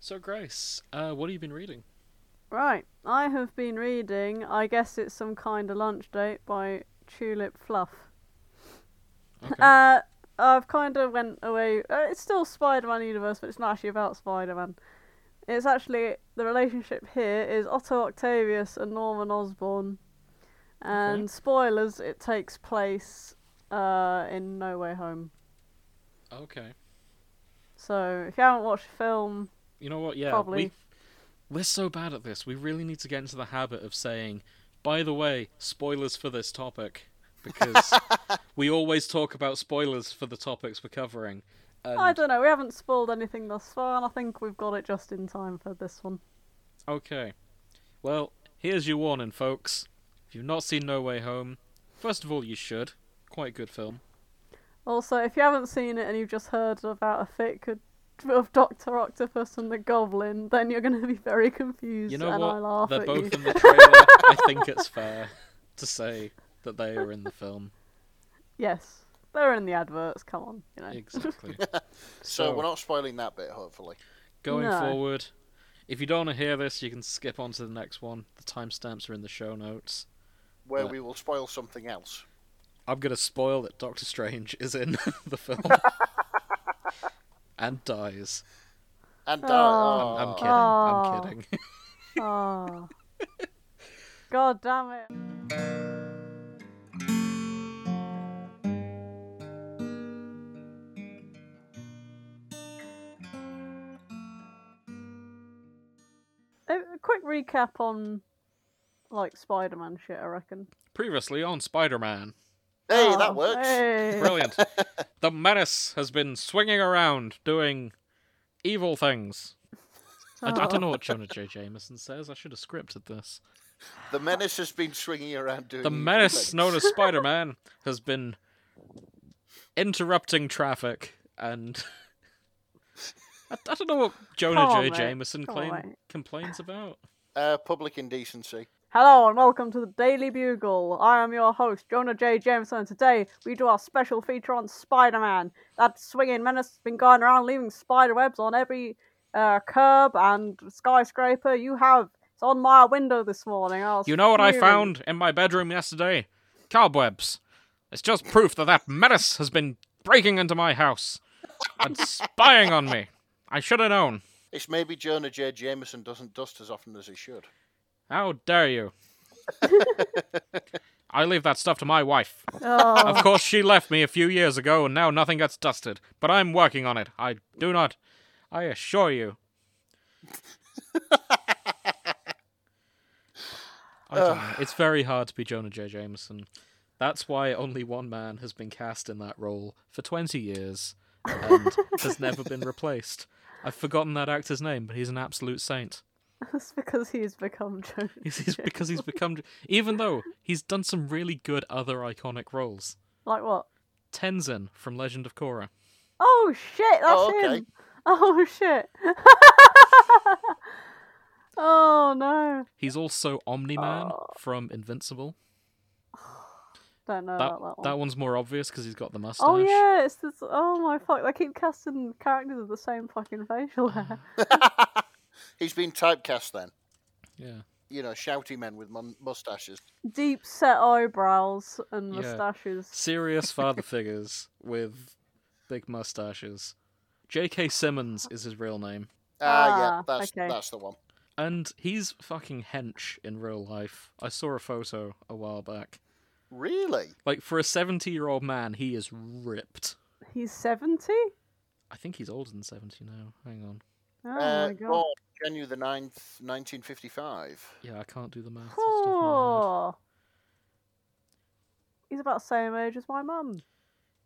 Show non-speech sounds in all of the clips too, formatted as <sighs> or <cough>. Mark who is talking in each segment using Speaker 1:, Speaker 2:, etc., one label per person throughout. Speaker 1: So, Grace, uh, what have you been reading?
Speaker 2: Right, I have been reading. I guess it's some kind of lunch date by Tulip Fluff.
Speaker 1: Okay.
Speaker 2: Uh, I've kind of went away. Uh, it's still Spider-Man universe, but it's not actually about Spider-Man. It's actually the relationship here is Otto Octavius and Norman Osborn. And
Speaker 1: Okay.
Speaker 2: spoilers, it takes place uh, in No Way Home.
Speaker 1: okay.
Speaker 2: So if you haven't watched the film,
Speaker 1: You know what? Yeah,
Speaker 2: Probably.
Speaker 1: we we're so bad at this. We really need to get into the habit of saying, "By the way, spoilers for this topic," because we always talk about spoilers for the topics we're covering. Um, And,
Speaker 2: I don't know. We haven't spoiled anything thus far, and I think we've got it just in time for this one.
Speaker 1: Okay. Well, here's your warning, folks. If you've not seen No Way Home, first of all, you should. Quite a good film.
Speaker 2: Also, if you haven't seen it and you've just heard about a fic of- of Doctor Octopus and the Goblin, then you're going to be very confused.
Speaker 1: You know
Speaker 2: and
Speaker 1: what?
Speaker 2: I laugh
Speaker 1: They're
Speaker 2: at
Speaker 1: both
Speaker 2: you.
Speaker 1: in the trailer. I think it's fair to say that they are in the film.
Speaker 2: Yes, they're in the adverts. Come on, you know.
Speaker 1: Exactly.
Speaker 3: So, we're not spoiling that bit, hopefully.
Speaker 1: going
Speaker 2: No.
Speaker 1: forward, if you don't want to hear this, you can skip on to the next one. The timestamps are in the show notes.
Speaker 3: Where
Speaker 1: Yeah.
Speaker 3: we will spoil something else.
Speaker 1: I'm going to spoil that Doctor Strange is in <laughs> the film and dies.
Speaker 3: And uh,
Speaker 2: Aw.
Speaker 1: I'm kidding.
Speaker 2: Aw.
Speaker 1: I'm kidding. <laughs>
Speaker 2: Ah. God damn it. A a quick recap on like Spider-Man shit, I reckon.
Speaker 1: Previously on Spider
Speaker 2: <laughs>
Speaker 1: Man.
Speaker 3: Hey,
Speaker 2: Ah,
Speaker 3: that works.
Speaker 2: hey.
Speaker 1: Brilliant. the menace has been swinging around doing evil things. I, I don't know what Jonah J. Jameson says. I should have scripted this.
Speaker 3: The menace has been swinging around <laughs> doing.
Speaker 1: The
Speaker 3: evil
Speaker 1: menace
Speaker 3: things.
Speaker 1: known as Spider Man has been interrupting traffic and. <laughs> I, I don't know what Jonah
Speaker 2: Come on,
Speaker 1: J.
Speaker 2: mate.
Speaker 1: Jameson
Speaker 2: Come on,
Speaker 1: claim,
Speaker 2: mate.
Speaker 1: complains about.
Speaker 3: Uh, public indecency.
Speaker 2: Hello and welcome to the Daily Bugle. I am your host, Jonah J. Jameson, and today we do our special feature on Spider Man. That swinging menace has been going around leaving spider webs on every uh, curb and skyscraper you have. It's on my window this morning. Oh, I was
Speaker 1: You know what I
Speaker 2: fuming.
Speaker 1: found in my bedroom yesterday? Cobwebs. It's just proof that that menace has been breaking into my house and spying on me. I should have known.
Speaker 3: It's maybe Jonah J. Jameson doesn't dust as often as
Speaker 1: <laughs>
Speaker 3: he should.
Speaker 1: How dare you? I leave that stuff to my wife.
Speaker 2: Oh, <laughs>
Speaker 1: Of course, she left me a few years ago, and now nothing gets dusted. But I'm working on it. I do not. I assure you. I don't know. It's very hard to be Jonah J. Jameson. That's why only one man has been cast in that role for 20 years and has never been replaced. I've forgotten that actor's name, but he's an absolute saint.
Speaker 2: that's because he's become Jonah.
Speaker 1: He's, he's because he's become, even though he's done some really good other iconic roles.
Speaker 2: Like what?
Speaker 1: Tenzin from Legend of Korra.
Speaker 2: Oh shit, that's
Speaker 3: Oh, okay.
Speaker 2: him. Oh <laughs> shit. oh no.
Speaker 1: He's also Omni Man
Speaker 2: Oh.
Speaker 1: from Invincible.
Speaker 2: Don't know
Speaker 1: That,
Speaker 2: about Oh, that one.
Speaker 1: that one's more obvious because he's got the mustache.
Speaker 2: Oh yeah, it's this. Oh my fuck! They keep casting characters with the same fucking facial hair.
Speaker 1: Mm-hmm.
Speaker 3: He's been typecast then.
Speaker 1: Yeah.
Speaker 3: You know, shouty men with mun- mustaches.
Speaker 2: Deep set eyebrows and
Speaker 1: Yeah.
Speaker 2: mustaches.
Speaker 1: Serious father figures with big mustaches. J.K. Simmons is his real name.
Speaker 3: Ah,
Speaker 2: Ah,
Speaker 3: yeah, that's
Speaker 2: okay.
Speaker 3: that's the one.
Speaker 1: And he's fucking hench in real life. I saw a photo a while back.
Speaker 3: Really?
Speaker 1: Like, for a 70 year old man, he is ripped.
Speaker 2: He's seventy.
Speaker 1: I think he's older than 70 now. Hang on.
Speaker 2: Oh
Speaker 3: uh,
Speaker 2: my god.
Speaker 3: born January the 9th, 1955.
Speaker 1: Yeah, I can't do the math. It's just off my head.
Speaker 2: Oh. He's about the same age as my mum.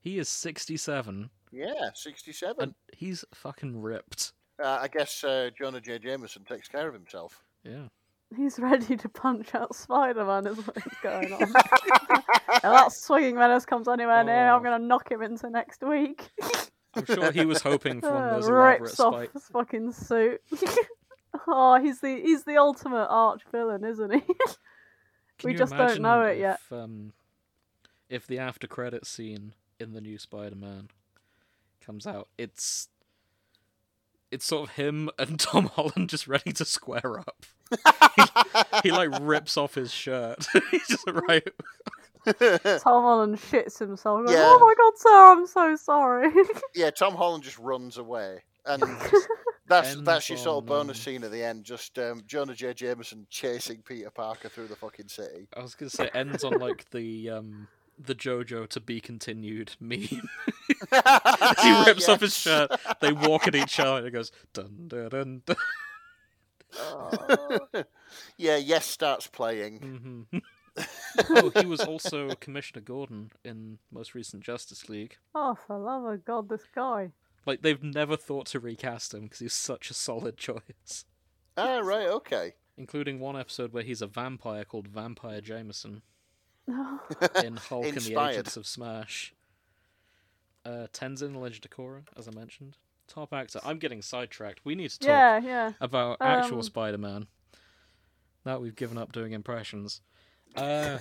Speaker 1: He is 67,
Speaker 3: Yeah, 67.
Speaker 1: and he's fucking ripped.
Speaker 3: Uh, I guess uh, Jonah J. Jameson takes care of himself.
Speaker 1: Yeah.
Speaker 2: He's <laughs> ready to punch out Spider Man. Is what's
Speaker 1: <laughs>
Speaker 2: going on. if that swinging menace comes anywhere near,
Speaker 1: Oh.
Speaker 2: I'm gonna knock him into next week.
Speaker 1: I'm sure he was hoping for one
Speaker 2: <laughs>
Speaker 1: of those elaborate
Speaker 2: rips Uh, off
Speaker 1: spikes.
Speaker 2: his fucking suit. <laughs> oh, he's the he's the ultimate arch villain, isn't he? <laughs>
Speaker 1: Can
Speaker 2: We
Speaker 1: you
Speaker 2: just don't
Speaker 1: imagine
Speaker 2: know it yet.
Speaker 1: If, um, if the after credit scene in the new Spider-Man comes out, it's it's sort of him <laughs> and Tom Holland just ready to square up. <laughs> He like rips off his shirt. <laughs> He's
Speaker 2: <laughs>
Speaker 1: just like, right.
Speaker 2: Tom Holland shits himself. Like,
Speaker 3: Yeah.
Speaker 2: Oh my god, sir, I'm so
Speaker 1: <laughs>
Speaker 2: sorry.
Speaker 3: <laughs> yeah, Tom Holland just runs away, and that's
Speaker 1: End
Speaker 3: that's your sort of
Speaker 1: on,
Speaker 3: bonus
Speaker 1: um,
Speaker 3: scene at the end. Just um, Jonah J. Jameson chasing Peter Parker through the fucking city.
Speaker 1: I was gonna say ends on like the um the JoJo to be continued <laughs> meme. <laughs> he
Speaker 2: Ah,
Speaker 1: rips off his shirt. They walk at
Speaker 2: <laughs>
Speaker 1: each other. and It goes dun dun dun. dun.
Speaker 2: Oh. <laughs>
Speaker 3: yeah, yes, starts playing.
Speaker 1: Mhm. oh, he was also <laughs> Commissioner Gordon in most recent Justice League.
Speaker 2: Oh, for love of God, this guy.
Speaker 1: Like they've never thought to recast him because he's such a solid <laughs> choice.
Speaker 3: Ah, right, okay.
Speaker 1: Including one episode where he's a vampire called Vampire Jameson in Hulk and the
Speaker 3: Inspired.
Speaker 1: Agents of Smash. Uh, Tenzin the Legend of Korra, as I mentioned, top actor. I'm getting sidetracked. We need to talk
Speaker 2: <laughs> yeah, yeah. <laughs>
Speaker 1: about actual
Speaker 2: Um,
Speaker 1: Spider-Man. Now that we've given up doing impressions.
Speaker 3: <laughs>
Speaker 1: Uh,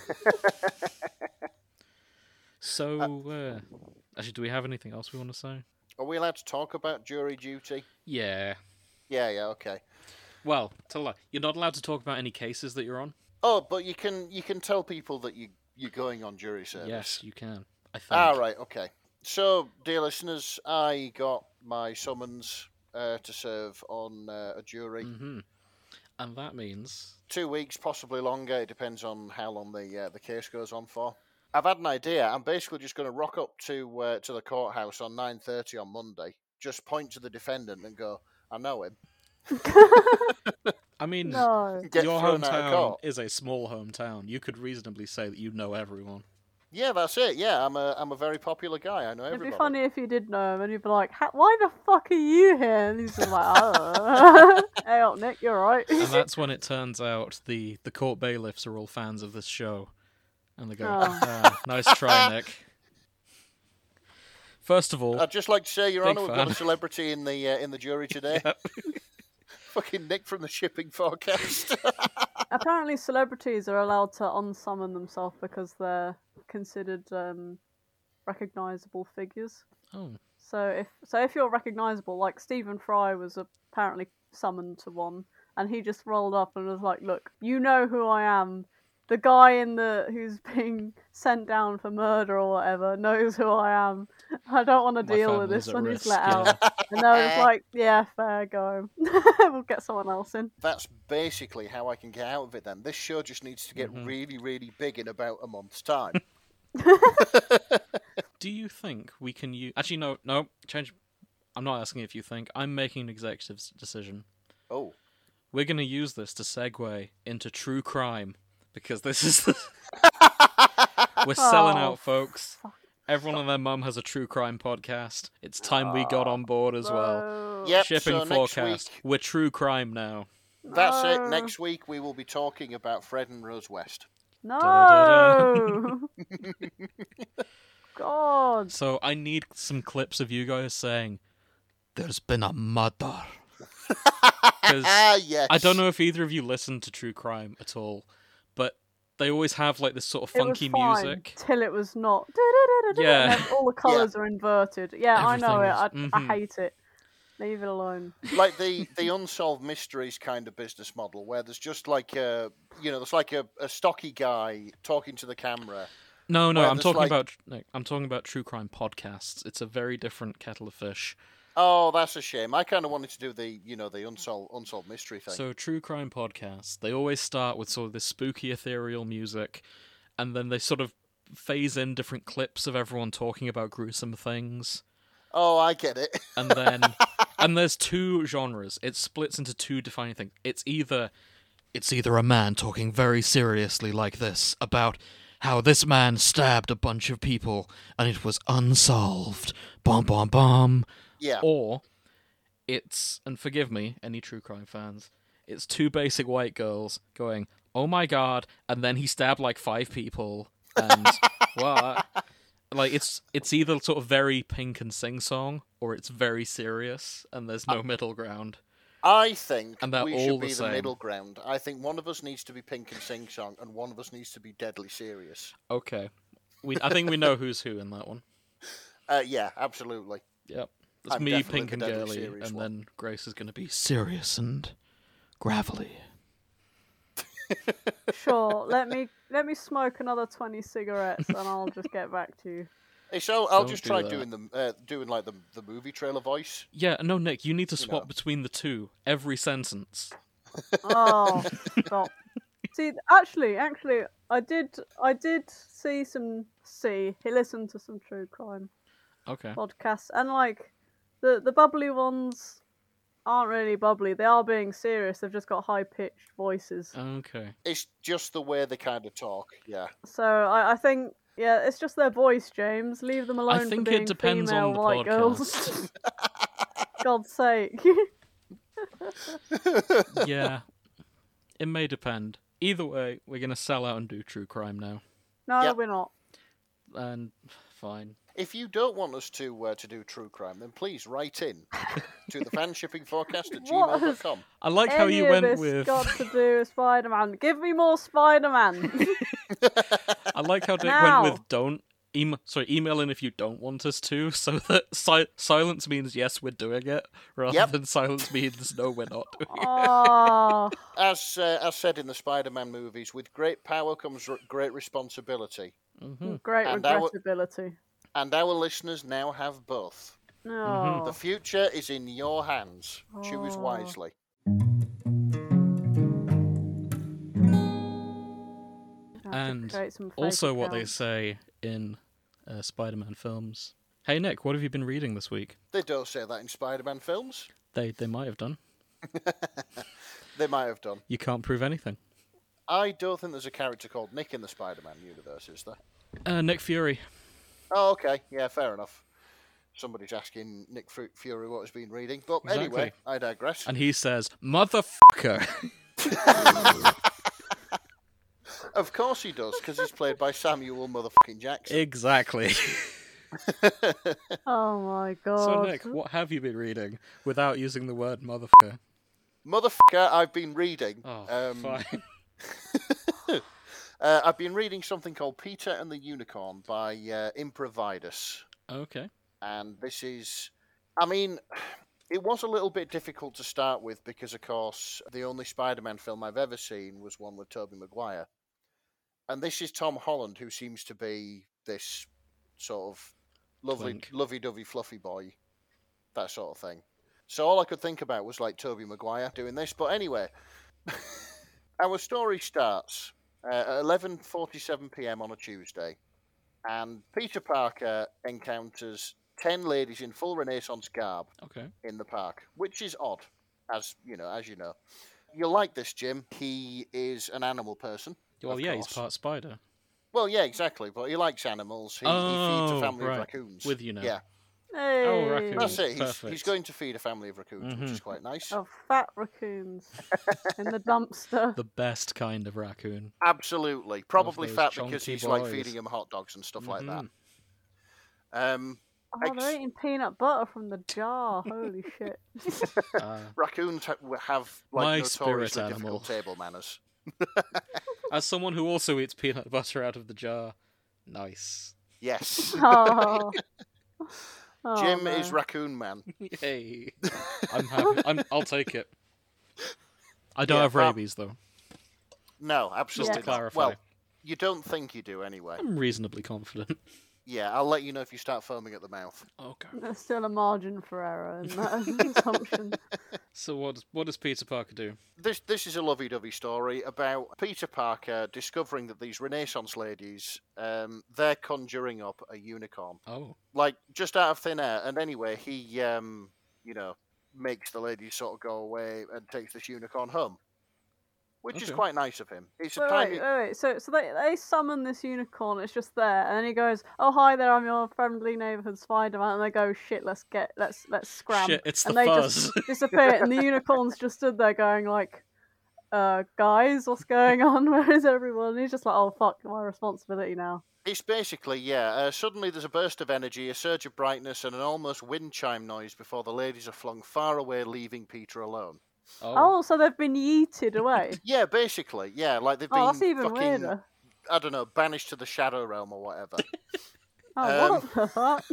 Speaker 1: so, uh, actually, do we have anything else we want to say?
Speaker 3: Are we allowed to talk about jury duty?
Speaker 1: Yeah.
Speaker 3: Yeah, yeah, okay.
Speaker 1: Well, tell that you're not allowed to talk about any cases that you're on.
Speaker 3: Oh, but you can you can tell people that you you're going on jury service.
Speaker 1: Yes, you can. I think.
Speaker 3: Ah, right, okay. So, dear listeners, I got my summons uh, to serve on uh, a jury.
Speaker 1: hmm And that means
Speaker 3: Two weeks, possibly longer. It depends on how long the uh, the case goes on for. I've had an idea. I'm basically just going to rock up to uh, to the courthouse on 9:30 on Monday. Just point to the defendant and go, "I know him."
Speaker 1: I mean,
Speaker 2: No.
Speaker 3: Get
Speaker 1: your
Speaker 3: thrown out of
Speaker 1: hometown
Speaker 3: court.
Speaker 1: is a small hometown. You could reasonably say that you know everyone.
Speaker 3: Yeah, that's it. Yeah, I'm a I'm a very popular guy. I know
Speaker 2: It'd be
Speaker 3: everybody.
Speaker 2: funny if you did know him and you'd be like, "Ha- why the fuck are you here? And he's just like, oh. <laughs> hey up, Nick,
Speaker 1: <laughs>
Speaker 2: you're right.
Speaker 1: And that's when it turns out the the court bailiffs are all fans of this show, and they go,
Speaker 2: Oh.
Speaker 1: "Ah, "Nice
Speaker 2: <laughs>
Speaker 1: try, Nick." First of all,
Speaker 3: I'd just like to say, Your
Speaker 1: Big
Speaker 3: Honour, we've got
Speaker 1: fan.
Speaker 3: a celebrity in the uh, in
Speaker 1: <laughs>
Speaker 3: the jury today. <laughs> Fucking Nick from the shipping forecast. <laughs>
Speaker 2: Apparently, celebrities are allowed to unsummon themselves because they're considered um, recognizable figures.
Speaker 1: oh,
Speaker 2: So if so, if you're recognisable, like Stephen Fry was apparently summoned to one, and he just rolled up and was like, "Look, you know who I am. The guy in the who's <laughs> being sent down for murder or whatever knows who I am. I don't want to
Speaker 1: my
Speaker 2: deal with
Speaker 1: family's
Speaker 2: this
Speaker 1: at
Speaker 2: when
Speaker 1: risk.
Speaker 2: he's let out." <laughs>
Speaker 1: yeah.
Speaker 2: And they were just like, "Yeah, fair go. <laughs> we'll get someone else in."
Speaker 3: That's basically how I can get out of it. Then this show just needs to get
Speaker 1: Mhm.
Speaker 3: really, really big in about a
Speaker 1: <laughs>
Speaker 3: month's time.
Speaker 1: Do you think we can use? Actually, no, no. Change. I'm not asking if you think. I'm making an executive s- decision.
Speaker 3: oh,
Speaker 1: We're going to use this to segue into true crime because this is
Speaker 2: <laughs>
Speaker 1: the... we're selling
Speaker 2: Oh,
Speaker 1: out, folks. Everyone and their mum has a true crime podcast. It's time we
Speaker 2: Oh,
Speaker 1: got on board as well.
Speaker 2: So-
Speaker 3: yep.
Speaker 1: Shipping
Speaker 3: so next
Speaker 1: forecast.
Speaker 3: week,
Speaker 1: We're true crime now.
Speaker 3: that's
Speaker 2: No.
Speaker 3: it. Next week we will be talking about Fred and Rose West.
Speaker 1: Da-da-da-da. <laughs>
Speaker 2: No. God.
Speaker 1: So I need some clips of you guys saying, "There's been a murder." <laughs> 'Cause
Speaker 3: Ah, <laughs> yes.
Speaker 1: I don't know if either of you listen to true crime at all, but they always have like this sort of funky
Speaker 2: it was fine
Speaker 1: music.
Speaker 2: till it was not. Du-du-du-du-du,
Speaker 1: <laughs>
Speaker 2: and
Speaker 1: Yeah.
Speaker 2: then <laughs> all the colours are inverted. Yeah, I know it. I,
Speaker 1: Everything is-
Speaker 2: I
Speaker 1: mhm.
Speaker 2: hate it. Leave it alone.
Speaker 3: <laughs> like the the unsolved mysteries kind of business model where there's just like a you know there's like a, a stocky guy talking to the camera
Speaker 1: No, no,
Speaker 3: Where
Speaker 1: I'm
Speaker 3: there's,
Speaker 1: talking
Speaker 3: like-
Speaker 1: about no, I'm talking about true crime podcasts. It's a very different kettle of fish.
Speaker 3: oh that's a shame i kind of wanted to do the you know the unsolved unsolved mystery thing
Speaker 1: So true crime podcasts, they always start with sort of this spooky ethereal music, and then they sort of phase in different clips of everyone talking about gruesome things.
Speaker 3: oh i get it <laughs>
Speaker 1: and then and there's two genres. It splits into two defining things. It's either it's either a man talking very seriously like this about how this man stabbed a bunch of people and it was unsolved. Bomb bomb bomb.
Speaker 3: yeah
Speaker 1: Or it's and forgive me, any true crime fans, it's two basic white girls going, Oh my god, and then he stabbed like five people <laughs> and what? Like it's it's either sort of very pink and sing song or it's very serious and there's no middle ground.
Speaker 3: i think
Speaker 1: And they're
Speaker 3: we
Speaker 1: all
Speaker 3: should
Speaker 1: the
Speaker 3: be the
Speaker 1: same.
Speaker 3: middle ground i think one of us needs to be pink and sing song and one of us needs to be deadly serious
Speaker 1: <laughs> Okay. We I think we know who's who in that one.
Speaker 3: uh, yeah absolutely
Speaker 1: Yep. That's
Speaker 3: I'm
Speaker 1: me,
Speaker 3: definitely
Speaker 1: pink
Speaker 3: the
Speaker 1: and
Speaker 3: deadly
Speaker 1: girly,
Speaker 3: serious
Speaker 1: and
Speaker 3: one.
Speaker 1: then Grace is going to be serious and gravelly.
Speaker 2: Sure, let me let me smoke another twenty cigarettes and I'll just get back to you.
Speaker 3: Hey, so I'll
Speaker 1: Don't
Speaker 3: just
Speaker 1: do
Speaker 3: try
Speaker 1: that.
Speaker 3: doing the uh, doing like the the movie trailer voice.
Speaker 1: Yeah, no, Nick, you need to
Speaker 3: You
Speaker 1: swap
Speaker 3: know.
Speaker 1: between the two every sentence.
Speaker 2: Oh, stop. See, actually, actually, I did I did see some see he listened to some true crime
Speaker 1: Okay.
Speaker 2: podcasts and like the the bubbly ones aren't really bubbly. They are being serious. They've just got high pitched voices.
Speaker 1: Uh, Okay.
Speaker 3: It's just the way they kind of talk. Yeah,
Speaker 2: So I, I think yeah, it's just their voice, James. Leave them alone.
Speaker 1: I think
Speaker 2: for being
Speaker 1: it depends
Speaker 2: female
Speaker 1: on the
Speaker 2: white girls.
Speaker 1: podcast.
Speaker 2: <laughs> God's sake.
Speaker 1: <laughs>
Speaker 2: <laughs>
Speaker 1: yeah. It may depend. Either way, we're going to sell out and do true crime now.
Speaker 2: no,
Speaker 3: Yeah.
Speaker 2: we're not.
Speaker 1: And fine.
Speaker 3: If you don't want us to uh, to do true crime, then please write in
Speaker 1: <laughs>
Speaker 3: to the fanshippingforecast at
Speaker 2: What has-
Speaker 3: gmail.com.
Speaker 1: I like
Speaker 2: Any
Speaker 1: how you
Speaker 2: of
Speaker 1: went
Speaker 2: this
Speaker 1: with.
Speaker 2: got to do with Spider Man. Give me more Spider <laughs> Man.
Speaker 1: <laughs> I like how Dick
Speaker 2: Now.
Speaker 1: went with don't. Em- sorry, email in if you don't want us to, <laughs> so that si- silence means yes, we're doing it, rather
Speaker 3: Yep.
Speaker 1: than silence means no, we're
Speaker 2: <laughs>
Speaker 1: not doing it.
Speaker 2: oh,
Speaker 3: As uh, as said in the Spider-Man movies, with great power comes r- great responsibility,
Speaker 1: Mhm.
Speaker 2: great
Speaker 3: And that wa-
Speaker 2: regrettability.
Speaker 3: and our listeners now have both.
Speaker 2: No.
Speaker 1: Mm-hmm. Oh.
Speaker 3: The future is in your hands. Choose
Speaker 2: Oh.
Speaker 3: wisely.
Speaker 2: I have to
Speaker 1: And
Speaker 2: create some fake
Speaker 1: Also, what they
Speaker 2: accounts.
Speaker 1: say in uh, Spider Man films. Hey, Nick, what have you been reading this week?
Speaker 3: They don't say that in Spider-Man films.
Speaker 1: They, they might have done.
Speaker 3: They might have done.
Speaker 1: You can't prove anything.
Speaker 3: I don't think there's a character called Nick in the Spider-Man universe, is there?
Speaker 1: Uh, Nick Fury.
Speaker 3: Oh, okay. Yeah, fair enough. Somebody's asking Nick Fu- Fury what he's been reading, but anyway,
Speaker 1: Exactly.
Speaker 3: I digress.
Speaker 1: And he says, Motherfucker! <laughs>
Speaker 3: Of course he does, because he's played by Samuel motherfucking Jackson.
Speaker 1: exactly.
Speaker 2: Oh my god.
Speaker 1: so, Nick, what have you been reading without using the word motherfucker?
Speaker 3: Motherfucker, I've been reading.
Speaker 1: Oh,
Speaker 3: um,
Speaker 1: fine.
Speaker 3: uh, I've been reading something called Peter and the Unicorn by uh, Improvidus.
Speaker 1: <laughs> Okay.
Speaker 3: and this is i mean it was a little bit difficult to start with because of course the only spider-man film i've ever seen was one with toby maguire and this is tom holland who seems to be this sort of lovely
Speaker 1: Twink.
Speaker 3: lovey-dovey fluffy boy that sort of thing so all i could think about was like toby maguire doing this but anyway <laughs> our story starts uh, at 11.47 p.m on a tuesday and peter parker encounters 10 ladies in full renaissance garb
Speaker 1: Okay.
Speaker 3: in the park which is odd as you know as you know you'll like this jim he is an animal person
Speaker 1: Well,
Speaker 3: Of
Speaker 1: yeah, he's
Speaker 3: course.
Speaker 1: part spider.
Speaker 3: well yeah exactly but he likes animals he, he feeds
Speaker 1: Oh,
Speaker 3: a family
Speaker 1: right.
Speaker 3: of raccoons
Speaker 1: With you now.
Speaker 3: yeah
Speaker 2: Hey.
Speaker 1: Oh, raccoon.
Speaker 3: that's it he's, he's
Speaker 1: Perfect.
Speaker 3: going to feed a family of raccoons which
Speaker 1: Mhm.
Speaker 3: is quite nice
Speaker 2: Of fat raccoons in the dumpster.
Speaker 3: <laughs>
Speaker 1: The best kind of
Speaker 2: <laughs>
Speaker 1: raccoon.
Speaker 3: absolutely probably
Speaker 1: those
Speaker 3: fat because
Speaker 1: chunky
Speaker 3: he's like
Speaker 1: boys.
Speaker 3: feeding him hot dogs and stuff like
Speaker 1: Mhm.
Speaker 3: that um
Speaker 2: Oh, they're
Speaker 3: Ex-
Speaker 2: eating peanut butter from the jar. Holy
Speaker 3: <laughs>
Speaker 2: shit. <laughs>
Speaker 1: Ah.
Speaker 3: raccoons ha- have
Speaker 1: My
Speaker 3: like
Speaker 1: spirit
Speaker 3: notoriously
Speaker 1: animal.
Speaker 3: difficult table manners
Speaker 1: As someone who also eats peanut butter out of the jar, nice.
Speaker 3: yes
Speaker 2: Oh. <laughs> Oh,
Speaker 3: <laughs> jim is
Speaker 2: no.
Speaker 3: raccoon man
Speaker 2: <laughs>
Speaker 1: Hey, I'm happy. I'm, I'll take it. I don't
Speaker 3: Yeah,
Speaker 1: have
Speaker 3: fam-
Speaker 1: rabies though.
Speaker 3: No, absolutely. not.
Speaker 1: clarify.
Speaker 3: Well, you don't think you do anyway.
Speaker 1: I'm reasonably confident.
Speaker 3: Yeah, I'll let you know if you start foaming at the mouth.
Speaker 1: Okay.
Speaker 2: There's still a margin for error in
Speaker 3: <laughs>
Speaker 2: that assumption.
Speaker 1: So what? What does Peter Parker do?
Speaker 3: This this is a lovey-dovey story about Peter Parker discovering that these Renaissance ladies, um, they're conjuring up a unicorn,
Speaker 1: Oh,
Speaker 3: like just out of thin air. And anyway, he, um, you know, makes the ladies sort of go away and takes this unicorn home, which is
Speaker 1: Okay.
Speaker 3: quite nice of him. It's a
Speaker 2: Wait,
Speaker 3: tiny.
Speaker 2: wait, wait, wait. So, so they, they summon this unicorn. It's just there, and then he goes, "Oh hi there, I'm your friendly neighborhood Spider-Man." And they go, "Shit, let's get, let's, let's scram."
Speaker 1: shit! It's the
Speaker 2: and they
Speaker 1: fuzz.
Speaker 2: just disappear,
Speaker 3: <laughs>
Speaker 2: and the unicorn's just stood there going like, "Uh, guys, what's going on? <laughs> Where is everyone?" And he's just like, "Oh fuck, my responsibility now."
Speaker 3: It's basically, yeah, uh, suddenly there's a burst of energy, a surge of brightness, and an almost wind chime noise before the ladies are flung far away, leaving Peter alone.
Speaker 1: <laughs> Oh,
Speaker 2: Oh, so they've been yeeted
Speaker 3: <laughs>
Speaker 2: away.
Speaker 3: Yeah, basically, yeah, like they've
Speaker 2: oh,
Speaker 3: been
Speaker 2: that's even
Speaker 3: fucking,
Speaker 2: weirder.
Speaker 3: I don't know, banished to
Speaker 2: <laughs>
Speaker 3: the Shadow Realm or whatever.
Speaker 2: Oh,
Speaker 3: um,
Speaker 2: what
Speaker 3: <laughs>
Speaker 2: the fuck?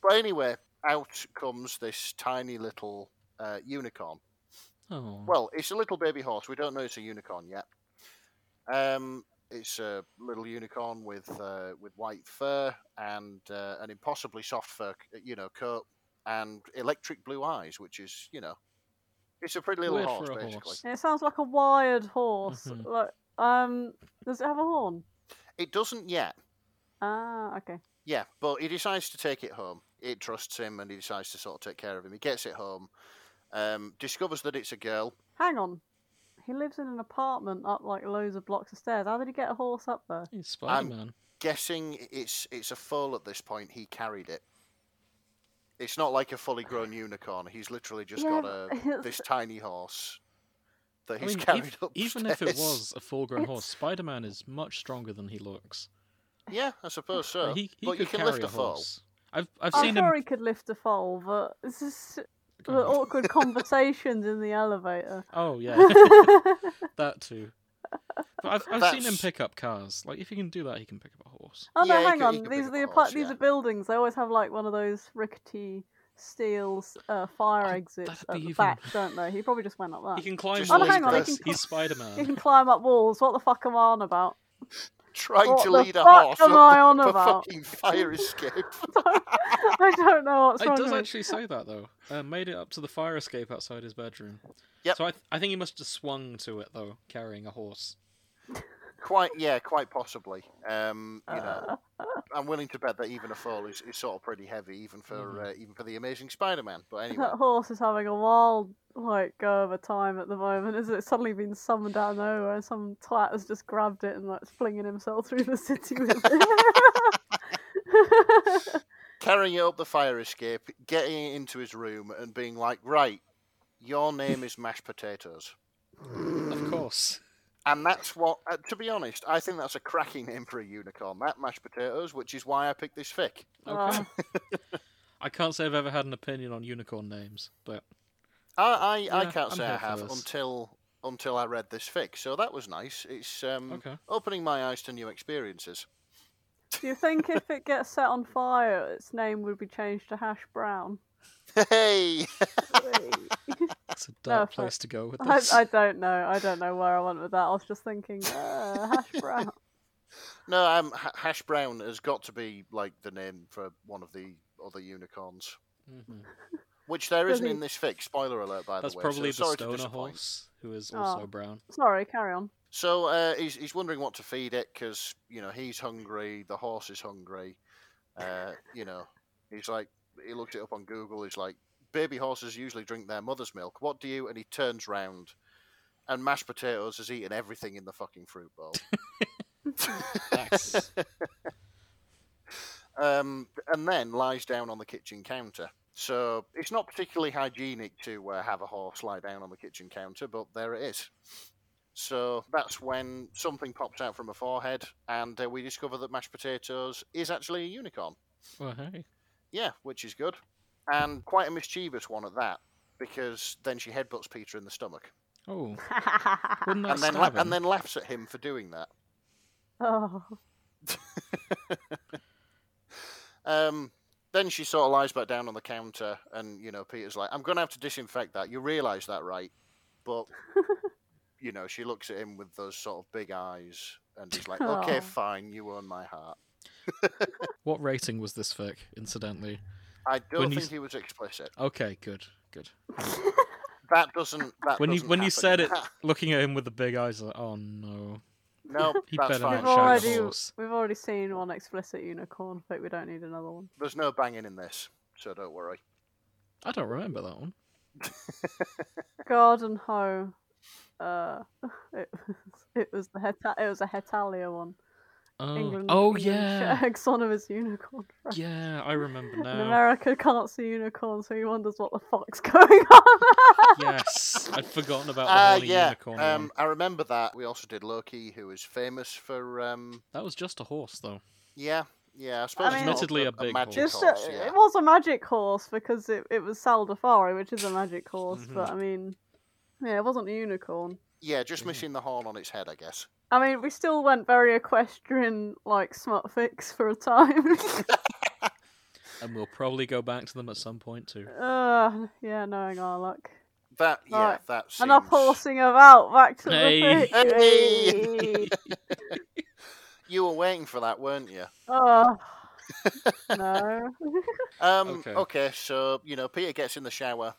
Speaker 3: but anyway, out comes this tiny little uh, unicorn.
Speaker 1: Oh.
Speaker 3: Well, it's a little baby horse. We don't know it's a unicorn yet. Um, it's a little unicorn with uh, with white fur and uh, an impossibly soft fur, c- you know, coat and electric blue eyes, which is, you know, it's a pretty little
Speaker 1: Weird
Speaker 3: horse
Speaker 1: for a
Speaker 3: basically.
Speaker 1: horse.
Speaker 2: And it sounds like a wired horse.
Speaker 1: Mhm.
Speaker 3: Mm-hmm.
Speaker 2: Like, um, does it have a horn?
Speaker 3: It doesn't yet.
Speaker 2: Ah, okay.
Speaker 3: Yeah, but he decides to take it home. It trusts him, and he decides to sort of take care of him. He gets it home, um, discovers that it's a girl.
Speaker 2: Hang on. He lives in an apartment up like loads of blocks of stairs. How did he get a horse up there?
Speaker 1: He's Spider Man.
Speaker 3: Guessing it's it's a foal at this point, he carried it. It's not like a
Speaker 1: <laughs>
Speaker 3: fully grown unicorn. He's literally just
Speaker 2: Yeah, <laughs>
Speaker 3: got a
Speaker 2: but-
Speaker 3: this tiny horse that
Speaker 1: I
Speaker 3: he's
Speaker 1: mean,
Speaker 3: <laughs> carried
Speaker 1: if-
Speaker 3: up.
Speaker 1: even if it
Speaker 3: stairs.
Speaker 1: was a full grown
Speaker 2: It's-
Speaker 1: horse, Spider Man is much stronger than he looks.
Speaker 3: <laughs> yeah, I suppose so.
Speaker 1: he he
Speaker 3: but
Speaker 1: could
Speaker 3: you can
Speaker 1: carry
Speaker 3: lift
Speaker 1: a
Speaker 3: a foal.
Speaker 1: horse. I've I've
Speaker 2: I'm
Speaker 1: seen
Speaker 2: sure
Speaker 1: him.
Speaker 2: he could lift a foal, but it's just the
Speaker 1: God.
Speaker 3: <laughs>
Speaker 2: awkward conversations in the elevator. <laughs>
Speaker 1: Oh yeah, <laughs> that too. But I've I've seen him
Speaker 3: That's-
Speaker 1: pick up cars. Like if he can do that, he can pick up a horse.
Speaker 2: Oh no,
Speaker 3: Yeah, he
Speaker 2: hang
Speaker 3: could- he
Speaker 2: on.
Speaker 3: could
Speaker 2: These are
Speaker 3: pick up a
Speaker 2: the
Speaker 3: horse,
Speaker 2: apart- these
Speaker 3: yeah.
Speaker 2: are buildings. They always have like one of those rickety steel s- uh, fire
Speaker 1: Oh,
Speaker 2: exits
Speaker 1: that'd
Speaker 2: at the
Speaker 1: be even-
Speaker 2: back, don't they? He probably just went up
Speaker 1: He
Speaker 2: that.
Speaker 1: can climb
Speaker 3: Just
Speaker 2: Oh, no,
Speaker 1: walls.
Speaker 2: hang on, he
Speaker 1: because
Speaker 2: can
Speaker 1: He's Spider
Speaker 2: He
Speaker 1: Man.
Speaker 2: can climb <laughs> up walls. What the fuck am I on about?
Speaker 3: Trying
Speaker 2: What
Speaker 3: to
Speaker 2: the
Speaker 3: lead a
Speaker 2: fuck
Speaker 3: horse
Speaker 2: am
Speaker 3: up
Speaker 2: I
Speaker 3: <laughs>
Speaker 2: on
Speaker 3: a
Speaker 1: <laughs>
Speaker 2: about?
Speaker 3: fucking fire escape.
Speaker 2: <laughs> I don't know what's
Speaker 1: It
Speaker 2: wrong.
Speaker 1: does
Speaker 2: with me.
Speaker 1: actually say that though. Uh, made it up to the fire escape outside his bedroom.
Speaker 3: Yep.
Speaker 1: So I th- I think he must have swung to it though, carrying a horse.
Speaker 3: <laughs> quite, yeah, quite possibly. Um, you know,
Speaker 2: Uh, <laughs>
Speaker 3: I'm willing to bet that even a foal is, is sort of pretty heavy, even for
Speaker 1: Mhm.
Speaker 3: uh, even for the Amazing Spider-Man. But anyway,
Speaker 2: that horse is having a wild like go of a time at the moment. Is it It's suddenly been summoned out of nowhere? and Some twat has just grabbed it and like flinging himself through the city <laughs> with it.
Speaker 3: carrying it up the fire escape, getting it into his room, and being like, "Right, your name is mashed potatoes," Mm.
Speaker 1: Of course.
Speaker 3: and that's what. Uh, to be honest, I think that's a cracking name for a unicorn. That mashed potatoes, which is why I picked this fic.
Speaker 1: Okay.
Speaker 2: Uh,
Speaker 1: I can't say I've ever had an opinion on unicorn names, but
Speaker 3: I I, I
Speaker 1: Yeah,
Speaker 3: can't
Speaker 1: I'm
Speaker 3: say I
Speaker 1: here for
Speaker 3: have
Speaker 1: this.
Speaker 3: until until I read this fic. So that was nice. It's um,
Speaker 1: okay.
Speaker 3: opening my eyes to new experiences. <laughs>
Speaker 2: Do you think if it gets set on fire, its name would be changed to Hash
Speaker 1: <laughs>
Speaker 2: Brown?
Speaker 3: Hey.
Speaker 1: That's a dark
Speaker 2: fuck.
Speaker 1: place to go with
Speaker 2: <laughs> I,
Speaker 1: this.
Speaker 2: I don't know. I don't know where I went with that. I was just thinking, uh,
Speaker 1: <laughs>
Speaker 2: Hash Brown.
Speaker 3: No, um, Ha- Hash Brown has got to be like the name for one of the other unicorns,
Speaker 1: Mhm.
Speaker 3: which there isn't
Speaker 2: Really?
Speaker 3: in this fic. Spoiler alert, by
Speaker 1: That's
Speaker 3: the way.
Speaker 1: probably
Speaker 3: so
Speaker 1: the
Speaker 3: sorry to
Speaker 1: stoner
Speaker 3: disappoint.
Speaker 1: horse, who is also
Speaker 2: Oh.
Speaker 3: <laughs>
Speaker 1: brown.
Speaker 2: Sorry, carry on. <laughs>
Speaker 3: So uh, he's he's wondering what to feed it because you know he's hungry, the horse is hungry. Uh, you know, he's like he looks it up on Google. He's like, baby horses usually drink their mother's milk. What do you? And he turns round, and mashed potatoes has eaten everything in the fucking fruit bowl.
Speaker 1: <laughs> Nice.
Speaker 3: um, and then lies down on the kitchen counter. So it's not particularly hygienic to uh, have a horse lie down on the kitchen counter, but there it is. So that's when something pops out from her forehead, and uh, we discover that mashed potatoes is actually a unicorn.
Speaker 1: well, hey.
Speaker 3: Yeah, which is good, and quite a mischievous one at that, because then she headbutts Peter in the stomach,
Speaker 1: Oh, wouldn't that
Speaker 3: and then la-
Speaker 1: stab him?
Speaker 3: and then laughs at him for doing that.
Speaker 2: oh,
Speaker 3: Um, then she sort of lies back down on the counter, and you know, Peter's like, "I'm going to have to disinfect that. You realise that, right?"
Speaker 2: <laughs>
Speaker 3: But you know, she looks at him with those sort of big eyes, and he's like, "Okay,
Speaker 2: Aw.
Speaker 3: fine. You own my heart."
Speaker 1: What rating was this fic, incidentally?
Speaker 3: I don't
Speaker 1: When you
Speaker 3: think
Speaker 1: s-
Speaker 3: he was explicit.
Speaker 1: Okay, good, good.
Speaker 3: That doesn't. That
Speaker 1: When you
Speaker 3: doesn't
Speaker 1: when you
Speaker 3: happen
Speaker 1: said
Speaker 3: in
Speaker 1: it,
Speaker 3: that.
Speaker 1: looking at him with the big eyes, like, oh no,
Speaker 3: <laughs> no,
Speaker 1: <laughs> he
Speaker 3: that's
Speaker 1: better not
Speaker 2: We've
Speaker 3: fine.
Speaker 1: shout at
Speaker 2: already-
Speaker 1: the horse.
Speaker 2: we've already seen one explicit unicorn fic. We don't need another one.
Speaker 3: There's no banging in this, so don't worry.
Speaker 1: I don't remember that one.
Speaker 2: Garden hoe. Uh, <laughs> it was it was the Heta- it was a Hetalia one.
Speaker 1: Oh,
Speaker 2: England.
Speaker 1: oh
Speaker 2: England
Speaker 1: yeah,
Speaker 2: share Exonomous unicorn.
Speaker 1: <laughs>
Speaker 2: friend.
Speaker 1: yeah, I
Speaker 2: <laughs>
Speaker 1: remember
Speaker 2: And
Speaker 1: now.
Speaker 2: America can't see unicorns, so he wonders what the fuck's <laughs> going on.
Speaker 1: Yes, I'd forgotten about the
Speaker 3: Ah,
Speaker 1: horny
Speaker 3: yeah.
Speaker 1: unicorn. one.
Speaker 3: Um, I remember that. We also did Loki, who is famous for. Um,
Speaker 1: That was just a horse, though.
Speaker 3: yeah, yeah. I suppose
Speaker 2: mean-
Speaker 3: it's not
Speaker 1: Admittedly a big
Speaker 3: magic
Speaker 1: horse.
Speaker 2: Just uh,
Speaker 3: horse,
Speaker 2: a-
Speaker 3: yeah.
Speaker 2: It was a magic horse because it, it was Saldafari, which is a magic horse,
Speaker 1: Mhm.
Speaker 2: but I mean, yeah, it wasn't a unicorn.
Speaker 3: Yeah,
Speaker 1: Yeah.
Speaker 3: just
Speaker 2: Mm-hmm.
Speaker 3: missing the horn on its head, I guess.
Speaker 2: I mean, we still <laughs> went very equestrian, like smut fix for a time.
Speaker 1: and we'll probably go back to them at some point too.
Speaker 2: Uh, yeah, knowing our luck.
Speaker 3: That yeah,
Speaker 2: Right.
Speaker 3: that seems.
Speaker 2: Enough horsing about. Back to
Speaker 1: Hey.
Speaker 2: the
Speaker 1: <laughs>
Speaker 2: pitch.
Speaker 3: Hey. You were waiting for that, weren't you?
Speaker 1: <laughs>
Speaker 2: oh. no.
Speaker 3: Um, okay.
Speaker 1: Okay.
Speaker 3: so you know, Peter gets in the shower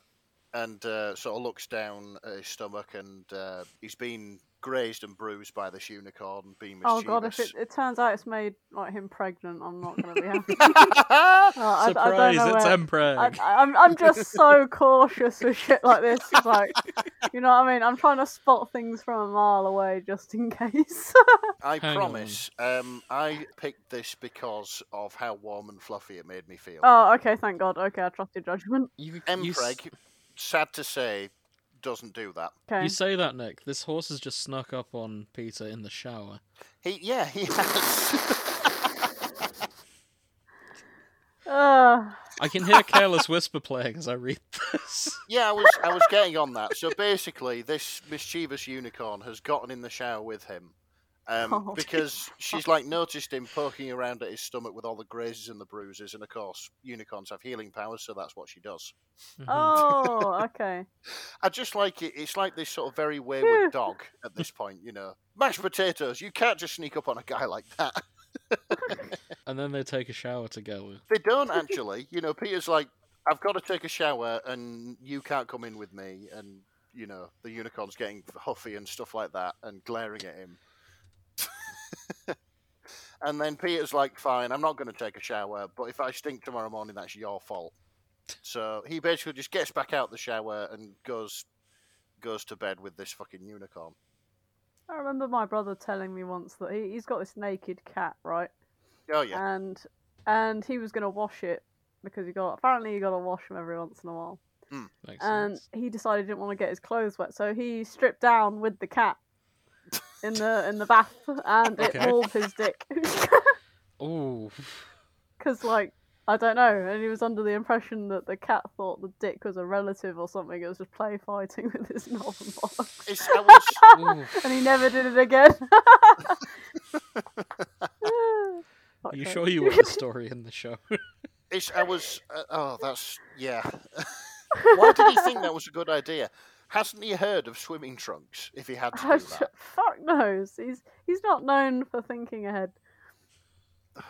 Speaker 3: and uh, sort of looks down at his stomach, and uh, he's been grazed and bruised by this unicorn and being
Speaker 2: Oh
Speaker 3: mischievous.
Speaker 2: god, if it, it turns out it's made like him pregnant, I'm not gonna
Speaker 1: <laughs>
Speaker 2: be happy. <laughs> Oh, I, I don't
Speaker 1: Surprise!
Speaker 2: know
Speaker 1: it's
Speaker 2: where- I,
Speaker 1: Empreg.
Speaker 2: I'm I'm just so cautious with shit like this. It's like, you know what I mean? I'm trying to spot things from a mile away just in <laughs> case.
Speaker 3: I
Speaker 1: Hang
Speaker 3: promise. Um, I picked this because of how warm and fluffy it made me feel.
Speaker 2: oh, okay, thank God. Okay, I trust your judgment.
Speaker 1: You, you, s-
Speaker 3: Empreg, sad to say, doesn't do that.
Speaker 2: Okay.
Speaker 1: you say that, Nick. This horse has just snuck up on Peter in the shower.
Speaker 3: He, yeah, he <laughs> has.
Speaker 2: Ugh.
Speaker 1: I can hear Careless <laughs> Whisper playing as I read this.
Speaker 3: yeah, I was, I was getting on that. So basically, this mischievous unicorn has gotten in the shower with him. Um,
Speaker 2: Oh,
Speaker 3: because she's like noticed him poking around at his stomach with all the grazes and the bruises, and of course unicorns have healing powers, so that's what she does.
Speaker 1: Mhm.
Speaker 2: oh, okay.
Speaker 3: I just like it. It's like this sort of very
Speaker 2: Phew.
Speaker 3: wayward dog at this point, you know. Mashed potatoes. You can't just sneak up on a guy like that.
Speaker 1: And then they take a shower together.
Speaker 3: They don't actually. You know, Peter's like, I've got to take a shower, and you can't come in with me. And you know, the unicorn's getting huffy and stuff like that, and glaring at him. <laughs> and then Peter's like, "Fine, I'm not going to take a shower, but if I stink tomorrow morning, that's your fault." So he basically just gets back out the shower and goes goes to bed with this fucking unicorn.
Speaker 2: I remember my brother telling me once that he, he's got this naked cat, right?
Speaker 3: Oh yeah.
Speaker 2: And and he was gonna wash it because he got apparently you gotta wash him every once in a while.
Speaker 1: Makes
Speaker 2: and
Speaker 1: sense.
Speaker 2: Um, he decided he didn't want to get his clothes wet, so he stripped down with the cat in the in the bath, and it
Speaker 1: Okay.
Speaker 2: mauled his dick <laughs>
Speaker 1: Ooh.
Speaker 2: because like I don't know, and he was under the impression that the cat thought the dick was a relative or something. It was just play fighting <laughs> with his knob and bollocks,
Speaker 3: It's, I was,
Speaker 1: Ooh.
Speaker 2: and he never did
Speaker 1: <laughs>
Speaker 2: it again. <laughs>
Speaker 1: Are you
Speaker 2: Okay.
Speaker 1: sure
Speaker 2: <laughs>
Speaker 1: you want the story in the show?
Speaker 3: It's, I was. Uh, oh, that's yeah. <laughs> Why did he think that was a good idea? Hasn't he heard of swimming trunks? If he had to do that,
Speaker 2: Oh, Fuck knows. He's he's not known for thinking ahead.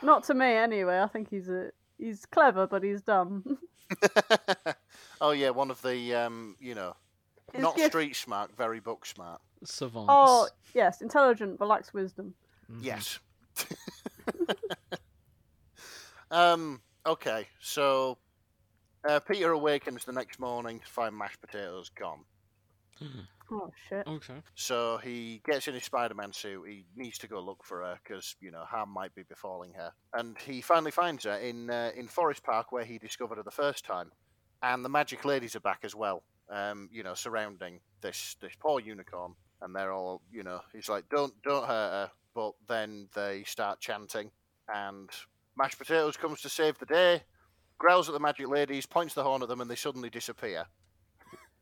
Speaker 2: Not to me, anyway. I think he's a he's clever, but he's dumb. <laughs>
Speaker 3: <laughs> oh yeah, one of the um, you know,
Speaker 2: His
Speaker 3: not
Speaker 2: gift-
Speaker 3: street smart, very book smart.
Speaker 1: <laughs> Savants.
Speaker 2: Oh yes, intelligent but lacks wisdom.
Speaker 1: Mhm.
Speaker 3: Yes. <laughs> um. Okay. So, uh, Peter awakens the next morning to find mashed potatoes gone.
Speaker 2: Oh shit.
Speaker 1: Okay.
Speaker 3: So he gets in his Spider Man suit. He needs to go look for her because, you know, harm might be befalling her. And he finally finds her in, uh, in Forest Park where he discovered her the first time. And the magic ladies are back as well, um, you know, surrounding this, this poor unicorn. And they're all, you know, he's like, don't, don't hurt her. But then they start chanting. And Mashed Potatoes comes to save the day, growls at the magic ladies, points the horn at them, and they suddenly disappear.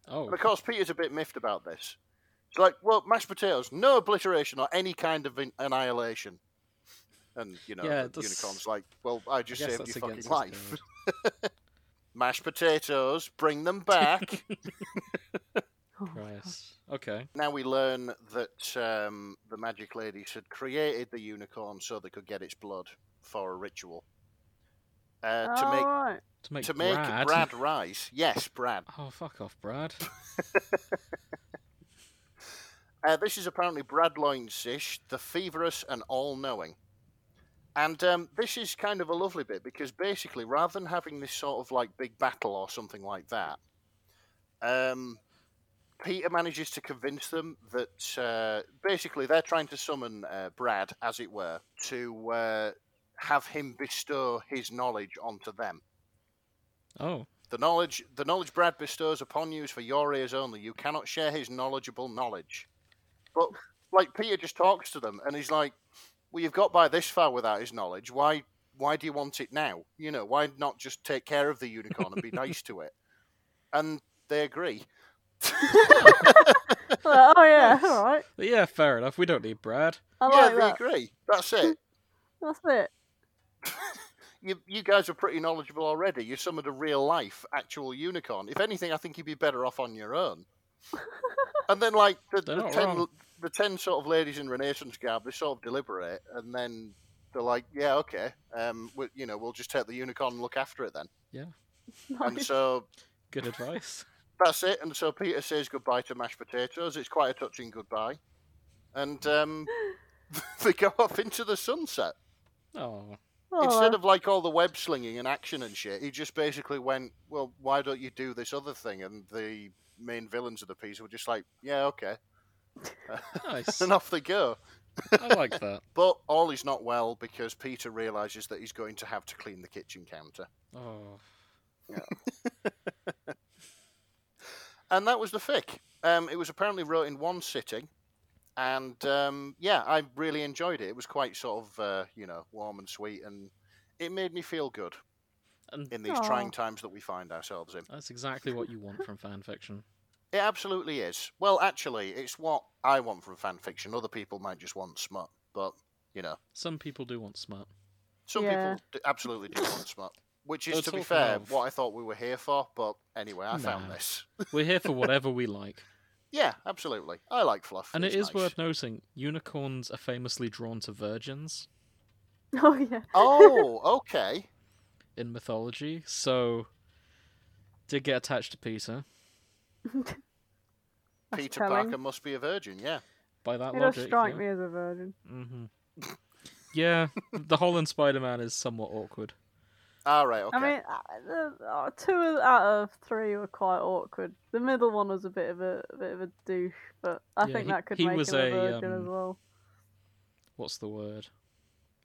Speaker 1: Oh.
Speaker 3: And of course, Peter's a bit miffed about this. It's like, well, mashed potatoes, no obliteration or any kind of in- annihilation. And, you know,
Speaker 1: Yeah,
Speaker 3: the
Speaker 1: that's-
Speaker 3: unicorn's like, well, I
Speaker 1: I
Speaker 3: just
Speaker 1: guess
Speaker 3: saved your
Speaker 1: that's
Speaker 3: fucking
Speaker 1: against
Speaker 3: life.
Speaker 1: life.
Speaker 3: <laughs> Mashed potatoes, bring them
Speaker 1: <laughs>
Speaker 3: back.
Speaker 2: Oh,
Speaker 1: Christ. Okay.
Speaker 3: now we learn that um, the magic ladies had created the unicorn so they could get its blood for a ritual. Uh, to make <laughs>
Speaker 2: Alright.
Speaker 1: To make
Speaker 3: to make
Speaker 1: Oh. Brad.
Speaker 3: Brad rise. Yes, Brad.
Speaker 1: Oh, fuck off, Brad.
Speaker 3: Uh, this is apparently Brad Loinsish, the feverous and all knowing. And um, this is kind of a lovely bit because basically, rather than having this sort of like big battle or something like that, um, Peter manages to convince them that uh, basically they're trying to summon uh, Brad, as it were, to uh, have him bestow his knowledge onto them.
Speaker 1: Oh.
Speaker 3: The knowledge, the knowledge Brad bestows upon you is for your ears only. You cannot share his knowledgeable knowledge. But like Peter just talks to them, and he's like, "Well, you've got by this far without his knowledge. Why, why do you want it now? You know, why not just take care of the
Speaker 2: <laughs>
Speaker 3: unicorn and be nice to it?" And they agree.
Speaker 2: Well, oh yeah,
Speaker 1: Nice.
Speaker 2: alright.
Speaker 1: Yeah, fair enough. We don't need Brad.
Speaker 2: Oh, I
Speaker 3: yeah,
Speaker 2: like
Speaker 3: they
Speaker 2: that.
Speaker 3: agree. That's it.
Speaker 2: That's it.
Speaker 3: you, you guys are pretty knowledgeable already. You summoned a real life, actual unicorn. If anything, I think you'd be better off on your own. and then, like, the,
Speaker 1: They're
Speaker 3: the
Speaker 1: not
Speaker 3: 10,
Speaker 1: wrong.
Speaker 3: the 10 sort of ladies in Renaissance garb, they sort of deliberate, and then they're like, yeah, okay, um, we, you know, we'll just take the unicorn and look after it then. And
Speaker 2: Nice.
Speaker 3: so
Speaker 1: Good advice.
Speaker 3: that's it. And so Peter says goodbye to mashed potatoes. It's quite a touching goodbye. And um, <laughs> they go off into the sunset.
Speaker 1: <laughs> Oh,
Speaker 3: Instead
Speaker 2: Aw.
Speaker 3: of like all the web slinging and action and shit, he just basically went, "Well, why don't you do this other thing?" And the main villains of the piece were just like, "Yeah, okay," <laughs>
Speaker 2: <laughs>
Speaker 1: nice.
Speaker 3: and off they go.
Speaker 1: I like that.
Speaker 3: But all is not well because Peter realizes that he's going to have to clean the kitchen counter,
Speaker 1: Oh,
Speaker 3: and that was the fic. Um, it was apparently wrote in one sitting, and um, yeah, I really enjoyed it. It was quite sort of uh, you know warm and sweet, and it made me feel good
Speaker 1: and
Speaker 3: in these
Speaker 2: Aw.
Speaker 3: trying times that we find ourselves in.
Speaker 1: that's exactly what you want from fan fiction.
Speaker 3: It absolutely is. Well, actually, it's what I want from fan fiction. Other people might just want smut, but you know,
Speaker 1: Some people do want smart.
Speaker 3: some
Speaker 2: Yeah.
Speaker 3: people d- absolutely do want smut. Which is,
Speaker 1: That's
Speaker 3: to be
Speaker 1: all for
Speaker 3: fair,
Speaker 1: now.
Speaker 3: what I thought we were here for. But anyway, I found
Speaker 1: Nah.
Speaker 3: this.
Speaker 1: We're here for whatever we <laughs> like,
Speaker 3: Yeah, absolutely. I like fluff.
Speaker 1: and
Speaker 3: it's
Speaker 1: it is
Speaker 3: nice.
Speaker 1: worth noting unicorns are famously drawn to virgins
Speaker 2: <laughs> Oh yeah.
Speaker 1: <laughs>
Speaker 3: Oh, okay.
Speaker 1: in mythology, so did get attached to Peter
Speaker 2: That's
Speaker 3: Peter
Speaker 2: telling.
Speaker 3: Parker must be a virgin. Yeah.
Speaker 1: by that
Speaker 2: It does
Speaker 1: logic.
Speaker 2: strike
Speaker 1: yeah.
Speaker 2: me as a virgin.
Speaker 1: Mm-hmm. <laughs> yeah, the Holland Spider-Man is somewhat awkward.
Speaker 3: All right. Okay.
Speaker 2: I mean, uh, the- uh, two of- out of three were quite awkward. The middle one was a bit of a, a bit of a douche, but I
Speaker 1: Yeah,
Speaker 2: think
Speaker 1: he-
Speaker 2: that could
Speaker 1: he
Speaker 2: make
Speaker 1: was
Speaker 2: him a
Speaker 1: a,
Speaker 2: virgin
Speaker 1: um,
Speaker 2: as well.
Speaker 1: What's the word?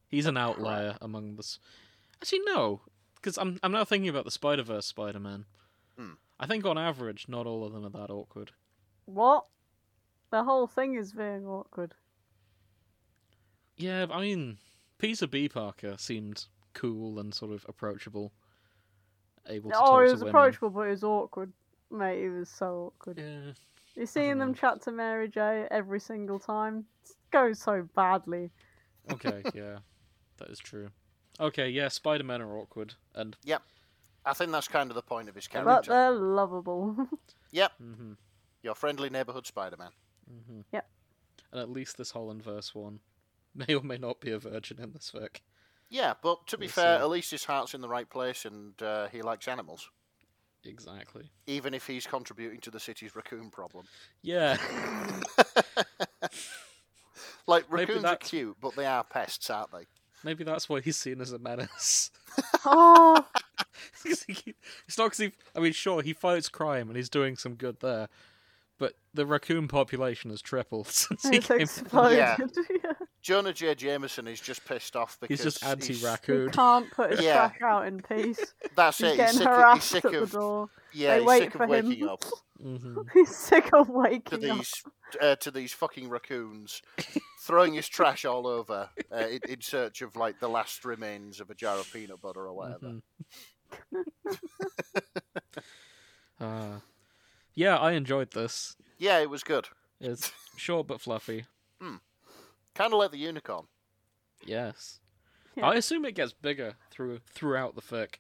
Speaker 1: He's an outlier among the. s- Actually, no, because I'm I'm now thinking about the Spider Verse Spider-Man.
Speaker 3: Hmm.
Speaker 1: I think on average, not all of them are that awkward.
Speaker 2: What? The whole thing is being awkward.
Speaker 1: Yeah, but I mean, Peter B. Parker seemed cool and sort of approachable, able to
Speaker 2: oh,
Speaker 1: talk
Speaker 2: he
Speaker 1: to
Speaker 2: was
Speaker 1: women.
Speaker 2: approachable, but he was awkward. Mate, he was so awkward.
Speaker 1: Yeah,
Speaker 2: You're seeing them
Speaker 1: know.
Speaker 2: chat to Mary J every single time. It goes so badly. <laughs>
Speaker 1: okay, yeah, that is true. Okay, yeah, Spider-Men are awkward, and
Speaker 3: I think that's kind of the point of his character.
Speaker 2: But
Speaker 1: <laughs>
Speaker 2: they're lovable. <laughs>
Speaker 1: hmm
Speaker 3: Your friendly neighborhood Spider-Man.
Speaker 1: hmm
Speaker 2: Yep.
Speaker 1: and at least this Holland verse one may or may not be a virgin in this fic.
Speaker 3: Yeah, but to be
Speaker 1: We'll
Speaker 3: fair,
Speaker 1: see.
Speaker 3: at least his heart's in the right place, and uh, he likes animals,
Speaker 1: Exactly.
Speaker 3: even if he's contributing to the city's raccoon problem.
Speaker 1: Yeah. <laughs>
Speaker 3: Like
Speaker 1: Maybe
Speaker 3: raccoons are
Speaker 1: that's-
Speaker 3: cute, but they are pests, aren't they?
Speaker 1: Maybe that's why he's seen as a menace. <laughs>
Speaker 2: oh,
Speaker 1: 'Cause he keep- it's not because he. I mean, sure, he fights crime and he's doing some good there, but the raccoon population has tripled <laughs> since he
Speaker 2: it's
Speaker 1: came.
Speaker 2: exploded.
Speaker 3: Yeah.
Speaker 2: <laughs> Yeah.
Speaker 3: Jonah J. Jameson is just pissed off because
Speaker 1: He's just
Speaker 2: He
Speaker 1: anti-raccoon.
Speaker 3: <laughs>
Speaker 2: can't put his
Speaker 3: Yeah.
Speaker 2: track out in peace.
Speaker 3: That's
Speaker 2: He's
Speaker 3: it. He's
Speaker 2: getting
Speaker 3: sick, of, he's
Speaker 2: harassed
Speaker 3: sick
Speaker 2: at the
Speaker 3: of
Speaker 2: door.
Speaker 3: yeah.
Speaker 2: They
Speaker 3: He's
Speaker 2: wait
Speaker 3: sick
Speaker 2: for
Speaker 3: of
Speaker 2: him.
Speaker 3: waking up
Speaker 1: hmm
Speaker 2: <laughs> He's sick of <laughs>
Speaker 3: to
Speaker 2: waking up.
Speaker 3: these uh, to these fucking raccoons, throwing his trash all over uh, in, in search of like the last remains of a jar of peanut butter or whatever.
Speaker 1: Mm-hmm.
Speaker 3: <laughs>
Speaker 1: uh, yeah, I enjoyed this.
Speaker 3: Yeah, it was good.
Speaker 1: It's short but fluffy.
Speaker 3: Kind of like the unicorn.
Speaker 1: Yes.
Speaker 2: Yeah.
Speaker 1: I assume it gets bigger through throughout the fic.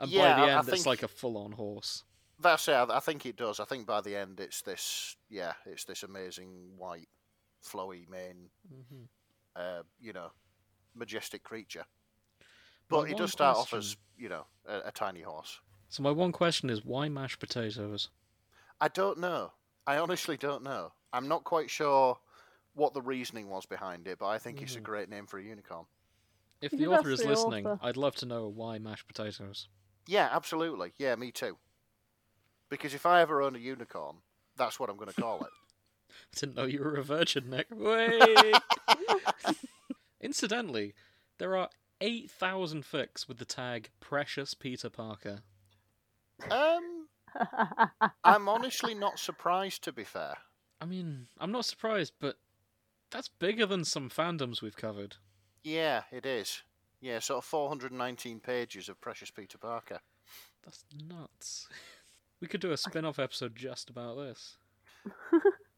Speaker 1: And
Speaker 3: Yeah,
Speaker 1: by
Speaker 3: I-
Speaker 1: the
Speaker 3: I
Speaker 1: end, it's
Speaker 3: think-
Speaker 1: like a full-on horse.
Speaker 3: That's it. I I think it does. I think by the end, it's this. Yeah, it's this amazing white, flowy mane.
Speaker 1: Mm-hmm.
Speaker 3: Uh, you know, majestic creature.
Speaker 1: My
Speaker 3: But it
Speaker 1: one
Speaker 3: does start off as
Speaker 1: question-
Speaker 3: you know a, a tiny horse.
Speaker 1: So my one question is, why mashed potatoes?
Speaker 3: I don't know. I honestly don't know. I'm not quite sure what the reasoning was behind it, but I think it's a
Speaker 1: Mhm.
Speaker 3: great name for a unicorn.
Speaker 1: If
Speaker 2: You
Speaker 1: the
Speaker 2: could
Speaker 1: author is
Speaker 2: ask the
Speaker 1: listening,
Speaker 2: author.
Speaker 1: I'd love to know why mashed potatoes.
Speaker 3: Yeah, absolutely. Yeah, me too. Because if I ever own a unicorn, that's what I'm going to
Speaker 1: <laughs>
Speaker 3: call it.
Speaker 1: I didn't know you were a virgin,
Speaker 2: <laughs>
Speaker 1: Nick. Way. Incidentally, there are eight thousand fics with the tag "Precious Peter Parker."
Speaker 3: um, I'm honestly not surprised, to be fair.
Speaker 1: I mean, I'm not surprised, but that's bigger than some fandoms we've covered.
Speaker 3: Yeah, it is. Yeah, sort of 419 pages of Precious Peter Parker.
Speaker 1: That's nuts. <laughs> We could do a spin-off episode just about this.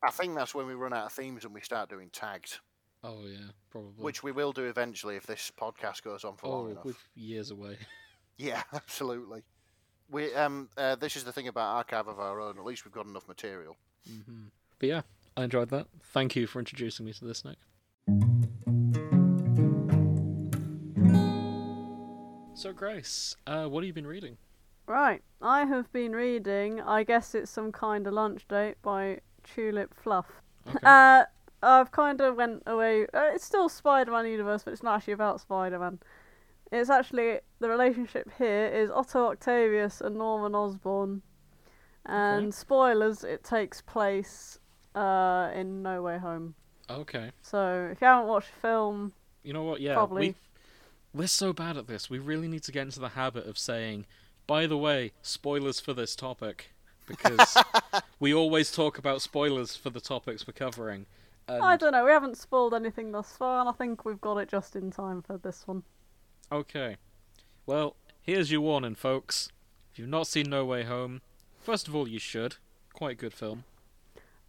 Speaker 3: I think that's when we run out of themes and we start doing tags.
Speaker 1: Oh yeah, probably.
Speaker 3: which we will do eventually if this podcast goes on for long
Speaker 1: oh,
Speaker 3: enough.
Speaker 1: we're years away.
Speaker 3: <laughs> Yeah, absolutely. We um uh, this is the thing about archive of our own. At least we've got enough material.
Speaker 1: hmm But yeah, I enjoyed that. Thank you for introducing me to this, Nick. So, Grace, uh, what have you been reading?
Speaker 2: Right, I have been reading. I guess it's some kind of lunch date by Tulip Fluff.
Speaker 1: Okay.
Speaker 2: Uh, I've kind of went away. Uh, it's still Spider-Man universe, but it's not actually about Spider-Man. It's actually the relationship here is Otto Octavius and Norman Osborn, and spoilers, it takes place uh, in No Way Home.
Speaker 1: Okay.
Speaker 2: So if you haven't watched the film,
Speaker 1: You know what? Yeah,
Speaker 2: Probably.
Speaker 1: we we're so bad at this. We really need to get into the habit of saying, "By the way, spoilers for this topic," because
Speaker 2: <laughs>
Speaker 1: we always talk about spoilers for the topics we're covering. And,
Speaker 2: I don't know. We haven't spoiled anything thus far, and I think we've got it just in time for this one.
Speaker 1: Okay. Well, here's your warning, folks. If you've not seen No Way Home, first of all, you should. Quite good film.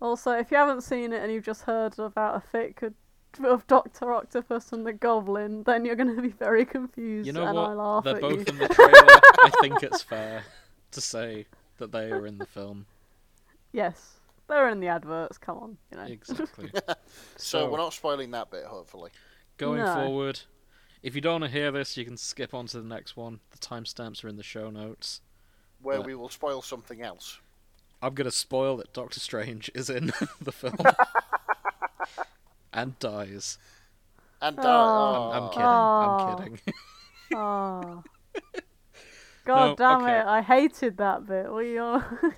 Speaker 2: Also, if you haven't seen it and you've just heard about a fic of- of Doctor Octopus and the Goblin, then you're going to be very confused.
Speaker 1: You know
Speaker 2: and I
Speaker 1: what?
Speaker 2: laugh
Speaker 1: They're
Speaker 2: at
Speaker 1: both
Speaker 2: you.
Speaker 1: in the trailer. I think
Speaker 2: <laughs>
Speaker 1: it's fair to say that they are in the film.
Speaker 2: Yes, they're in the adverts. Come on, you know.
Speaker 1: Exactly.
Speaker 3: <laughs> So,
Speaker 1: So-
Speaker 3: we're not spoiling that bit, hopefully.
Speaker 1: Going
Speaker 2: No.
Speaker 1: forward, if you don't want to hear this, you can skip on to the next one. The timestamps are in the show notes.
Speaker 3: Where
Speaker 1: Yeah.
Speaker 3: we will spoil something else.
Speaker 1: I'm going to spoil that Doctor Strange is in <laughs> the film
Speaker 2: <laughs>
Speaker 1: and dies.
Speaker 3: And die.
Speaker 2: Oh.
Speaker 1: I'm
Speaker 3: Aw.
Speaker 1: kidding.
Speaker 2: Aw.
Speaker 1: I'm kidding. <laughs>
Speaker 2: Ah. God
Speaker 1: No,
Speaker 2: damn
Speaker 1: okay.
Speaker 2: it! I hated that bit. We are. <laughs>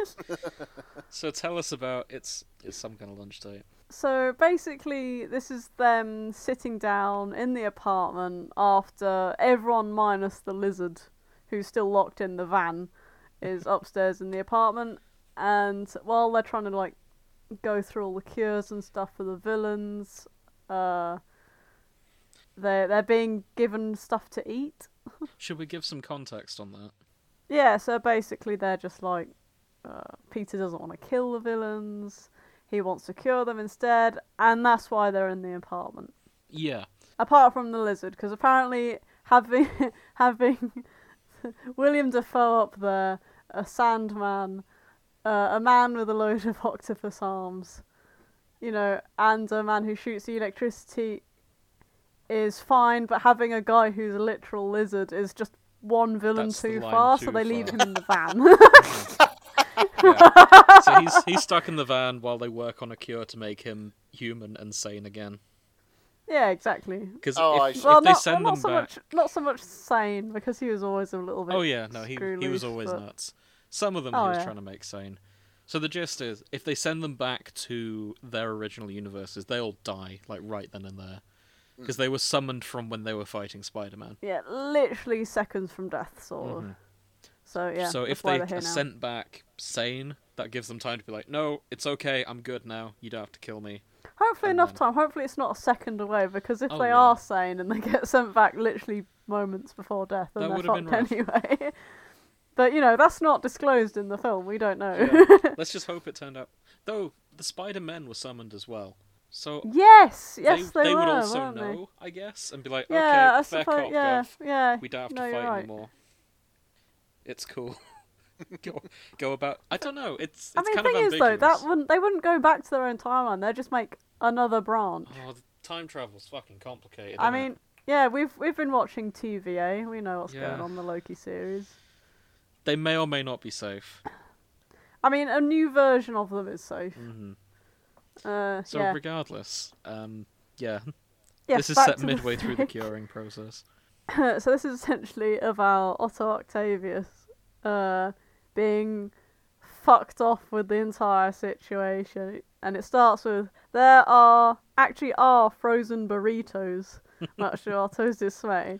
Speaker 1: <laughs> So tell us about it's it's some kind of lunch date.
Speaker 2: so basically, this is them sitting down in the apartment after everyone minus the lizard, who's still locked in the van, is upstairs in the apartment, and while they're trying to like go through all the cures and stuff for the villains, uh, they they're being given stuff to eat.
Speaker 1: Should we give some context on that?
Speaker 2: Yeah, so basically they're just like, uh, Peter doesn't want to kill the villains. He wants to cure them instead, and that's why they're in the apartment. <laughs>
Speaker 1: Yeah.
Speaker 2: Apart from the lizard, because apparently having <laughs> having <laughs> William Defoe up there, a Sandman, uh, a man with a load of octopus arms, you know, and a man who shoots the electricity is fine, but having a guy who's a literal lizard is just one villain
Speaker 1: That's the
Speaker 2: too
Speaker 1: line
Speaker 2: far,
Speaker 1: too
Speaker 2: so they leave
Speaker 1: far.
Speaker 2: him in
Speaker 1: <laughs>
Speaker 2: the van. <laughs>
Speaker 1: Yeah. so he's he's stuck in the van while they work on a cure to make him human and sane again.
Speaker 2: yeah, exactly.
Speaker 1: Because
Speaker 3: Oh, I
Speaker 1: if,
Speaker 3: see.
Speaker 1: if
Speaker 2: Well,
Speaker 1: they
Speaker 2: not,
Speaker 1: send
Speaker 2: well,
Speaker 1: them
Speaker 2: not so
Speaker 1: back,
Speaker 2: much, not so much sane because he was always a little bit.
Speaker 1: oh yeah, no, he
Speaker 2: screw
Speaker 1: he was
Speaker 2: loose,
Speaker 1: always
Speaker 2: but-
Speaker 1: nuts. Some of them
Speaker 2: Oh,
Speaker 1: he was
Speaker 2: yeah.
Speaker 1: trying to make sane. So the gist is, if they send them back to their original universes, they'll die like right then and there,
Speaker 2: Hmm.
Speaker 1: because they were summoned from when they were fighting Spider-Man.
Speaker 2: Yeah, literally seconds from death, sort of. So yeah.
Speaker 1: Mm-hmm. so
Speaker 2: that's
Speaker 1: if
Speaker 2: why
Speaker 1: they
Speaker 2: they're here
Speaker 1: are
Speaker 2: now.
Speaker 1: sent back sane, that gives them time to be like, no, it's okay, I'm good now. You don't have to kill me.
Speaker 2: <laughs> hopefully
Speaker 1: and
Speaker 2: enough
Speaker 1: then-
Speaker 2: time. Hopefully it's not a second away because if
Speaker 1: Oh,
Speaker 2: they
Speaker 1: yeah.
Speaker 2: are sane and they get sent back literally moments before death,
Speaker 1: That
Speaker 2: then they're
Speaker 1: would've been
Speaker 2: fucked anyway. <laughs> but you know that's not disclosed in the film. We don't know.
Speaker 1: Yeah. Let's just hope it turned out. Though the Spider Men were summoned as well, so
Speaker 2: <laughs> yes, yes,
Speaker 1: they,
Speaker 2: they, were,
Speaker 1: would also
Speaker 2: weren't they?
Speaker 1: know, I guess, and be like,
Speaker 2: Yeah,
Speaker 1: okay, fair
Speaker 2: I suppose.
Speaker 1: cop,
Speaker 2: Yeah,
Speaker 1: Gov.
Speaker 2: yeah.
Speaker 1: we don't have
Speaker 2: no,
Speaker 1: to
Speaker 2: you're
Speaker 1: fight
Speaker 2: right.
Speaker 1: anymore. It's cool. <laughs> go, go about. I don't know. It's it's
Speaker 2: I mean,
Speaker 1: kind of
Speaker 2: thing
Speaker 1: ambiguous.
Speaker 2: is though, that wouldn't they wouldn't go back to their own timeline. They'd just make another branch.
Speaker 1: Oh, the time travel's fucking complicated.
Speaker 2: I
Speaker 1: innit?
Speaker 2: mean, yeah, we've we've been watching TVA. We know what's
Speaker 1: Yeah.
Speaker 2: going on the Loki series.
Speaker 1: they may or may not be safe.
Speaker 2: I mean, a new version of them is safe.
Speaker 1: hmm
Speaker 2: Uh,
Speaker 1: So
Speaker 2: yeah.
Speaker 1: regardless, um, yeah,
Speaker 2: Yes,
Speaker 1: this is
Speaker 2: back
Speaker 1: set
Speaker 2: to the
Speaker 1: midway through
Speaker 2: <laughs>
Speaker 1: the
Speaker 2: thing.
Speaker 1: curing process.
Speaker 2: <laughs> so this is essentially about Otto Octavius uh, being fucked off with the entire situation, and it starts with there are actually are frozen
Speaker 1: <laughs>
Speaker 2: burritos, much to Otto's dismay,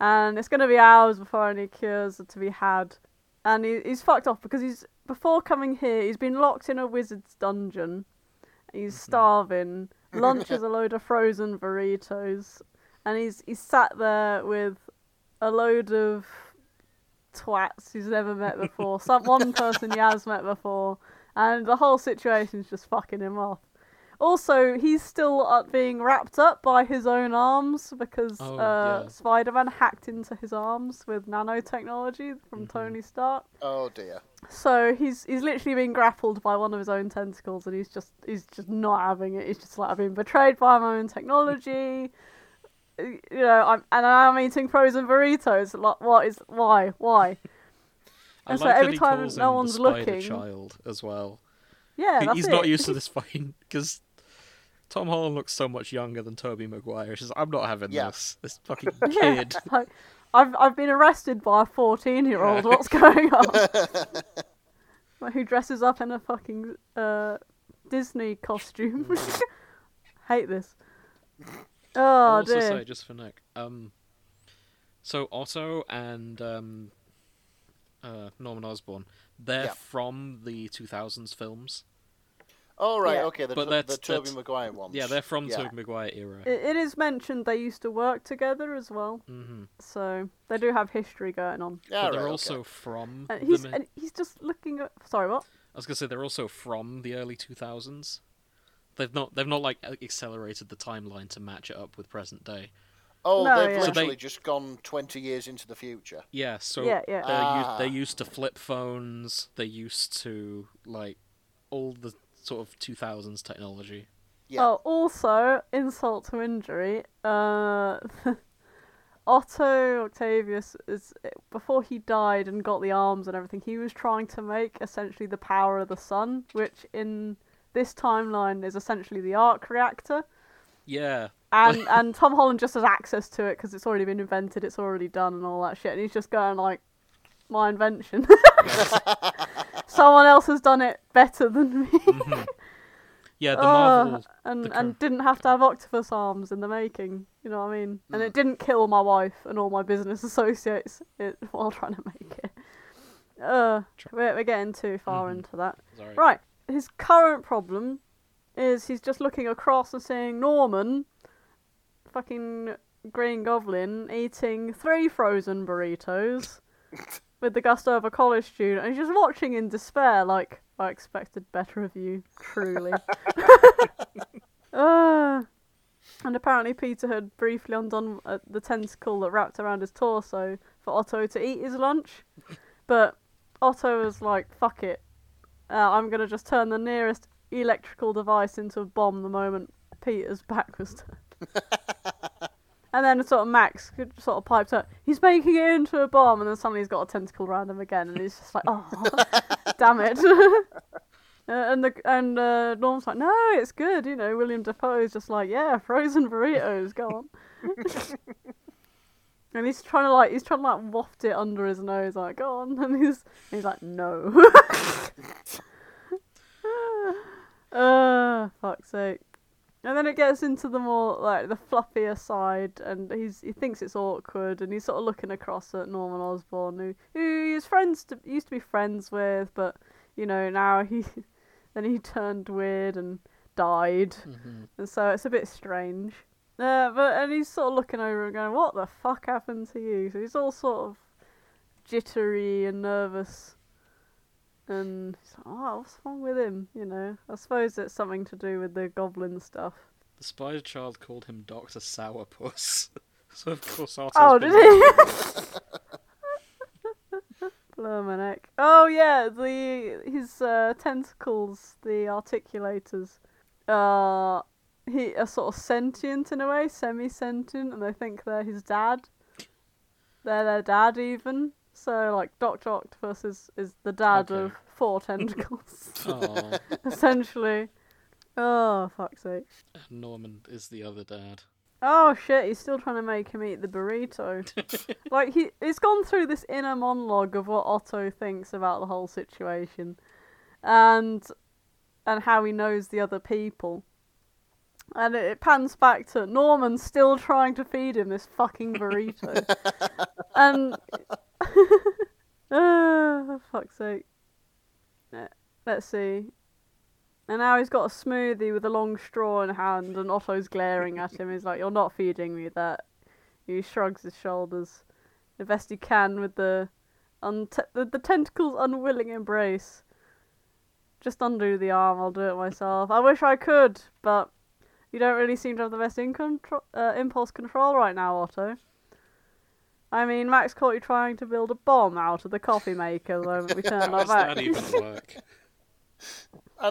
Speaker 2: and it's going to be hours before any cures are to be had, and he, he's fucked off because he's before coming here he's been locked in a wizard's dungeon, he's
Speaker 1: Mm-hmm. <laughs>
Speaker 2: starving, lunch is a load of frozen burritos and he's he's sat there with a load of twats he's
Speaker 1: <laughs>
Speaker 2: never met before. Some one person he has met before, and the whole situation's just fucking him off. Also, he's still uh, being wrapped up by his own arms because
Speaker 1: Oh,
Speaker 2: uh,
Speaker 1: yeah.
Speaker 2: Spider Man hacked into his arms with nanotechnology from
Speaker 1: Mm-hmm.
Speaker 2: Tony Stark.
Speaker 3: Oh dear.
Speaker 2: So he's he's literally being grappled by one of his own tentacles, and he's just he's just not having it. He's just like I've been betrayed by my own technology. <laughs> you know, I'm and I'm eating frozen burritos. Like, what is why
Speaker 1: <laughs>
Speaker 2: why?
Speaker 1: I
Speaker 2: And so
Speaker 1: like
Speaker 2: every
Speaker 1: that he
Speaker 2: time
Speaker 1: calls
Speaker 2: no
Speaker 1: him the
Speaker 2: one's
Speaker 1: spider
Speaker 2: looking-
Speaker 1: child as well.
Speaker 2: Yeah,
Speaker 1: He-
Speaker 2: that's
Speaker 1: he's
Speaker 2: it.
Speaker 1: not used
Speaker 2: <laughs>
Speaker 1: to this fighting because Tom Holland looks so much younger than Toby Maguire. She's like, I'm not having
Speaker 3: Yeah.
Speaker 1: this. This fucking
Speaker 2: <laughs> Yeah,
Speaker 1: kid.
Speaker 2: like, I've I've been arrested by a fourteen year old.
Speaker 1: <laughs>
Speaker 2: What's going on? <laughs> Like, Who dresses up in a fucking uh, Disney costume?
Speaker 1: Mm.
Speaker 2: <laughs> Hate this.
Speaker 1: I'll
Speaker 2: Oh
Speaker 1: also
Speaker 2: dear.
Speaker 1: say just for Nick. Um, so Otto and um, uh, Norman Osborn, they're
Speaker 3: Yeah.
Speaker 1: from the 2000s films.
Speaker 3: All right.
Speaker 2: Yeah.
Speaker 3: Okay. The,
Speaker 1: But
Speaker 3: to-
Speaker 1: that's-
Speaker 3: the Toby
Speaker 1: that's-
Speaker 3: Maguire ones.
Speaker 1: Yeah, they're from
Speaker 3: Yeah.
Speaker 1: Tobey Maguire era.
Speaker 2: It, it is mentioned they used to work together as well,
Speaker 1: hmm
Speaker 2: so they do have history going on.
Speaker 3: Yeah,
Speaker 1: but they're
Speaker 3: right, okay.
Speaker 1: also from.
Speaker 2: And
Speaker 1: the
Speaker 2: Uh, he's
Speaker 1: mid-
Speaker 2: and he's just looking at. Sorry, what?
Speaker 1: I was gonna say they're also from the early 2000s. They've not they've not like a- accelerated the timeline to match it up with present day.
Speaker 3: Oh,
Speaker 2: No,
Speaker 3: they've
Speaker 2: yeah. So
Speaker 1: they-
Speaker 3: literally just gone twenty years into the future.
Speaker 1: Yeah, so
Speaker 2: Yeah, yeah.
Speaker 1: They're,
Speaker 3: Ah.
Speaker 1: u- they're used to flip phones. They're used to like all the sort of 2000s technology.
Speaker 3: Yeah.
Speaker 2: Oh, also insult to injury. Uh, <laughs> Otto Octavius is before he died and got the arms and everything. He was trying to make essentially the power of the sun, which in this timeline is essentially the arc reactor.
Speaker 1: Yeah, <laughs>
Speaker 2: and and Tom Holland just has access to it because it's already been invented, it's already done, and all that shit. And he's just going like,
Speaker 1: <laughs>
Speaker 2: my invention. Someone else has done it better than me,
Speaker 1: yeah. <laughs> The
Speaker 2: Oh,
Speaker 1: Marvel
Speaker 2: and
Speaker 1: The
Speaker 2: and
Speaker 1: current-
Speaker 2: didn't have to have octopus arms in the making. You know what I mean?
Speaker 1: Mm.
Speaker 2: And it didn't kill my wife and all my business <laughs> associates it, while trying to make it. Uh, we're, we're getting too far
Speaker 1: Mm-hmm.
Speaker 2: into that.
Speaker 1: Sorry.
Speaker 2: Right. His current problem is he's just looking across and seeing Norman, fucking Green Goblin, eating three frozen burritos with the gusto of a college student. And he's just watching in despair, like, I expected better of you, truly. <sighs> Ah. and apparently, Peter had briefly undone uh, the tentacle that wrapped around his torso for Otto to eat his lunch. But Otto was like, fuck it. Uh, I'm going to just turn the nearest electrical device into a bomb the moment Peter's back was turned. and then sort of Max could- sort of piped up, he's making it into a bomb, and then suddenly he's got a tentacle around him again, and he's just like, oh, damn it. <laughs> Uh, and the and uh, Norm's like, no, it's good, you know. William Defoe is just like, yeah, frozen burritos, go on. and he's trying to like, he's trying to like waft it under his nose, like, go on. <laughs> And he's he's like, no. Uh, fuck's sake. And then it gets into the more like the fluffier side, and he's he thinks it's awkward, and he's sort of looking across at Norman Osborn, who who he's friends to, used to be friends with, but you know now he <laughs> then he turned weird and died,
Speaker 1: Mm-hmm.
Speaker 2: and so it's a bit strange. Uh, but and he's sort of looking over and going, "What the fuck happened to you?" So he's all sort of jittery and nervous and he's like, oh, what's wrong with him? You know, I suppose it's something to do with the goblin stuff.
Speaker 1: The Spider Child called him Doctor Sourpuss. <laughs> so of
Speaker 2: <laughs>
Speaker 1: course Otto's
Speaker 2: oh,
Speaker 1: been
Speaker 2: did he? Blow my neck. Oh yeah, the his uh, tentacles, the articulators, uh, he are sort of sentient in a way, semi-sentient, and they think they're his dad. They're their dad even. So like Doctor Octopus is is the dad
Speaker 1: Okay.
Speaker 2: of four tentacles. <laughs>
Speaker 1: Aw,
Speaker 2: essentially. Oh, fuck's sake.
Speaker 1: and Norman is the other dad.
Speaker 2: Oh shit, he's still trying to make him eat the burrito. like he he's gone through this inner monologue of what Otto thinks about the whole situation and and how he knows the other people. And it, it pans back to Norman still trying to feed him this fucking burrito. and <laughs> oh, fuck's sake. Uh, Let's see. And now he's got a smoothie with a long straw in hand, and Otto's glaring at him. He's like, "You're not feeding me that." He shrugs his shoulders, the best he can with the, un- the, the tentacle's unwilling embrace. Just undo the arm. I'll do it myself. I wish I could, but you don't really seem to have the best in contro- uh, impulse control right now, Otto. I mean, Max caught you trying to build a bomb out of the coffee maker the moment we turned
Speaker 1: How
Speaker 2: our
Speaker 1: does that
Speaker 2: back.
Speaker 1: even
Speaker 2: <laughs>
Speaker 1: work?
Speaker 3: I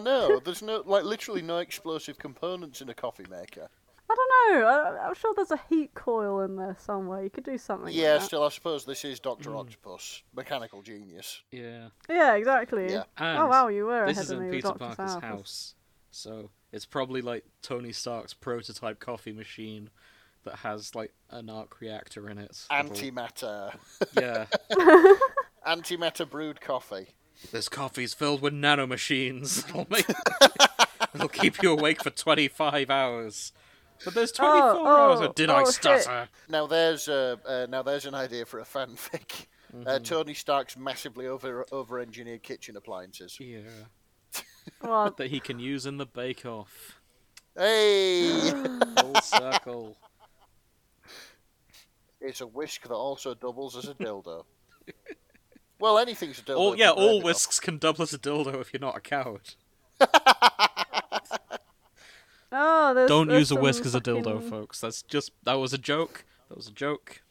Speaker 1: <laughs>
Speaker 3: know. There's no like literally no explosive components in a coffee maker.
Speaker 2: I don't know. I, I'm sure there's a heat coil in there somewhere. You could do something.
Speaker 3: Yeah,
Speaker 2: With that.
Speaker 3: still, I suppose this is
Speaker 1: Hmm.
Speaker 3: Doctor Octopus, mechanical genius.
Speaker 1: Yeah.
Speaker 2: Yeah, exactly.
Speaker 3: Yeah.
Speaker 1: And
Speaker 2: Oh wow, you were
Speaker 1: this
Speaker 2: ahead
Speaker 1: is
Speaker 2: of me
Speaker 1: in
Speaker 2: with
Speaker 1: Peter
Speaker 2: Doctor
Speaker 1: Parker's
Speaker 2: South.
Speaker 1: house, so it's probably like Tony Stark's prototype coffee machine that has like an arc reactor in it. of all-
Speaker 3: Antimatter,
Speaker 1: Yeah.
Speaker 3: antimatter brewed coffee.
Speaker 1: This coffee's filled with nanomachines. <laughs> It'll make it'll keep you awake for 25 hours. But there's 24 hours.
Speaker 2: oh,
Speaker 1: Or did
Speaker 2: oh,
Speaker 1: I
Speaker 2: shit.
Speaker 1: stutter?
Speaker 3: Now there's a uh, now there's an idea for a fanfic. Uh,
Speaker 1: Mm-hmm.
Speaker 3: Tony Stark's massively over over engineered kitchen appliances.
Speaker 1: Yeah.
Speaker 2: Well,
Speaker 1: That he can use in the Bake Off.
Speaker 3: Hey,
Speaker 1: <laughs> Full circle.
Speaker 3: it's a whisk that also doubles as a dildo. well, anything's a dildo.
Speaker 1: All,
Speaker 3: if
Speaker 1: yeah,
Speaker 3: you're brave
Speaker 1: all
Speaker 3: enough.
Speaker 1: whisks can double as a dildo if you're not a coward.
Speaker 2: oh, there's,
Speaker 1: Don't
Speaker 2: there's
Speaker 1: use a
Speaker 2: some
Speaker 1: whisk as a dildo,
Speaker 2: fucking-
Speaker 1: folks. That's just that was a joke. That was a joke.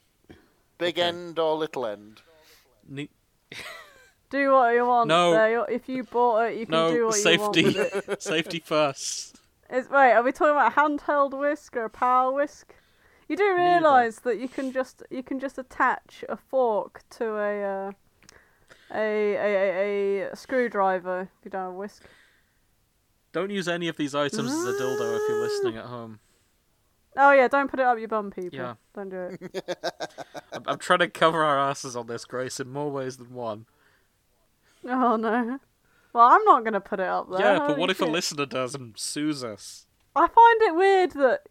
Speaker 3: Big end or little end.
Speaker 1: Ne-
Speaker 2: Do what you want.
Speaker 1: No.
Speaker 2: there. You're- If you bought it, you can do
Speaker 1: no
Speaker 2: what
Speaker 1: safety,
Speaker 2: you want. With
Speaker 1: <laughs>
Speaker 2: it.
Speaker 1: safety first.
Speaker 2: It's, wait, are we talking about a handheld whisk or a power whisk? You do realise that you can just you can just attach a fork to a uh, a, a, a a screwdriver if you don't have a whisk.
Speaker 1: Don't use any of these items as a dildo if you're listening at home.
Speaker 2: Oh yeah, don't put it up your bum, people.
Speaker 1: Yeah.
Speaker 2: Don't do it.
Speaker 1: I'm, I'm trying to cover our asses on this, Grace, in more ways than one.
Speaker 2: oh no. Well, I'm not gonna put it up there.
Speaker 1: yeah, but
Speaker 2: holy
Speaker 1: what if a
Speaker 2: shit.
Speaker 1: listener does and sues us?
Speaker 2: I find it weird that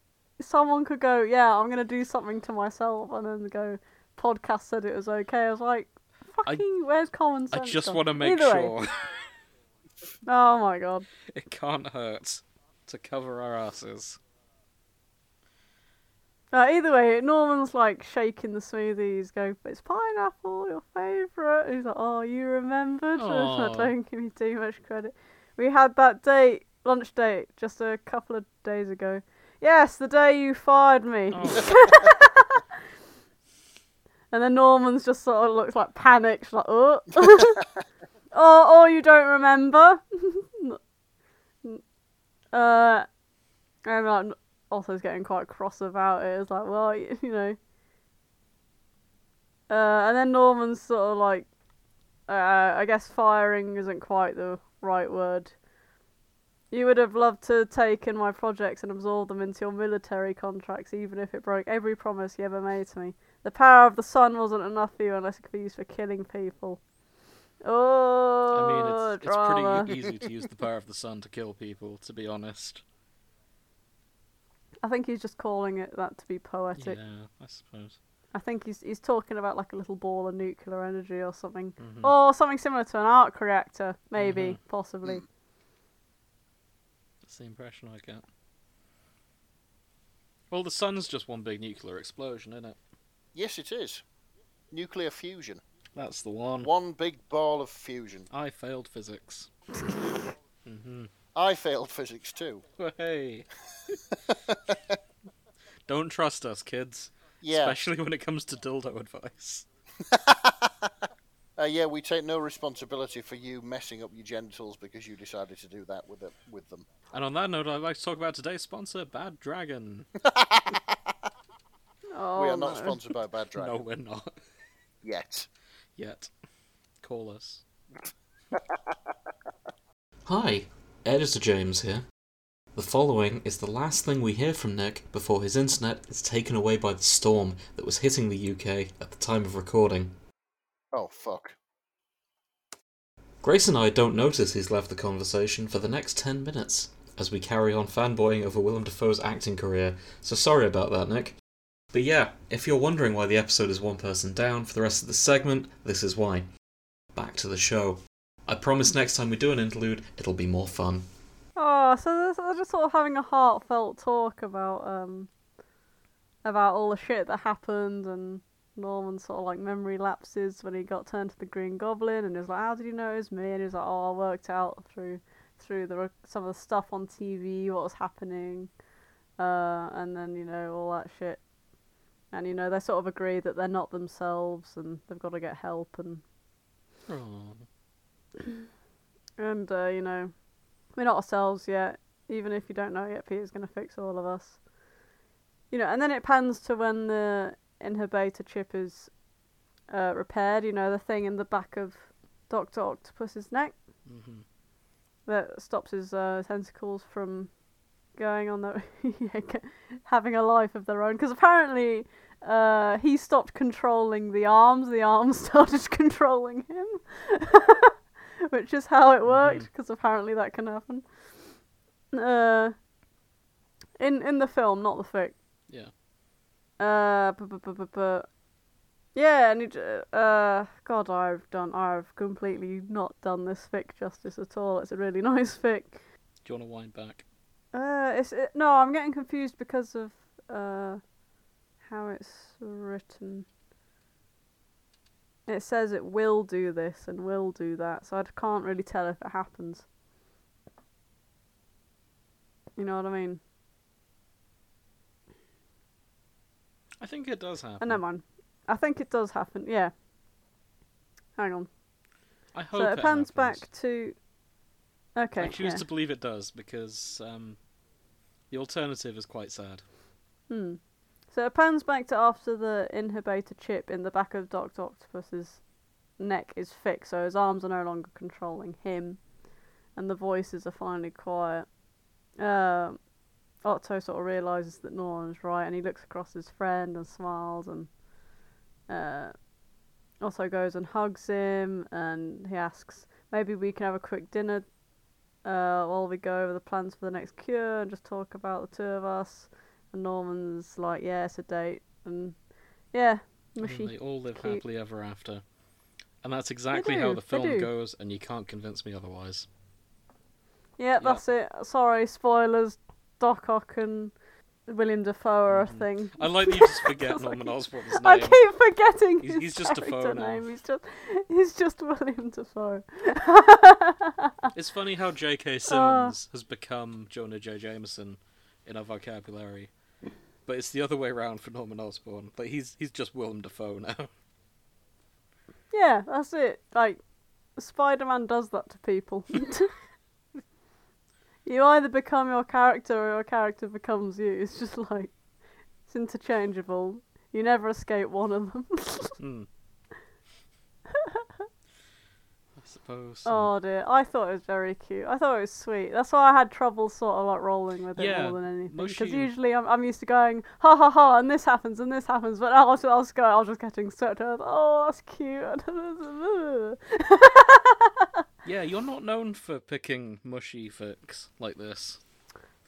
Speaker 2: someone could go, "Yeah, I'm gonna do something to myself," and then go, "Podcast said it was okay." I was like,
Speaker 1: I-
Speaker 2: "Fucking, where's common
Speaker 1: I
Speaker 2: sense?"
Speaker 1: just
Speaker 2: gone?
Speaker 1: want to make
Speaker 2: Either way.
Speaker 1: sure <laughs>
Speaker 2: Oh my god.
Speaker 1: it can't hurt to cover our
Speaker 2: <laughs>
Speaker 1: asses.
Speaker 2: Uh, either way, Norman's like shaking the smoothies, going, "It's pineapple, your favourite." He's like, "Oh, you remembered." <laughs>
Speaker 1: Aw.
Speaker 2: Don't give me too much credit. We had that date, lunch date, just a couple of days ago. Yes, the day you fired me.
Speaker 1: Oh,
Speaker 2: And then Norman's just sort of looks like panicked, like, "Oh, <laughs> oh, oh, you don't remember." uh, and like, Otto's getting quite cross about it. It's like, well, <laughs> you, you know. Uh, and then Norman's sort of like, uh, I guess firing isn't quite the right word. You would have loved to have taken my projects and absorbed them into your military contracts, even if it broke every promise you ever made to me. The power of the sun wasn't enough for you unless it could be used for killing people.
Speaker 1: I
Speaker 2: Oh,
Speaker 1: mean, it's,
Speaker 2: drama.
Speaker 1: it's pretty e-, easy to use the power of the sun to kill people, to be honest.
Speaker 2: I think he's just calling it that to be poetic.
Speaker 1: Yeah, I suppose.
Speaker 2: I think he's he's talking about like a little ball of nuclear energy or something,
Speaker 3: Hmm.
Speaker 1: Mhm.
Speaker 2: or something similar to an arc reactor, maybe,
Speaker 3: Mm-hmm. Hmm.
Speaker 2: possibly.
Speaker 1: That's the impression I get. Well, the sun's just one big nuclear explosion, isn't it?
Speaker 3: Yes, it is. Nuclear fusion.
Speaker 1: That's the one.
Speaker 3: One big ball of fusion.
Speaker 1: I failed <laughs> physics. mm-hmm.
Speaker 3: I failed physics too.
Speaker 1: <laughs> Hey. Don't trust us, kids.
Speaker 3: Yeah,
Speaker 1: Especially when it comes to dildo advice.
Speaker 3: uh, yeah. We take no responsibility for you messing up your genitals because you decided to do that with it, with them.
Speaker 1: And on that note, I'd like to talk about today's sponsor, Bad Dragon.
Speaker 2: Oh,
Speaker 3: we are not
Speaker 2: no.
Speaker 3: sponsored by Bad Dragon
Speaker 1: No, we're not
Speaker 3: yet.
Speaker 1: yet. Call us.
Speaker 4: <laughs> Hi, Editor James here. The following is the last thing we hear from Nick before his internet is taken away by the storm that was hitting the UK at the time of recording.
Speaker 3: Oh fuck.
Speaker 4: Grace and I don't notice he's left the conversation for the next 10 minutes as we carry on fanboying over Willem Dafoe's acting career, so sorry about that, Nick. But yeah, if you're wondering why the episode is one person down for the rest of the segment, this is why. Back to the show. I promise next time we do an interlude, it'll be more fun.
Speaker 2: Oh, so they're, so they're just sort of having a heartfelt talk about um about all the shit that happened and Norman's sort of like memory lapses when he got turned to the Green Goblin and he was like, "How did you know it was me?" And he was like, "Oh, I worked out through through the rec- some of the stuff on TV, what was happening, uh, and then you know all that shit. And you know they sort of agree that they're not themselves, and they've got to get help, and
Speaker 1: Aw.
Speaker 2: and uh, you know we're not ourselves yet. Even if you don't know it yet, Peter's going to fix all of us. You know, and then it pans to when the inhibitor chip is uh, repaired. You know, the thing in the back of Doctor Octopus's neck.
Speaker 1: Mhm.
Speaker 2: that stops his uh, tentacles from going on the <laughs> yeah, ca- having a life of their own because apparently uh, he stopped controlling the arms the arms <laughs> started controlling him <laughs> which is how it worked because apparently that can happen uh, in in the film not the fic
Speaker 1: Yeah.
Speaker 2: uh, bu- bu- bu- bu- bu- yeah, and it, uh, uh, God, I've done, I've completely not done this fic justice at all. It's a really <laughs> nice fic.
Speaker 1: Do you want to wind back?
Speaker 2: Uh, it's it, no, I'm getting confused because of uh, how it's written. It says it will do this and will do that, so I can't really tell if it happens. You know what I mean?
Speaker 1: I think it does happen.
Speaker 2: Oh, never mind. I think it does happen. Yeah. Hang on.
Speaker 1: I hope
Speaker 2: So it
Speaker 1: happens.
Speaker 2: pans back to. Okay.
Speaker 1: I choose
Speaker 2: yeah.
Speaker 1: to believe it does because um, the alternative is quite sad.
Speaker 2: Hmm. So it pans back to after the inhibitor chip in the back of Doctor Octopus's neck is fixed, so his arms are no longer controlling him, and the voices are finally quiet. Um Otto sort of realizes that Norman's right, and he looks across his friend and smiles, and uh, Otto goes and hugs him, and he asks, "Maybe we can have a quick dinner uh, while we go over the plans for the next cure and just talk about the two of us." And Norman's like, yeah, it's a date. And yeah,
Speaker 1: And
Speaker 2: mushy.
Speaker 1: they all live
Speaker 2: Cute.
Speaker 1: happily ever after. And that's exactly how
Speaker 2: do,
Speaker 1: the
Speaker 2: they
Speaker 1: film
Speaker 2: do.
Speaker 1: goes, and you can't convince me
Speaker 2: <laughs>
Speaker 1: otherwise.
Speaker 2: Yeah, that's it. Sorry, spoilers. Doc Ock and William Defoe are a
Speaker 1: Mhm.
Speaker 2: thing.
Speaker 1: I like that you just forget
Speaker 2: <laughs> That's what
Speaker 1: Norman
Speaker 2: I-
Speaker 1: Osborn's name.
Speaker 2: I keep forgetting
Speaker 1: He's-
Speaker 2: his
Speaker 1: he's just Defoe
Speaker 2: character
Speaker 1: now.
Speaker 2: name. He's just, <laughs> he's just William Defoe.
Speaker 1: It's funny how
Speaker 2: Ah.
Speaker 1: J.K. Simmons has become Jonah J. Jameson in our vocabulary, but it's the other way around for Norman Osborn. Like he's he's just Willem Dafoe now. <laughs>
Speaker 2: Yeah, that's it. Like, Spider Man does that to people. <laughs> you either become your character or your character becomes you. It's just like, it's interchangeable. You never escape one of them.
Speaker 1: Hmm. I suppose. so.
Speaker 2: Oh dear, I thought it was very cute. I thought it was sweet. That's why I had trouble sort of like rolling with it
Speaker 1: Yeah,
Speaker 2: more than anything. Because
Speaker 1: mushy.
Speaker 2: usually I'm, I'm used to going ha ha ha, and this happens and this happens, but I was, I was going, I was just getting such a oh that's <laughs> cute.
Speaker 1: Yeah, you're not known for picking mushy fics like this.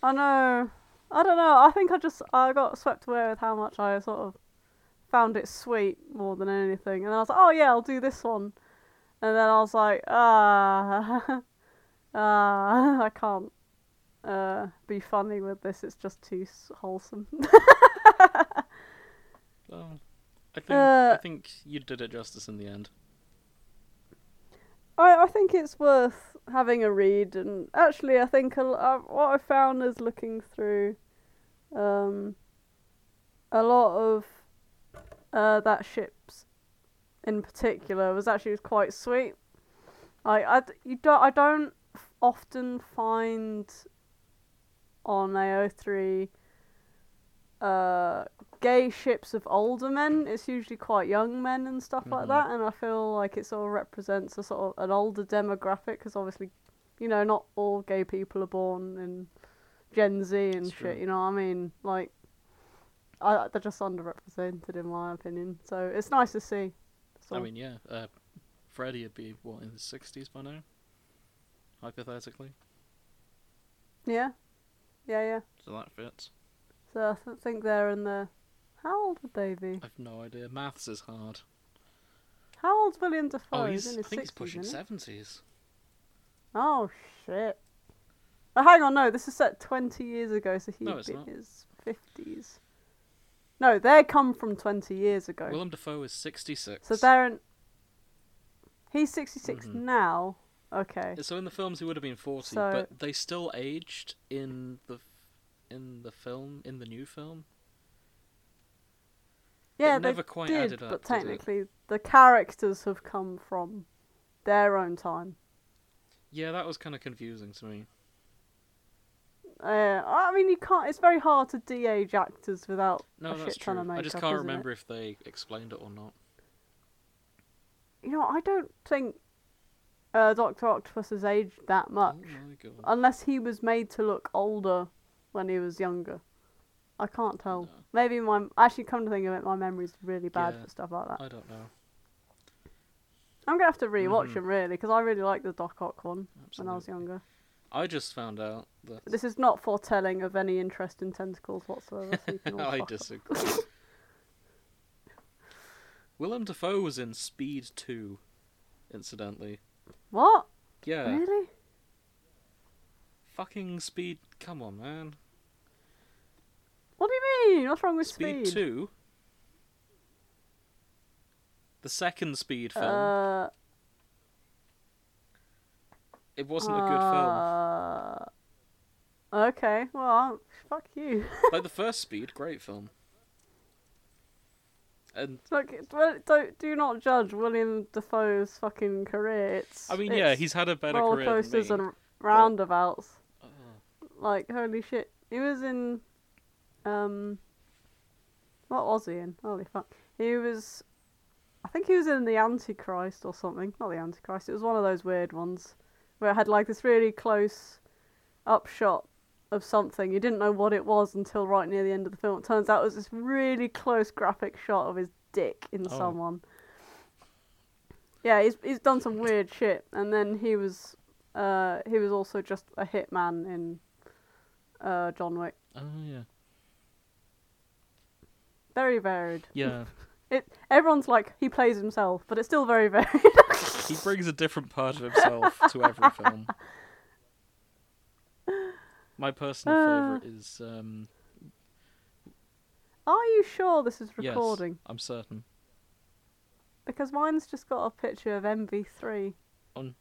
Speaker 2: I know. I don't know. I think I just I got swept away with how much I sort of found it sweet more than anything, and I was like, oh yeah, I'll do this one, and then I was like, ah, <laughs> ah, <laughs> I can't uh, be funny with this. It's just too s- wholesome. <laughs>
Speaker 1: Well, I think I
Speaker 2: Uh,
Speaker 1: think you did it justice in the end.
Speaker 2: I, I think it's worth having a read, and actually, I think a, l- uh, what I found is looking through um, a lot of uh, that ships in particular was actually quite sweet. I, I d- you don't I don't f- often find on AO3 uh, gay ships of older men. It's usually quite young men and stuff
Speaker 1: Mhm.
Speaker 2: like that, and I feel like it sort of represents a sort of an older demographic because obviously, you know, not all gay people are born in Gen Z and
Speaker 1: It's
Speaker 2: shit.
Speaker 1: true.
Speaker 2: You know what I mean? Like, I, they're just underrepresented in my opinion. So it's nice to see. So,
Speaker 1: I mean, yeah, uh, Freddy would be what in his sixties by now, hypothetically.
Speaker 2: yeah, yeah, yeah.
Speaker 1: So that fits.
Speaker 2: So I th- think they're in the. How old would they be?
Speaker 1: I've no idea. Maths is hard.
Speaker 2: How old's William Defoe?
Speaker 1: Oh,
Speaker 2: he's,
Speaker 1: he's, I
Speaker 2: in his
Speaker 1: think he's
Speaker 2: 60s,
Speaker 1: pushing
Speaker 2: isn't he?
Speaker 1: seventies.
Speaker 2: Oh shit! Oh, hang on, no, this is set twenty years ago, so he'd
Speaker 1: No, it's
Speaker 2: be
Speaker 1: not.
Speaker 2: in his fifties. No, they come from twenty years ago.
Speaker 1: Willem Dafoe is sixty-six.
Speaker 2: so they're in. He's 66
Speaker 1: Mhm.
Speaker 2: now. Okay.
Speaker 1: So in the films he would have been forty,
Speaker 2: So-
Speaker 1: but they still aged in the in the film in the new film.
Speaker 2: Yeah,
Speaker 1: it
Speaker 2: they
Speaker 1: never quite
Speaker 2: did,
Speaker 1: added up.
Speaker 2: but
Speaker 1: did it?
Speaker 2: technically the characters have come from their own time.
Speaker 1: yeah, that was kind of confusing to me.
Speaker 2: Uh, I mean, you can't. It's very hard to de-age actors without
Speaker 1: No,
Speaker 2: a
Speaker 1: that's
Speaker 2: shit ton
Speaker 1: true.
Speaker 2: of makeup.
Speaker 1: I just can't
Speaker 2: isn't it?
Speaker 1: remember if they explained it or not.
Speaker 2: You know, I don't think uh, Doctor Octopus has aged that much,
Speaker 1: Oh my god!
Speaker 2: unless he was made to look older when he was younger. I can't tell.
Speaker 1: No.
Speaker 2: Maybe my actually come to think of it, my memory's really bad
Speaker 1: Yeah.
Speaker 2: for stuff like that.
Speaker 1: I don't know.
Speaker 2: I'm gonna have to rewatch
Speaker 1: Mhm.
Speaker 2: them really because I really liked the Doc Ock one when I was
Speaker 1: Absolutely.
Speaker 2: younger.
Speaker 1: I just found out that
Speaker 2: This is not foretelling of any interest in tentacles whatsoever. So you can all
Speaker 1: <laughs> I
Speaker 2: fuck off.
Speaker 1: disagree. Willem Dafoe was in Speed 2, incidentally.
Speaker 2: What?
Speaker 1: Yeah.
Speaker 2: Really?
Speaker 1: Fucking Speed. Come on, man.
Speaker 2: What do you mean? What's wrong with
Speaker 1: Speed,
Speaker 2: speed?
Speaker 1: 2? The second Speed film.
Speaker 2: Uh,
Speaker 1: it wasn't a good film.
Speaker 2: uh, Okay, well, fuck you. <laughs>
Speaker 1: Like the first Speed, great film. And
Speaker 2: Look, it- well, don't do not judge William Defoe's fucking career. It's
Speaker 1: I mean, yeah,
Speaker 2: it's
Speaker 1: he's had a better
Speaker 2: roller
Speaker 1: career than
Speaker 2: coasters
Speaker 1: me.
Speaker 2: and roundabouts. Like holy shit, he was in, um, what was he in? Holy fuck, he was. I think he was in the Antichrist or something. Not the Antichrist. It was one of those weird ones where it had like this really close upshot of something. You didn't know what it was until right near the end of the film. It turns out it was this really close graphic shot of his dick in
Speaker 1: Oh.
Speaker 2: someone. Yeah, he's he's done some weird shit, and then he was uh, he was also just a hitman in uh, John Wick.
Speaker 1: Oh, yeah.
Speaker 2: Very varied.
Speaker 1: Yeah.
Speaker 2: It everyone's like he plays himself, but it's still very <laughs> varied.
Speaker 1: he brings a different part of himself to every film. My personal
Speaker 2: Uh.
Speaker 1: favorite is um,
Speaker 2: Are you sure this is
Speaker 1: yes,
Speaker 2: recording?
Speaker 1: I'm certain.
Speaker 2: Because mine's just got a picture of MV3
Speaker 1: On-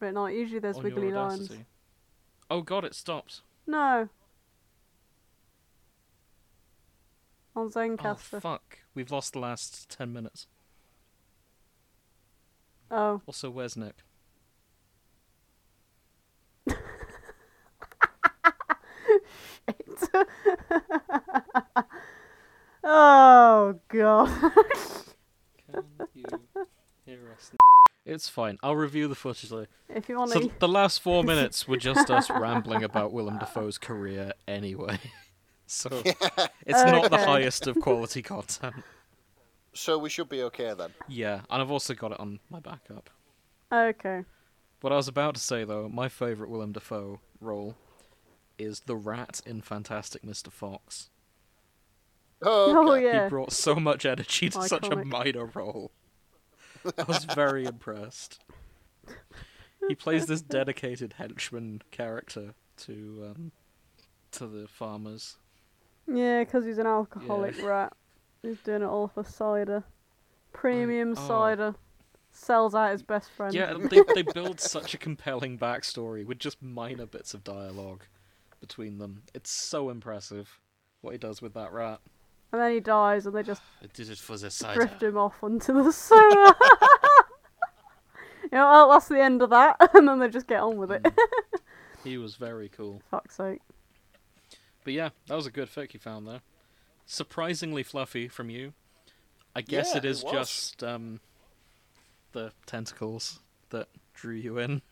Speaker 2: written on. it. Usually there's
Speaker 1: on
Speaker 2: wiggly
Speaker 1: your
Speaker 2: lines.
Speaker 1: audacity. Oh god, it stopped.
Speaker 2: No. On
Speaker 1: Oh
Speaker 2: Zencaster.
Speaker 1: fuck, we've lost the last ten minutes.
Speaker 2: Oh,
Speaker 1: Also, where's Nick?
Speaker 2: <laughs> oh. Oh, god. <laughs>
Speaker 1: Can you hear us? It's fine. I'll review the footage later.
Speaker 2: if you want
Speaker 1: So
Speaker 2: to.
Speaker 1: th- the last
Speaker 2: <laughs>
Speaker 1: four minutes were just us rambling about Willem Dafoe's career anyway. <laughs> So it's not the
Speaker 2: Okay.
Speaker 1: highest of quality content.
Speaker 3: So we should be okay then.
Speaker 1: Yeah, and I've also got it on my backup.
Speaker 2: Okay.
Speaker 1: What I was about to say though, my favourite Willem Dafoe role is the rat in Fantastic Mr. Fox.
Speaker 3: Oh,
Speaker 2: Oh
Speaker 3: okay.
Speaker 2: yeah.
Speaker 1: He brought so much energy to such a
Speaker 2: Iconic.
Speaker 1: minor role. I was
Speaker 2: <laughs>
Speaker 1: very impressed. He plays this dedicated henchman character to um, to the farmers.
Speaker 2: Yeah, because he's an alcoholic rat. He's doing it all for cider. Premium
Speaker 1: oh.
Speaker 2: cider. Sells out his best friend.
Speaker 1: Yeah, they they build such a compelling backstory with just minor bits of dialogue between them. It's so impressive what he does with that rat.
Speaker 2: And then he dies and they just
Speaker 1: I did it for the
Speaker 2: drift him off onto the sewer. <laughs> you know, well, that's the end of that. <laughs> and then they just get on with it.
Speaker 1: Mm. He was very cool.
Speaker 2: <laughs> Fuck's sake.
Speaker 1: But yeah, that was a good fic you found there. Surprisingly fluffy from you. I guess
Speaker 3: Yeah,
Speaker 1: it is
Speaker 3: it was.
Speaker 1: just um, the tentacles that drew you in.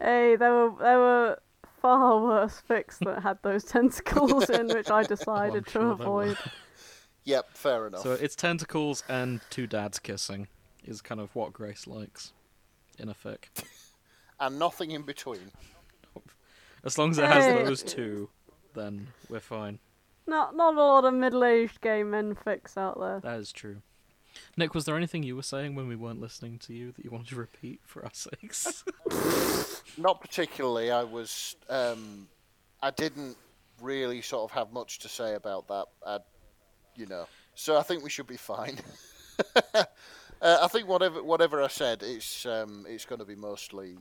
Speaker 2: Hey, there were there were far worse fics that had those <laughs> tentacles in,
Speaker 1: <laughs>
Speaker 2: which I decided to
Speaker 1: sure there were.
Speaker 2: avoid.
Speaker 3: Yep, fair enough.
Speaker 1: So it's tentacles and two dads kissing is kind of what Grace likes in a fic.
Speaker 3: And nothing in between.
Speaker 1: As long as it has
Speaker 2: Hey.
Speaker 1: those two, then we're fine.
Speaker 2: Not not a lot of middle-aged gay men fics out there.
Speaker 1: That is true. Nick, was there anything you were saying when we weren't listening to you that you wanted to repeat for our sakes?
Speaker 3: Not particularly. I was. Um, I didn't really sort of have much to say about that. I, you know. So I think we should be fine. <laughs> uh, I think whatever whatever I said, it's um, it's going to be mostly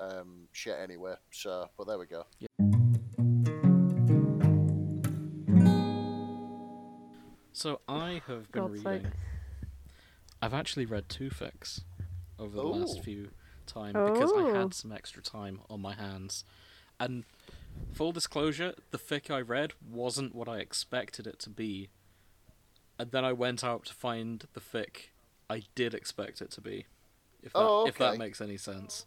Speaker 3: um, shit anyway. So, but there we go.
Speaker 1: So I have been
Speaker 2: God's
Speaker 1: reading.
Speaker 2: sake.
Speaker 1: I've actually read two fics over the last
Speaker 3: Ooh.
Speaker 1: few time because I
Speaker 2: Oh.
Speaker 1: had some extra time on my hands. And full disclosure, the fic I read wasn't what I expected it to be. And then I went out to find the fic I did expect it to be. If that,
Speaker 3: Oh,
Speaker 1: if that
Speaker 3: okay.
Speaker 1: makes any sense.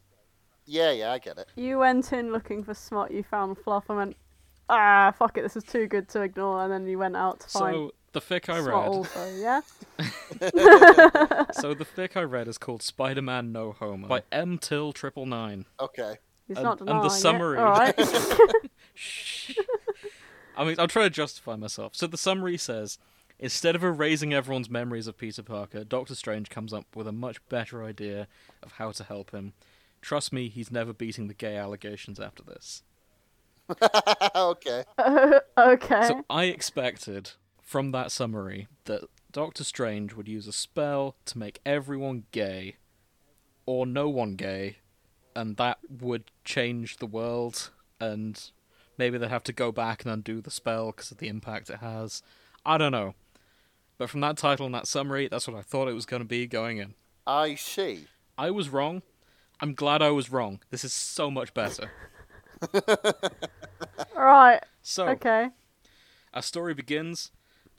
Speaker 3: Yeah, yeah, I get it.
Speaker 2: You went in looking for smut, you found fluff, and went, ah, fuck it, this is too good to ignore, and then you went out to find
Speaker 1: So the fic I read
Speaker 2: smut also, yeah?
Speaker 1: So the fic I read is called Spider Man No Homo by M Till Triple Nine.
Speaker 3: Okay. <laughs>
Speaker 2: He's
Speaker 1: And-
Speaker 2: not
Speaker 1: and the
Speaker 2: denying
Speaker 1: summary.
Speaker 2: It. All right.
Speaker 1: <laughs> I mean, I'll try to justify myself. So the summary says instead of erasing everyone's memories of Peter Parker, Doctor Strange comes up with a much better idea of how to help him. Trust me, he's never beating the gay allegations after this.
Speaker 3: okay.
Speaker 2: okay.
Speaker 1: So I expected from that summary that Doctor Strange would use a spell to make everyone gay or no one gay, and that would change the world. And maybe they'd have to go back and undo the spell because of the impact it has. I don't know. But from that title and that summary, that's what I thought it was going to be going in.
Speaker 3: I see.
Speaker 1: I was wrong. I'm glad I was wrong. This is so much better.
Speaker 2: All right.
Speaker 1: So,
Speaker 2: Okay.
Speaker 1: Our story begins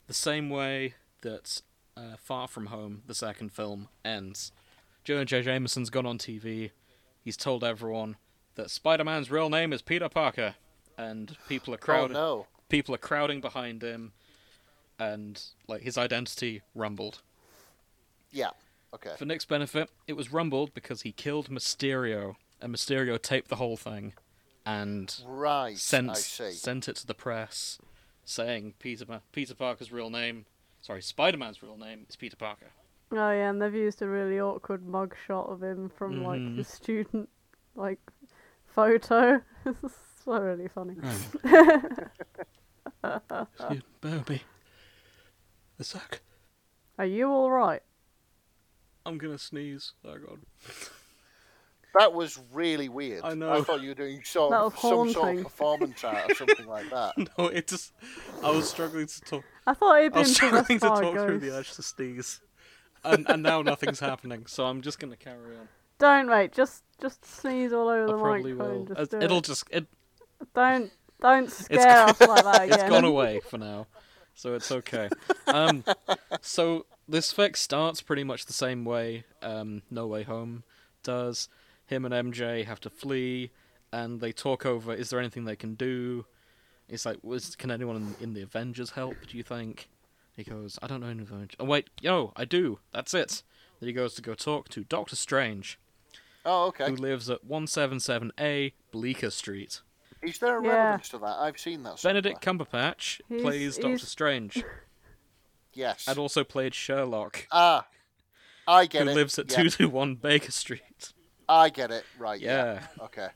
Speaker 1: the same way that uh, Far From Home, the second film, ends. Jonah J. Jameson's gone on TV. He's told everyone that Spider Man's real name is Peter Parker, and people are crowded.
Speaker 3: Oh
Speaker 1: People are crowding behind him, and like his identity rumbled.
Speaker 3: no. Yeah. Okay.
Speaker 1: For Nick's benefit, it was rumbled because he killed Mysterio, and Mysterio taped the whole thing, and
Speaker 3: Right. I
Speaker 1: sent
Speaker 3: see.
Speaker 1: sent it to the press, saying Peter Ma- Peter Parker's real name, sorry, Spider Man's real name is Peter Parker.
Speaker 2: Oh yeah, and they've used a really awkward mugshot of him from
Speaker 1: Mm-hmm.
Speaker 2: like the student, like, photo. <laughs> This is so really funny.
Speaker 1: Hmm.
Speaker 3: Ah.
Speaker 1: You baby, the suck.
Speaker 2: Are you all right?
Speaker 1: I'm gonna sneeze. Oh god.
Speaker 3: That was really weird.
Speaker 1: I know.
Speaker 3: I thought you were doing sort
Speaker 2: That
Speaker 3: of,
Speaker 2: was
Speaker 3: some sort
Speaker 2: haunting.
Speaker 3: of performance art or something
Speaker 2: <laughs>
Speaker 3: like that.
Speaker 1: <laughs> No, it just. I was struggling to talk.
Speaker 2: I thought it'd
Speaker 1: I
Speaker 2: been
Speaker 1: was
Speaker 2: possessed
Speaker 1: struggling to
Speaker 2: by a
Speaker 1: talk through the
Speaker 2: ghost.
Speaker 1: urge to sneeze, and and now nothing's happening. So I'm just gonna carry on.
Speaker 2: Don't wait. Just just sneeze all over
Speaker 1: I
Speaker 2: the
Speaker 1: probably
Speaker 2: microphone.
Speaker 1: will.
Speaker 2: Just
Speaker 1: It-
Speaker 2: do
Speaker 1: it'll
Speaker 2: it.
Speaker 1: just. It,
Speaker 2: Don't
Speaker 1: <laughs>
Speaker 2: don't scare us like that again.
Speaker 1: It's
Speaker 2: <laughs>
Speaker 1: gone away for now, so it's okay. Um, so this fic starts pretty much the same way um, No Way Home does. Him and MJ have to flee, and they talk over: is there anything they can do? It's like, was can anyone in, in the Avengers help? Do you think? He goes, I don't know any Avengers. Oh wait, yo, I do. That's it. Then he goes to go talk to Doctor Strange,
Speaker 3: Oh, okay.
Speaker 1: who lives at 177A Bleecker Street.
Speaker 3: Is there a
Speaker 2: Yeah.
Speaker 3: relevance to that? I've seen that. somewhere.
Speaker 1: Benedict Cumberbatch
Speaker 2: He's-
Speaker 1: plays
Speaker 2: he's-
Speaker 1: Doctor Strange.
Speaker 3: Yes.
Speaker 1: and also played Sherlock,
Speaker 3: Ah, I get
Speaker 1: who
Speaker 3: it.
Speaker 1: lives at
Speaker 3: Yeah,
Speaker 1: 221 Baker Street.
Speaker 3: I get it. Right. <laughs> Yeah.
Speaker 1: Yeah.
Speaker 3: Okay.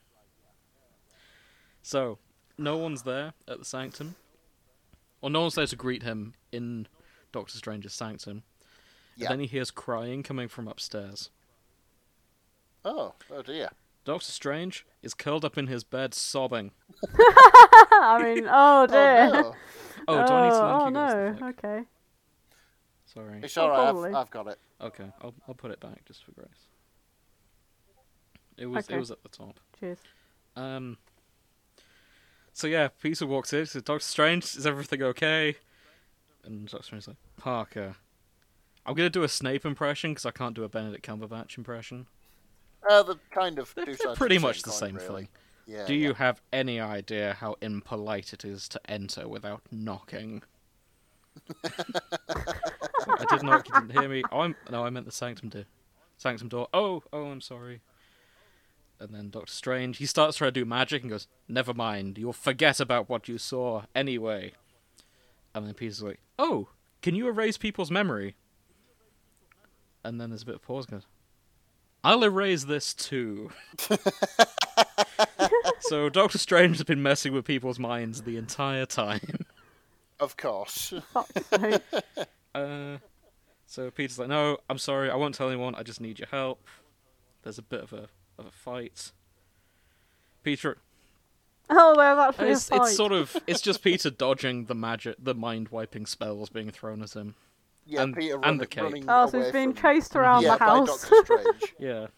Speaker 1: So, no one's there at the sanctum. Or no one's there to greet him in Doctor Strange's sanctum. And
Speaker 3: Yeah.
Speaker 1: Then he hears crying coming from upstairs.
Speaker 3: Oh, oh
Speaker 2: <laughs>
Speaker 3: dear.
Speaker 1: Doctor Strange is curled up in his bed sobbing.
Speaker 2: I mean, oh dear.
Speaker 3: Oh, no.
Speaker 1: Oh, do I need to link
Speaker 2: oh
Speaker 1: you guys to
Speaker 2: no.
Speaker 1: the flick?
Speaker 2: Okay.
Speaker 1: Sorry.
Speaker 3: It's
Speaker 2: Oh,
Speaker 3: all right.
Speaker 2: probably.
Speaker 3: I've, I've got it.
Speaker 1: Okay, I'll, I'll put it back just for grace. It was
Speaker 2: Okay.
Speaker 1: it was at the top.
Speaker 2: Cheers.
Speaker 1: Um. So yeah, Peter walks in. Says, Doctor Strange, is everything okay? And Doctor Strange's like, Parker, I'm gonna do a Snape impression because I can't do a Benedict Cumberbatch impression.
Speaker 3: Uh, the kind of
Speaker 1: They're,
Speaker 3: two
Speaker 1: they're
Speaker 3: sides of
Speaker 1: pretty much the
Speaker 3: coin,
Speaker 1: same
Speaker 3: really.
Speaker 1: thing.
Speaker 3: Yeah.
Speaker 1: do
Speaker 3: yeah.
Speaker 1: you have any idea how impolite it is to enter without knocking? I did knock. You didn't hear me. Oh, I'm no. I meant the sanctum door. Sanctum door. Oh, oh, I'm sorry. And then Doctor Strange, he starts trying to do magic and goes, "Never mind. You'll forget about what you saw anyway." And then Peter's like, "Oh, can you erase people's memory?" And then there's a bit of pause. and Goes, "I'll erase this too." So Doctor Strange has been messing with people's minds the entire time. <laughs>
Speaker 3: Of course. <laughs>
Speaker 2: Fuck's <laughs> sake.
Speaker 1: Uh, so Peter's like, "No, I'm sorry, I won't tell anyone. I just need your help." There's a bit of a of a fight, Peter.
Speaker 2: Oh, there's actually
Speaker 1: It's,
Speaker 2: a fight.
Speaker 1: it's sort
Speaker 2: <laughs>
Speaker 1: of it's just Peter dodging the magic, the mind wiping spells being thrown at him.
Speaker 3: Yeah,
Speaker 1: And-
Speaker 3: Peter
Speaker 1: and
Speaker 3: run,
Speaker 1: the cape.
Speaker 3: running
Speaker 2: Oh, so
Speaker 3: away
Speaker 2: he's being
Speaker 3: from-
Speaker 2: chased around
Speaker 3: <laughs> yeah,
Speaker 2: the <laughs> house.
Speaker 3: by Doctor Strange.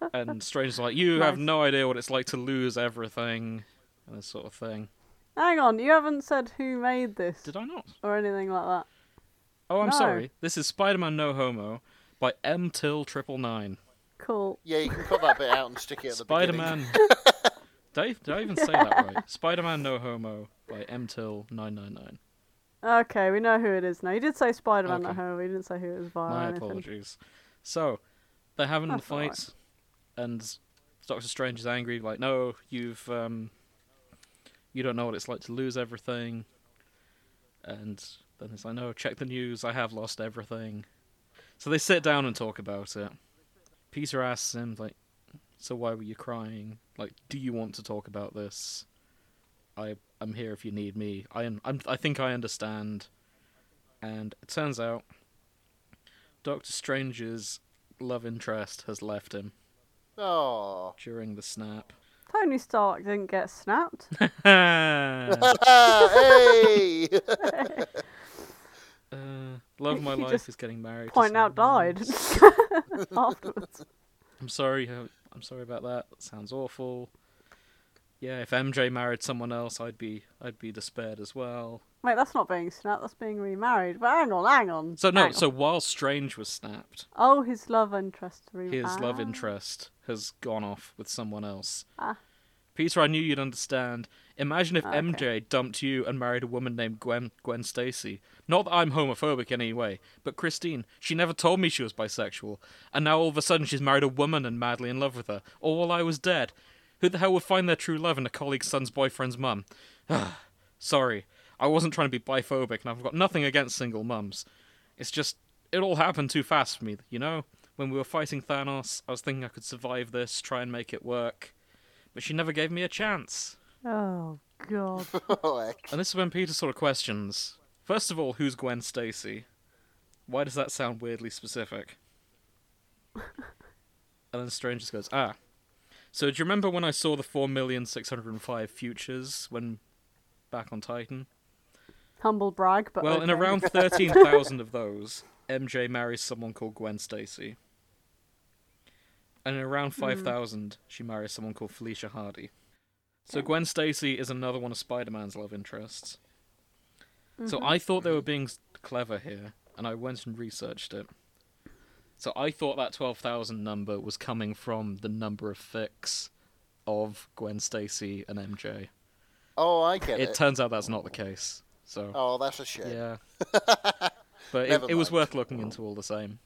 Speaker 2: <laughs>
Speaker 1: Yeah. and Strange's like, you have
Speaker 2: Nice.
Speaker 1: no idea what it's like to lose everything, and this sort of thing.
Speaker 2: Hang on, you haven't said who made this
Speaker 1: Did I not?
Speaker 2: or anything like that.
Speaker 1: Oh, I'm
Speaker 2: No.
Speaker 1: sorry. This is Spider-Man No Homo by M Till Triple Nine.
Speaker 2: Cool.
Speaker 3: Yeah, you can cut that bit out and stick it at the
Speaker 1: Spider-Man. <laughs> did, I, did I even say that right? Spider-Man No Homo by M Till Nine Nine Nine.
Speaker 2: Okay, we know who it is now. You did say Spider Man at
Speaker 1: Okay.
Speaker 2: home, we didn't say who it was via or
Speaker 1: My
Speaker 2: anything.
Speaker 1: apologies. So, they're having a
Speaker 2: That's all
Speaker 1: fight, and Doctor Strange is angry. Like, no, you've um, you don't know what it's like to lose everything. And then it's like, no, check the news. I have lost everything. So they sit down and talk about it. Peter asks him, like, so why were you crying? Like, do you want to talk about this? I am here if you need me. I am. I'm, I think I understand. And it turns out Doctor Strange's love interest has left him
Speaker 3: beginning. <laughs> Oh.
Speaker 1: during the
Speaker 2: <laughs>
Speaker 1: snap. <laughs>
Speaker 2: Tony Stark didn't get snapped.
Speaker 1: uh,
Speaker 3: Ah, hey! <laughs>
Speaker 1: love of my
Speaker 2: He
Speaker 1: life
Speaker 2: just
Speaker 1: is getting married. to
Speaker 2: Point out
Speaker 1: someone
Speaker 2: died <laughs>
Speaker 1: else.
Speaker 2: afterwards.
Speaker 1: I'm sorry. uh, I'm sorry about that. That sounds awful. Yeah, if MJ married someone else, I'd be I'd be despaired as well.
Speaker 2: Wait, that's not being snapped, that's being remarried. But hang on, hang on.
Speaker 1: So no,
Speaker 2: hang on.
Speaker 1: so while Strange was snapped,
Speaker 2: Oh, his love interest. Re-
Speaker 1: his love
Speaker 2: Ah.
Speaker 1: interest has gone off with someone else.
Speaker 2: Ah.
Speaker 1: Peter, I knew you'd understand. Imagine if
Speaker 2: Okay.
Speaker 1: MJ dumped you and married a woman named Gwen Gwen Stacy. Not that I'm homophobic in any way, but Christine, she never told me she was bisexual, and now all of a sudden she's married a woman and madly in love with her, all while I was dead. Who the hell would find their true love in a colleague's son's boyfriend's mum? <sighs> Sorry, I wasn't trying to be biphobic, and I've got nothing against single mums. It's just, it all happened too fast for me, you know? When we were fighting Thanos, I was thinking I could survive this, try and make it work. But she never gave me a chance.
Speaker 2: Oh, God.
Speaker 3: Oh, heck.
Speaker 1: And this is when Peter sort of questions. First of all, who's Gwen Stacy? Why does that sound weirdly specific? and then Strange just goes, ah. So do you remember when I saw the 4,605 futures when back on Titan?
Speaker 2: Humble brag, but.
Speaker 1: Well, in
Speaker 2: okay.
Speaker 1: around 13,000 of those, MJ marries someone called Gwen Stacy. And in around 5,000, she marries someone called Felicia Hardy. So Gwen Stacy is another one of Spider Man's love interests. So I thought they were being s- clever here, and I went and researched it. So I thought that 12,000 number was coming from the number of fix of Gwen Stacy and MJ.
Speaker 3: Oh, I get it.
Speaker 1: It turns out that's not the case. So.
Speaker 3: oh, that's a shame. Yeah, <laughs>
Speaker 1: Yeah. but it,
Speaker 3: Never
Speaker 1: it was
Speaker 3: mind.
Speaker 1: worth looking into all the same.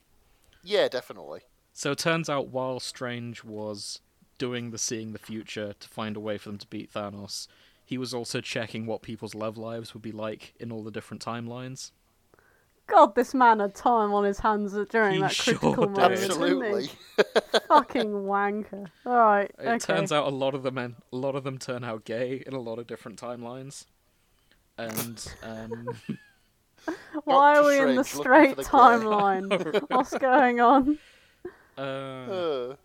Speaker 3: definitely.
Speaker 1: So it turns out while Strange was doing the Seeing the Future to find a way for them to beat Thanos, he was also checking what people's love lives would be like in all the different timelines.
Speaker 2: God, this man had time on his hands during
Speaker 1: He
Speaker 2: that
Speaker 1: sure
Speaker 2: critical
Speaker 1: did.
Speaker 2: moment. didn't he?
Speaker 3: Absolutely.
Speaker 2: <laughs> Fucking wanker. Alright,
Speaker 1: It
Speaker 2: okay.
Speaker 1: turns out a lot of them en- a lot of them turn out gay in a lot of different timelines. And um, <laughs>
Speaker 2: Why are
Speaker 3: Doctor
Speaker 2: we in the straight
Speaker 3: Strange looking for the
Speaker 1: <laughs>
Speaker 2: timeline? What's going on?
Speaker 1: uh,
Speaker 3: Uh,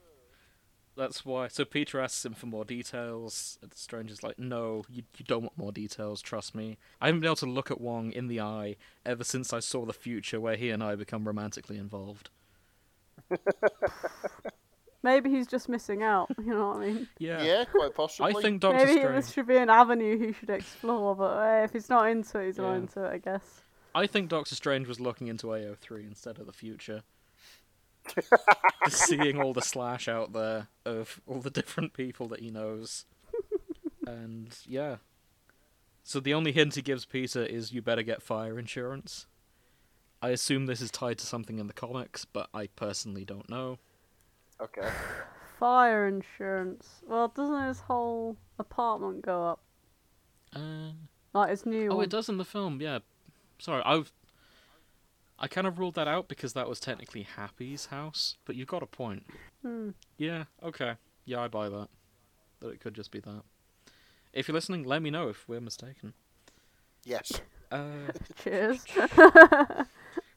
Speaker 1: That's why. So Peter asks him for more details. And Stranger's like, no, you, you don't want more details, trust me. I haven't been able to look at Wong in the eye ever since I saw the future where he and I become romantically involved.
Speaker 2: Maybe he's just missing out, you know what I mean?
Speaker 1: Yeah.
Speaker 3: yeah, quite
Speaker 1: I
Speaker 3: possibly.
Speaker 1: think Doctor
Speaker 2: Maybe
Speaker 1: Strange.
Speaker 2: this should be an avenue he should explore, but uh, if he's not into it, he's not
Speaker 1: Yeah.
Speaker 2: into it, I guess.
Speaker 1: I think Doctor Strange was looking into AO3 instead of the future. Just seeing all the slash out there of all the different people that he knows. And yeah. So the only hint he gives Peter is you better get fire insurance. I assume this is tied to something in the comics, but I personally don't know.
Speaker 3: Okay.
Speaker 2: Fire insurance. Well, doesn't his whole apartment go up?
Speaker 1: Uh,
Speaker 2: Like his new
Speaker 1: oh,
Speaker 2: one?
Speaker 1: it does in the film, yeah. Sorry, I've. I kind of ruled that out because that was technically Happy's house, but you've got a point.
Speaker 2: Hmm.
Speaker 1: Yeah, okay. Yeah, I buy that. That it could just be that. If you're listening, let me know if we're mistaken.
Speaker 3: Yes.
Speaker 1: Uh,
Speaker 2: Cheers.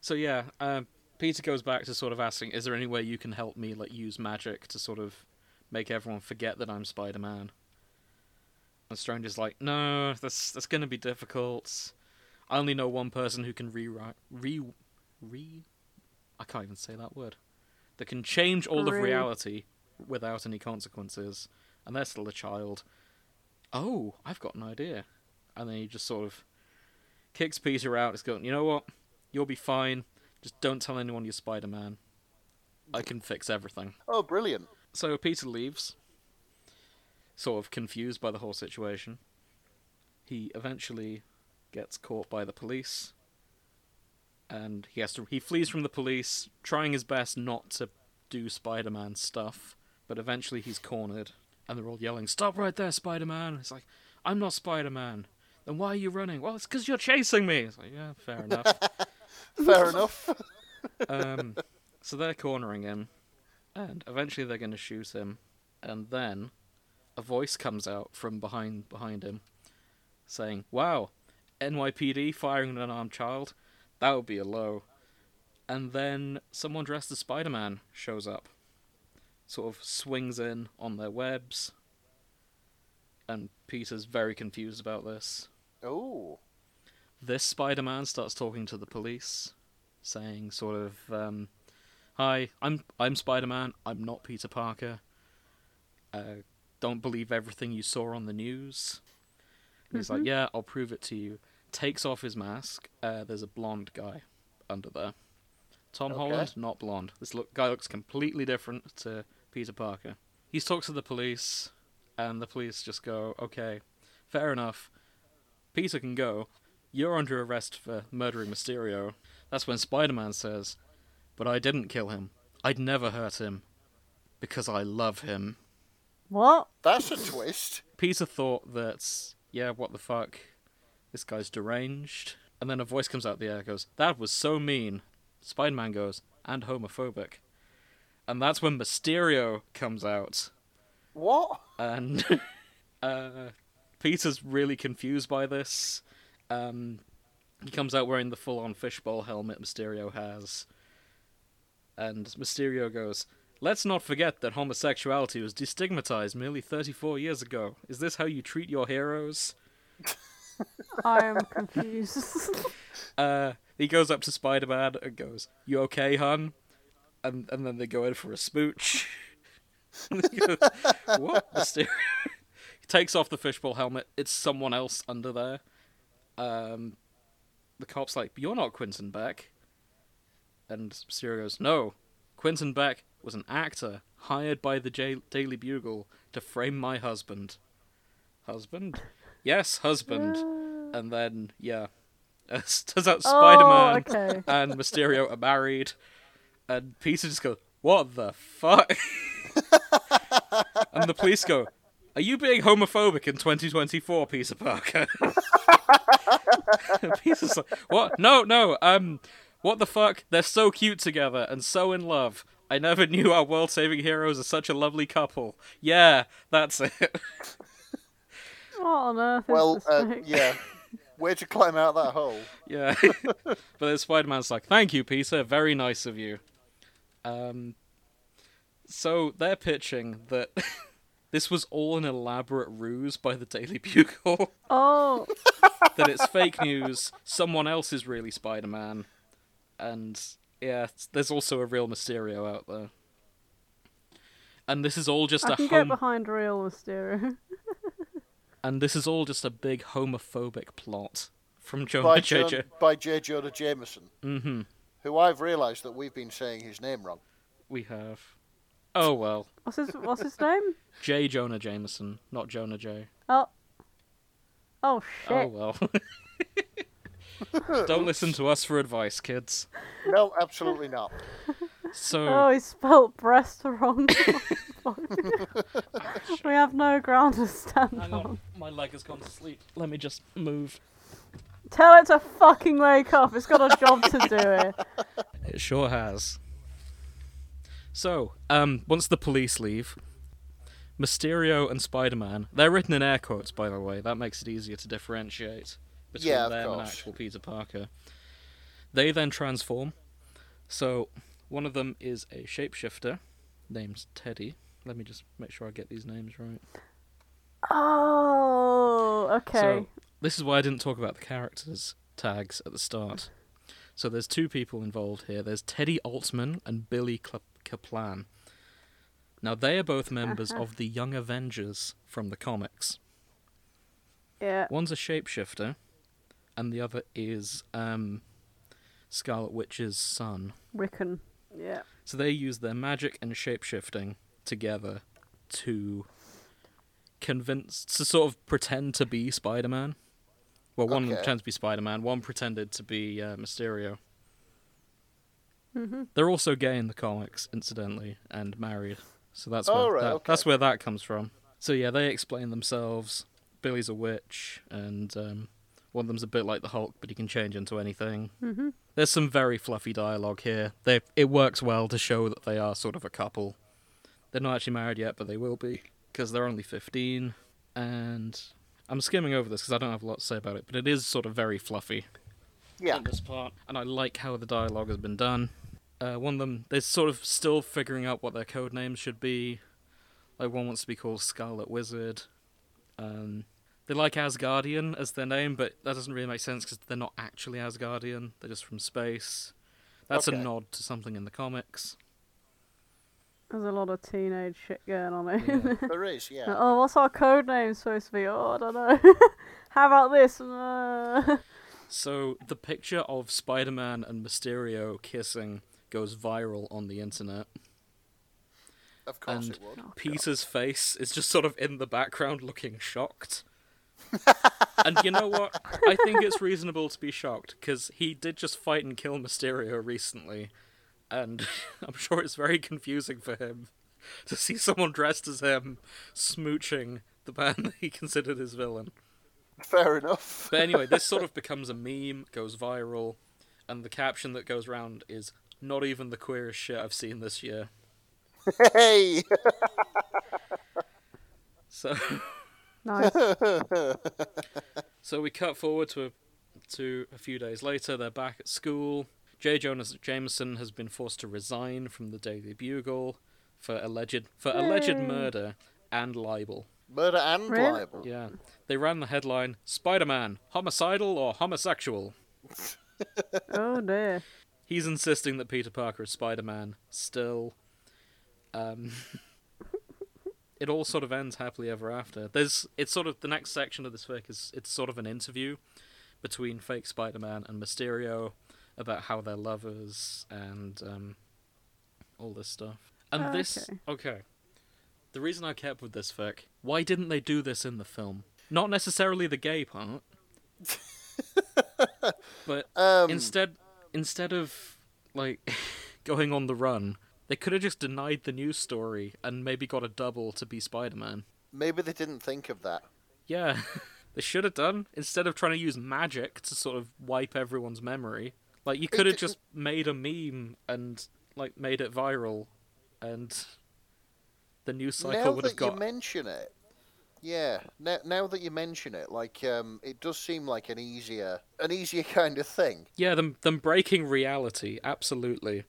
Speaker 1: so yeah, um, Peter goes back to sort of asking, "Is there any way you can help me, like use magic to sort of make everyone forget that I'm Spider Man. And Stranger's like, no, that's that's gonna be difficult. I only know one person who can rewrite re re I can't even say that word. That can change all
Speaker 2: Re-
Speaker 1: of reality without any consequences, and they're still a child. Oh, I've got an idea. And then he just sort of kicks Peter out. He's going, you know what? You'll be fine. Just don't tell anyone you're Spider Man. I can fix everything.
Speaker 3: Oh, brilliant.
Speaker 1: So Peter leaves, sort of confused by the whole situation. He eventually gets caught by the police, and he has to he flees from the police, trying his best not to do Spider-Man stuff. But eventually, he's cornered, and they're all yelling, "Stop right there, Spider-Man!" It's like, "I'm not Spider-Man." Then why are you running? Well, it's because you're chasing me. It's like, yeah, fair enough.
Speaker 3: Fair enough.
Speaker 1: Um, so they're cornering him, and eventually they're going to shoot him. And then a voice comes out from behind behind him, saying, "Wow, NYPD firing an unarmed child? That would be a low." And then someone dressed as Spider-Man shows up, sort of swings in on their webs, and Peter's very confused about this
Speaker 3: Oh,
Speaker 1: this Spider-Man starts talking to the police, saying sort of, um, "Hi, I'm I'm Spider-Man. I'm not Peter Parker. Uh, don't believe everything you saw on the news." And he's like, "Yeah, I'll prove it to you." Takes off his mask. Uh, there's a blonde guy under there. Tom
Speaker 3: Okay.
Speaker 1: Holland, not blonde. This look, guy looks completely different to Peter Parker. He talks to the police, and the police just go, "Okay, fair enough. Peter can go. You're under arrest for murdering Mysterio. That's when Spider Man says, But I didn't kill him. I'd never hurt him. Because I love him.
Speaker 2: What?
Speaker 3: that's a twist.
Speaker 1: Peter thought that, yeah, what the fuck? This guy's deranged. And then a voice comes out of the air goes, That was so mean. Spider Man goes, And homophobic. And that's when Mysterio comes out.
Speaker 3: What?
Speaker 1: and <laughs> uh, Peter's really confused by this. Um, he comes out wearing the full-on fishbowl helmet Mysterio has, and Mysterio goes, "Let's not forget that homosexuality was destigmatized merely 34 years ago. Is this how you treat your heroes?"
Speaker 2: I am confused.
Speaker 1: Uh, he goes up to Spider-Man and goes, "You okay, hun?" And and then they go in for a smooch. <laughs> And he goes, what? <laughs> Mysterio. he takes off the fishbowl helmet. It's someone else under there. Um, the cop's like, "You're not Quentin Beck." And Mysterio goes, "No, Quentin Beck was an actor hired by the J- Daily Bugle to frame my husband." Husband? Yes,
Speaker 2: <laughs>
Speaker 1: husband. and then yeah, <laughs> turns out <laughs> Spider-Man
Speaker 2: Oh, okay.
Speaker 1: and Mysterio are married, and Peter just goes, "What the fuck?" <laughs> and the police go, "Are you being homophobic in 2024, Peter Parker?" <laughs> Peter's like, "What? No, no. Um, what the fuck? They're so cute together and so in love." I never knew our world-saving heroes are such a lovely couple. Yeah, that's it.
Speaker 2: What on earth is
Speaker 3: Well,
Speaker 2: this?
Speaker 3: uh,
Speaker 2: thing?
Speaker 3: yeah. Way to climb out that hole.
Speaker 1: <laughs> Yeah. but then Spider Man's like, thank you, Peter. Very nice of you. Um, so they're pitching that <laughs> this was all an elaborate ruse by the Daily Bugle, <laughs>
Speaker 2: Oh,
Speaker 1: that it's fake news, someone else is really Spider Man, and yeah, it's- there's also a real Mysterio out there. And this is all just
Speaker 2: I
Speaker 1: a
Speaker 2: can get
Speaker 1: home-
Speaker 2: behind real Mysterio. <laughs>
Speaker 1: and this is all just a big homophobic plot from
Speaker 3: By
Speaker 1: Jonah
Speaker 3: John-
Speaker 1: JJ.
Speaker 3: by J. Jonah Jameson,
Speaker 1: Mm-hmm.
Speaker 3: who I've realised that we've been saying his name wrong.
Speaker 1: We have. Oh well.
Speaker 2: What's his What's his name?
Speaker 1: J. Jonah Jameson, not Jonah J.
Speaker 2: Oh. Oh
Speaker 1: Oh
Speaker 2: shit.
Speaker 1: well. Don't listen to us for advice, kids.
Speaker 3: No, absolutely not.
Speaker 2: Oh,
Speaker 1: So
Speaker 2: he spelt
Speaker 1: <laughs>
Speaker 2: breast wrong. <laughs> we have no ground to stand
Speaker 1: hang
Speaker 2: on.
Speaker 1: on, my leg has gone to sleep. Let me just move.
Speaker 2: Tell it to fucking wake up. It's got a job to do
Speaker 1: <laughs>
Speaker 2: it.
Speaker 1: It sure has. So, um, once the police leave, Mysterio and Spider-Man, they're written in air quotes, by the way. That makes it easier to differentiate between
Speaker 3: Yeah, of
Speaker 1: them and
Speaker 3: course.
Speaker 1: actual Peter Parker. They then transform. So, one of them is a shapeshifter named Teddy, Let me just make sure I get these names right.
Speaker 2: Oh, okay.
Speaker 1: So this is why I didn't talk about the characters tags at the start. So there's two people involved here. There's Teddy Altman and Billy Cla- Kaplan. Now they are both members of the Young Avengers from the comics.
Speaker 2: yeah.
Speaker 1: One's a shapeshifter, and the other is um, Scarlet Witch's son.
Speaker 2: Rickon. Yeah.
Speaker 1: So they use their magic and shapeshifting together to convince, to sort of pretend to be Spider Man. Well, one
Speaker 3: Okay.
Speaker 1: pretends to be Spider Man, one pretended to be uh, Mysterio. They're also gay in the comics, incidentally, and married. So that's where,
Speaker 3: Oh, right,
Speaker 1: that,
Speaker 3: okay.
Speaker 1: that's where that comes from. So yeah, they explain themselves. Billy's a witch, and um, one of them's a bit like the Hulk, but he can change into anything. There's some very fluffy dialogue here. They it works well to show that they are sort of a couple. They're not actually married yet, but they will be because they're only 15. And I'm skimming over this because I don't have a lot to say about it, but it is sort of very fluffy
Speaker 3: Yeah.
Speaker 1: on this part, and I like how the dialogue has been done. Uh, one of them, they're sort of still figuring out what their code names should be. Like one wants to be called Scarlet Wizard. Um, they like Asgardian as their name, but that doesn't really make sense because they're not actually Asgardian. They're just from space. That's
Speaker 3: Okay.
Speaker 1: a nod to something in the comics.
Speaker 2: There's a lot of teenage shit going on here.
Speaker 3: There is, yeah.
Speaker 2: oh, what's our code name supposed to be? Oh, I don't know. <laughs> How about this? <laughs> Uh,
Speaker 1: So the picture of Spider-Man and Mysterio kissing goes viral on the internet.
Speaker 3: Of course
Speaker 1: and-
Speaker 3: it would.
Speaker 1: Peter's face is just sort of in the background looking shocked. and you know what? I think it's reasonable to be shocked because he did just fight and kill Mysterio recently, and <laughs> I'm sure it's very confusing for him <laughs> to see someone dressed as him smooching the man <laughs> that he considered his villain.
Speaker 3: Fair enough.
Speaker 1: But anyway, this sort of becomes a meme, goes viral, and the caption that goes round is not even the queerest shit I've seen this year.
Speaker 3: <laughs> hey! <laughs>
Speaker 1: So. <laughs>
Speaker 2: nice.
Speaker 1: So we cut forward to a, to a few days later. They're back at school. J. Jonas Jameson has been forced to resign from the Daily Bugle for alleged for alleged murder and libel.
Speaker 3: Murder and
Speaker 2: Really?
Speaker 3: libel.
Speaker 1: Yeah, they ran the headline: "Spider-Man homicidal or homosexual."
Speaker 2: oh dear.
Speaker 1: He's insisting that Peter Parker is Spider-Man still. Um, <laughs> it all sort of ends happily ever after. There's it's sort of the next section of this fic is it's sort of an interview between fake Spider-Man and Mysterio about how they're lovers and um, all this stuff. And this
Speaker 2: Okay.
Speaker 1: okay. The reason I kept with this fic, why didn't they do this in the film? Not necessarily the gay part, but
Speaker 3: Um,
Speaker 1: instead instead of like <laughs> going on the run they could have just denied the news story and maybe got a double to be spider-man
Speaker 3: Maybe they didn't think of that.
Speaker 1: yeah <laughs> they should have done instead of trying to use magic to sort of wipe everyone's memory like you could have just made a meme and like made it viral and the news
Speaker 3: now
Speaker 1: cycle would
Speaker 3: that
Speaker 1: have got
Speaker 3: you mention it, yeah. Now, now that you mention it, like, um, it does seem like an easier, an easier <laughs> kind of thing.
Speaker 1: yeah them, them breaking reality absolutely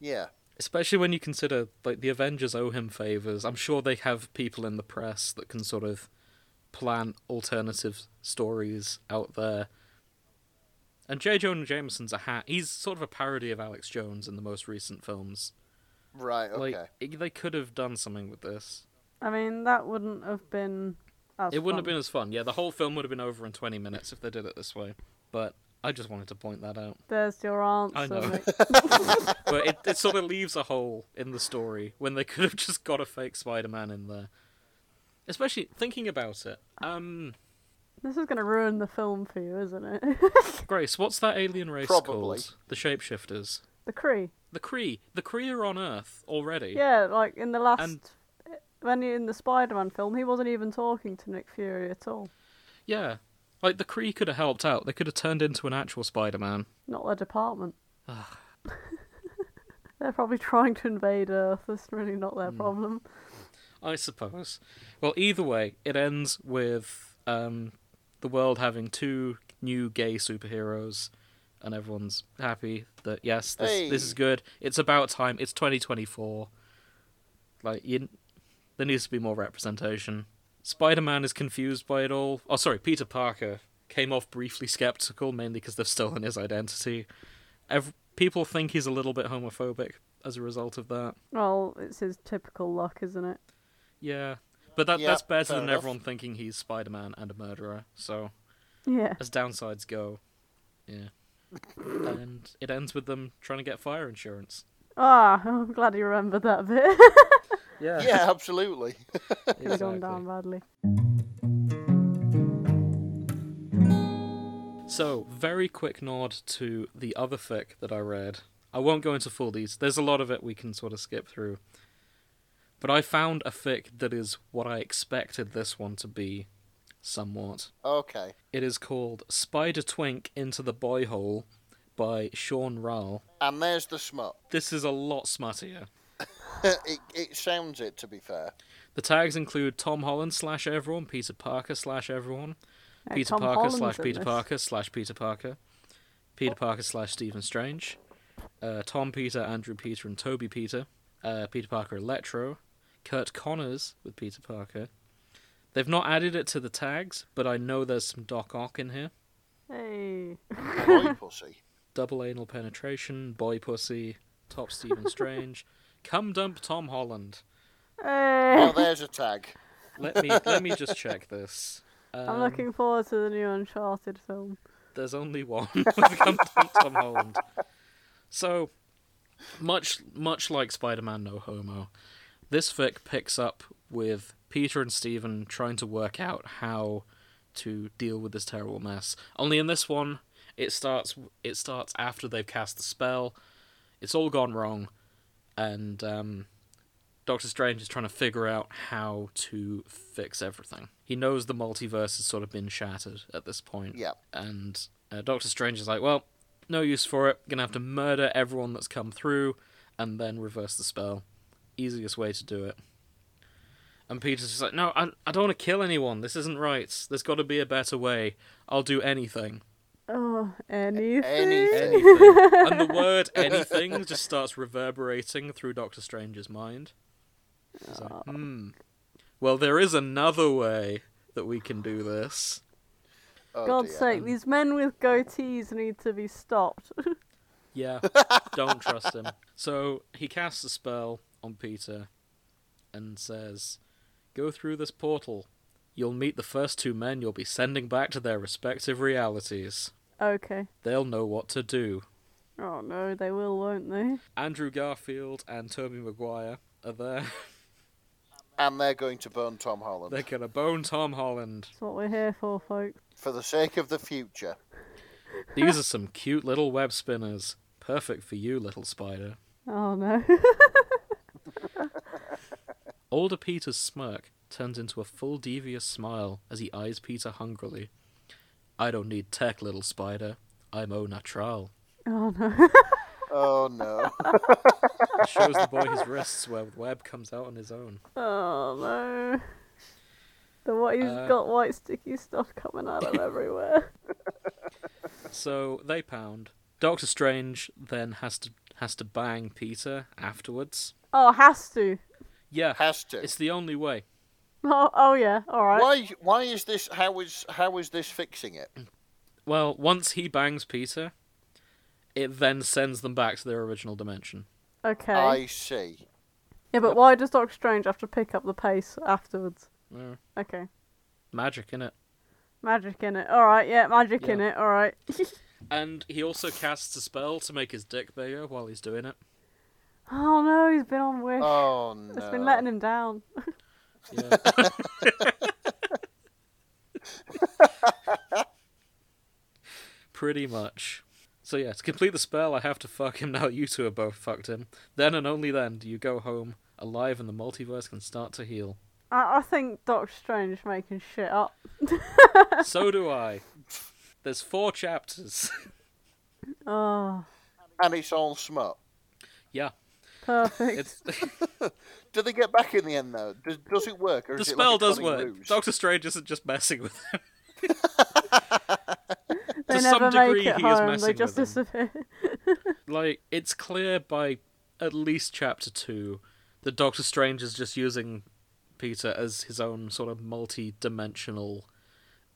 Speaker 3: Yeah.
Speaker 1: especially when you consider like the Avengers owe him favors. I'm sure they have people in the press that can sort of plan alternative stories out there. And J. Jonah Jameson's a hat. He's sort of a parody of Alex Jones in the most recent films.
Speaker 3: Right. Okay.
Speaker 1: Like it- they could have done something with this.
Speaker 2: I mean, that wouldn't have been. As
Speaker 1: it wouldn't
Speaker 2: fun.
Speaker 1: have been as fun. Yeah, the whole film would have been over in 20 minutes if they did it this way. But I just wanted to point that out.
Speaker 2: There's your answer.
Speaker 1: I know.
Speaker 2: mate.
Speaker 1: But it, it sort of leaves a hole in the story when they could have just got a fake Spider-Man in there. Especially thinking about it. Um,
Speaker 2: <laughs> This is gonna ruin the film for you, isn't it? <laughs>
Speaker 1: Grace, what's that alien race
Speaker 3: Probably.
Speaker 1: called? The shapeshifters.
Speaker 2: the Cree.
Speaker 1: The Kree. The Kree are on Earth already.
Speaker 2: Yeah, like in the last.
Speaker 1: And-
Speaker 2: When he, in the Spider-Man film, he wasn't even talking to Nick Fury at all.
Speaker 1: Yeah. Like the Kree could have helped out. They could have turned into an actual Spider-Man.
Speaker 2: Not their department. <laughs> They're probably trying to invade Earth. That's really not their
Speaker 1: Hmm.
Speaker 2: problem.
Speaker 1: I suppose. Well, either way, it ends with um, the world having two new gay superheroes, and everyone's happy that yes, this this is
Speaker 3: Hey.
Speaker 1: good. It's about time. It's 2024. Like you, There needs to be more representation. Spider Man is confused by it all. Oh, sorry, Peter Parker came off briefly skeptical, mainly because they've stolen his identity. Ev- people think he's a little bit homophobic as a result of that.
Speaker 2: Well, it's his typical luck, isn't it?
Speaker 1: Yeah. But that,
Speaker 3: Yeah,
Speaker 1: that's better
Speaker 3: fair
Speaker 1: than
Speaker 3: enough.
Speaker 1: everyone thinking he's Spider Man and a murderer, so.
Speaker 2: Yeah.
Speaker 1: as downsides go.
Speaker 3: <laughs>
Speaker 1: Yeah. and it ends with them trying to get fire insurance.
Speaker 2: Ah, <laughs> I'm glad you remembered that bit. <laughs>
Speaker 1: <laughs>
Speaker 3: Yeah, absolutely. <laughs>
Speaker 2: It's gone down badly.
Speaker 1: So, very quick nod to the other fic that I read. I won't go into full details. There's a lot of it we can sort of skip through. But I found a fic that is what I expected this one to be somewhat.
Speaker 3: Okay.
Speaker 1: It is called Spider Twink Into the Boy Hole by Sean Ryle.
Speaker 3: And there's the smut.
Speaker 1: This is a lot smuttier.
Speaker 3: it, it sounds it, to be fair.
Speaker 1: The tags include Tom Holland slash everyone, Peter Parker slash everyone,
Speaker 2: Yeah,
Speaker 1: Peter
Speaker 2: Uh, Tom
Speaker 1: Parker
Speaker 2: Holland's
Speaker 1: slash
Speaker 2: in
Speaker 1: Peter
Speaker 2: this. Oh.
Speaker 1: Parker slash Peter Parker, Peter Parker slash Stephen Strange, uh, Tom Peter, Andrew Peter, and Toby Peter, uh, Peter Parker Electro, Kurt Connors with Peter Parker. They've not added it to the tags, but I know there's some Doc Ock in here.
Speaker 2: Hey.
Speaker 1: <laughs>
Speaker 3: Boy pussy.
Speaker 1: Double anal penetration, boy pussy, top
Speaker 2: <laughs>
Speaker 1: Stephen Strange, come dump Tom Holland.
Speaker 2: Hey.
Speaker 3: Now there's a tag.
Speaker 1: Let me let me just check this.
Speaker 2: I'm
Speaker 1: Um,
Speaker 2: looking forward to the new Uncharted film.
Speaker 1: There's only one <laughs> with Tom, Tom Holland. So, much much like Spider-Man No Homo, this fic picks up with Peter and Steven trying to work out how to deal with this terrible mess. Only in this one, it starts it starts after they've cast the spell. It's all gone wrong, and um, Doctor Strange is trying to figure out how to fix everything. He knows the multiverse has sort of been shattered at this point.
Speaker 3: Yeah.
Speaker 1: And uh, Doctor Strange is like, well, no use for it. Gonna have to murder everyone that's come through and then reverse the spell. Easiest way to do it. And Peter's just like, no, I, I don't want to kill anyone. This isn't right. There's got to be a better way. I'll do anything.
Speaker 2: Oh, anything.
Speaker 3: Anything.
Speaker 1: Anything. and the word anything just starts reverberating through Doctor Strange's mind. He's like, hmm. Well, there is another way that we can do this.
Speaker 3: Oh,
Speaker 2: God's
Speaker 3: dear.
Speaker 2: sake, these men with goatees need to be stopped.
Speaker 1: Yeah, don't trust him. So he casts a spell on Peter and says, Go through this portal. You'll meet the first two men you'll be sending back to their respective realities.
Speaker 2: okay.
Speaker 1: They'll know what to do.
Speaker 2: Oh no, they will, won't they?
Speaker 1: Andrew Garfield and Tobey Maguire are there. <laughs>
Speaker 3: And they're going to burn Tom Holland.
Speaker 1: They're gonna bone Tom Holland.
Speaker 2: That's what we're here for, folks.
Speaker 3: For the sake of the future.
Speaker 1: These are some cute little web spinners. Perfect for you, little spider.
Speaker 2: Oh no. <laughs>
Speaker 1: Older Peter's smirk turns into a full devious smile as he eyes Peter hungrily. I don't need tech, little spider. I'm au natural.
Speaker 2: oh no.
Speaker 3: Oh,
Speaker 1: <laughs>
Speaker 3: no.
Speaker 1: He shows the boy his wrists where web comes out on his own.
Speaker 2: Oh no. The what he's
Speaker 1: Uh,
Speaker 2: got white sticky stuff coming out of everywhere.
Speaker 1: So they pound. Doctor Strange then has to has to bang Peter afterwards.
Speaker 2: Oh, has to.
Speaker 1: Yeah,
Speaker 3: Has to.
Speaker 1: it's the only way.
Speaker 2: Oh, oh yeah. All right.
Speaker 3: Why, why is this... How is, how is this fixing it?
Speaker 1: Well, once he bangs Peter, it then sends them back to their original dimension.
Speaker 2: Okay.
Speaker 3: I see.
Speaker 2: Yeah, but why does Doctor Strange have to pick up the pace afterwards?
Speaker 1: Yeah.
Speaker 2: Okay.
Speaker 1: Magic, innit?
Speaker 2: Magic in it. All right. Yeah, magic in
Speaker 1: Yeah.
Speaker 2: it. All right.
Speaker 1: And he also casts a spell to make his dick bigger while he's doing it.
Speaker 2: oh no, he's been on wish.
Speaker 3: Oh, no.
Speaker 2: It's been letting him down.
Speaker 1: Yeah. <laughs> Pretty much. So yeah, to complete the spell, I have to fuck him now. that You two have both fucked him. Then and only then do you go home alive, and the multiverse can start to heal.
Speaker 2: I, I think Doctor Strange is making shit up.
Speaker 1: so do I. There's four
Speaker 3: <laughs>
Speaker 1: chapters.
Speaker 2: Oh,
Speaker 3: And it's all smut.
Speaker 1: yeah,
Speaker 2: perfect.
Speaker 1: it's
Speaker 3: Do they get back in the end, though? Does, does it work? Or
Speaker 1: the
Speaker 3: is it
Speaker 1: spell
Speaker 3: like a
Speaker 1: does
Speaker 3: cunning
Speaker 1: work.
Speaker 3: ruse?
Speaker 1: Doctor Strange isn't just messing with
Speaker 3: <laughs>
Speaker 1: him.
Speaker 2: they
Speaker 1: to some
Speaker 2: never
Speaker 1: degree,
Speaker 2: make it
Speaker 1: he is
Speaker 2: home. They
Speaker 1: messing
Speaker 2: just
Speaker 1: with them.
Speaker 2: disappear. <laughs>
Speaker 1: like it's clear by at least chapter two that Doctor Strange is just using Peter as his own sort of multi-dimensional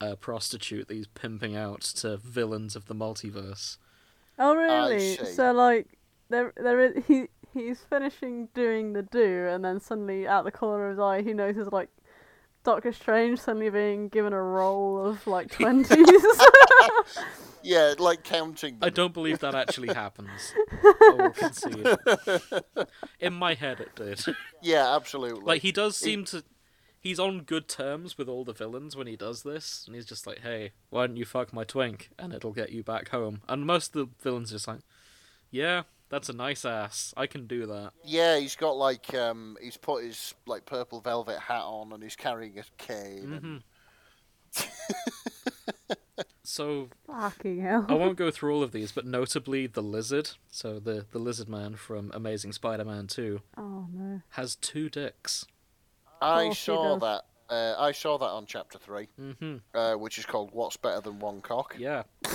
Speaker 1: uh, prostitute that he's pimping out to villains of the multiverse.
Speaker 2: Oh really?
Speaker 3: see.
Speaker 2: So like there there is he he's finishing doing the do and then suddenly out the corner of his eye he notices like Doctor Strange suddenly being given a roll of
Speaker 1: <laughs>
Speaker 2: like twenties. <laughs>
Speaker 3: Yeah, like counting.
Speaker 1: I
Speaker 3: Them.
Speaker 1: don't believe that actually happens. I will concede. In my head, it did.
Speaker 3: Yeah, absolutely.
Speaker 1: Like he does seem to, he's on good terms with all the villains when he does this, and he's just like, "Hey, why don't you fuck my twink, and it'll get you back home." And most of the villains are just like, "Yeah, that's a nice ass. I can do that."
Speaker 3: Yeah, he's got like um, he's put his like purple velvet hat on and he's carrying a cane.
Speaker 1: hmm <laughs> so
Speaker 2: Fucking hell.
Speaker 1: I won't go through all of these, but notably the lizard, so the the lizard man from Amazing Spider-Man Two,
Speaker 2: Oh no.
Speaker 1: has two dicks.
Speaker 3: I
Speaker 2: course he
Speaker 3: saw
Speaker 2: does.
Speaker 3: that. Uh, I saw that on chapter three,
Speaker 1: Mm-hmm.
Speaker 3: uh, which is called "What's Better Than One Cock."
Speaker 1: Yeah, he's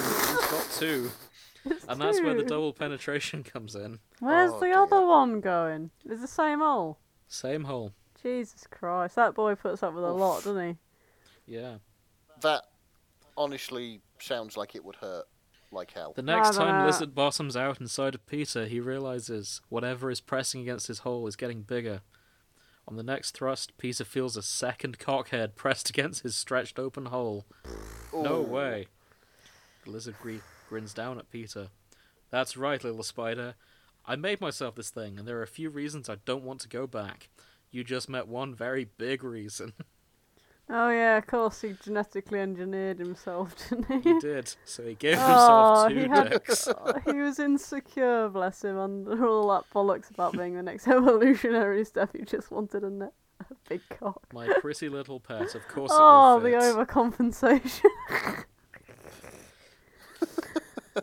Speaker 1: got two, and that's where the
Speaker 2: Dude,
Speaker 1: double penetration comes in.
Speaker 2: Where's
Speaker 3: Oh,
Speaker 2: the
Speaker 3: dear.
Speaker 2: other one going? It's the same hole.
Speaker 1: Same hole.
Speaker 2: Jesus Christ, that boy puts up with a lot, doesn't he?
Speaker 1: Yeah.
Speaker 3: That honestly sounds like it would hurt like hell.
Speaker 1: The next
Speaker 2: Rather
Speaker 1: time
Speaker 2: not.
Speaker 1: Lizard bottoms out inside of Peter, he realizes whatever is pressing against his hole is getting bigger. On the next thrust, Peter feels a second cockhead <laughs> pressed against his stretched open hole. No
Speaker 2: Oh.
Speaker 3: Ooh.
Speaker 1: way. The lizard gri- grins down at Peter. That's right, little spider. I made myself this thing, and there are a few reasons I don't want to go back. You just met one very big reason. <laughs>
Speaker 2: Oh yeah, of course he genetically engineered himself, <laughs> didn't
Speaker 1: he
Speaker 2: he?
Speaker 1: did, so he gave himself
Speaker 2: Oh,
Speaker 1: two
Speaker 2: he had-
Speaker 1: dicks.
Speaker 2: Oh, he was insecure, bless him, under all that bollocks about being the next <laughs> evolutionary step. He just wanted a, ne- a big cock.
Speaker 1: My pretty little pet, of course. it will
Speaker 2: Oh, the
Speaker 1: fit.
Speaker 2: overcompensation.
Speaker 1: <laughs>
Speaker 2: Uh,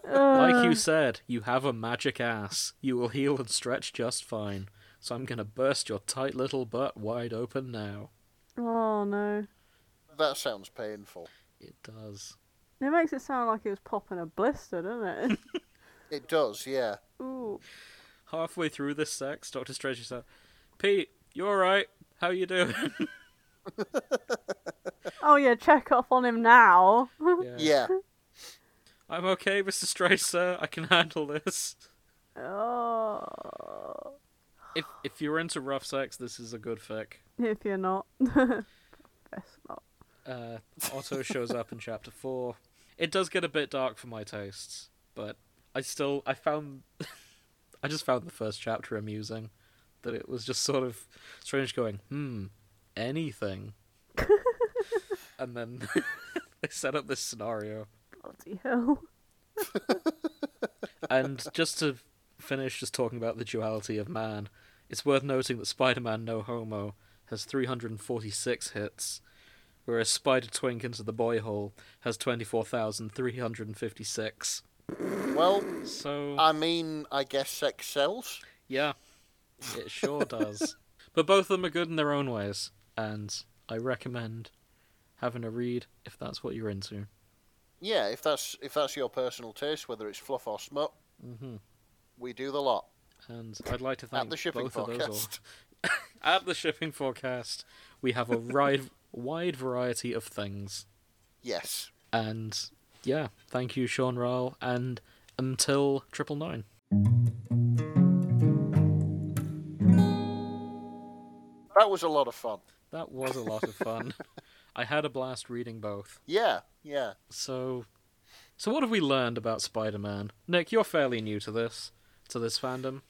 Speaker 1: Like you said, you have a magic ass. You will heal and stretch just fine. So I'm gonna burst your tight little butt wide open now.
Speaker 2: oh no,
Speaker 3: That sounds painful.
Speaker 1: It does.
Speaker 2: it makes it sound like he was popping a blister, doesn't it?
Speaker 3: It does, yeah.
Speaker 2: Ooh,
Speaker 1: Halfway through this sex, Doctor Strange is like, "Pete, you alright? How you doing?"
Speaker 2: oh yeah, check up on him now.
Speaker 3: Yeah.
Speaker 2: <laughs>
Speaker 1: I'm okay, Mister Strange, sir. I can handle this.
Speaker 2: Oh,
Speaker 1: If if you're into rough sex, this is a good fic.
Speaker 2: if you're not, <laughs> best not.
Speaker 1: Uh, Otto shows up in chapter four. It does get a bit dark for my tastes, but I still I found <laughs> I just found the first chapter amusing. That it was just sort of strange going, hmm, anything. and then <laughs> they set up this scenario.
Speaker 2: Bloody hell.
Speaker 1: And just to finish just talking about the duality of man, it's worth noting that Spider Man No Homo has 346 hits, whereas Spider Twink Into the Boy Hole has 24,356.
Speaker 3: Well,
Speaker 1: So,
Speaker 3: I mean, I guess sex sells.
Speaker 1: yeah, it
Speaker 3: <laughs>
Speaker 1: sure does. but both of them are good in their own ways, and I recommend having a read if that's what you're into.
Speaker 3: Yeah, if that's if that's your personal taste, whether it's fluff or smut,
Speaker 1: hmm
Speaker 3: we do the lot
Speaker 1: And I'd like to
Speaker 3: Mm-hmm. at
Speaker 1: thank
Speaker 3: the shipping
Speaker 1: both of those. au-
Speaker 3: forecast.
Speaker 1: At the shipping forecast, we have a wide, <laughs> wide variety of things.
Speaker 3: <laughs> Yes.
Speaker 1: And yeah, thank you, Sean Rowell. And until triple nine.
Speaker 3: That was a lot of fun.
Speaker 1: That was a lot of fun. I had a blast reading both.
Speaker 3: Yeah, yeah.
Speaker 1: So, so what have we learned about Spider-Man? Nick, you're fairly new to this, to this fandom.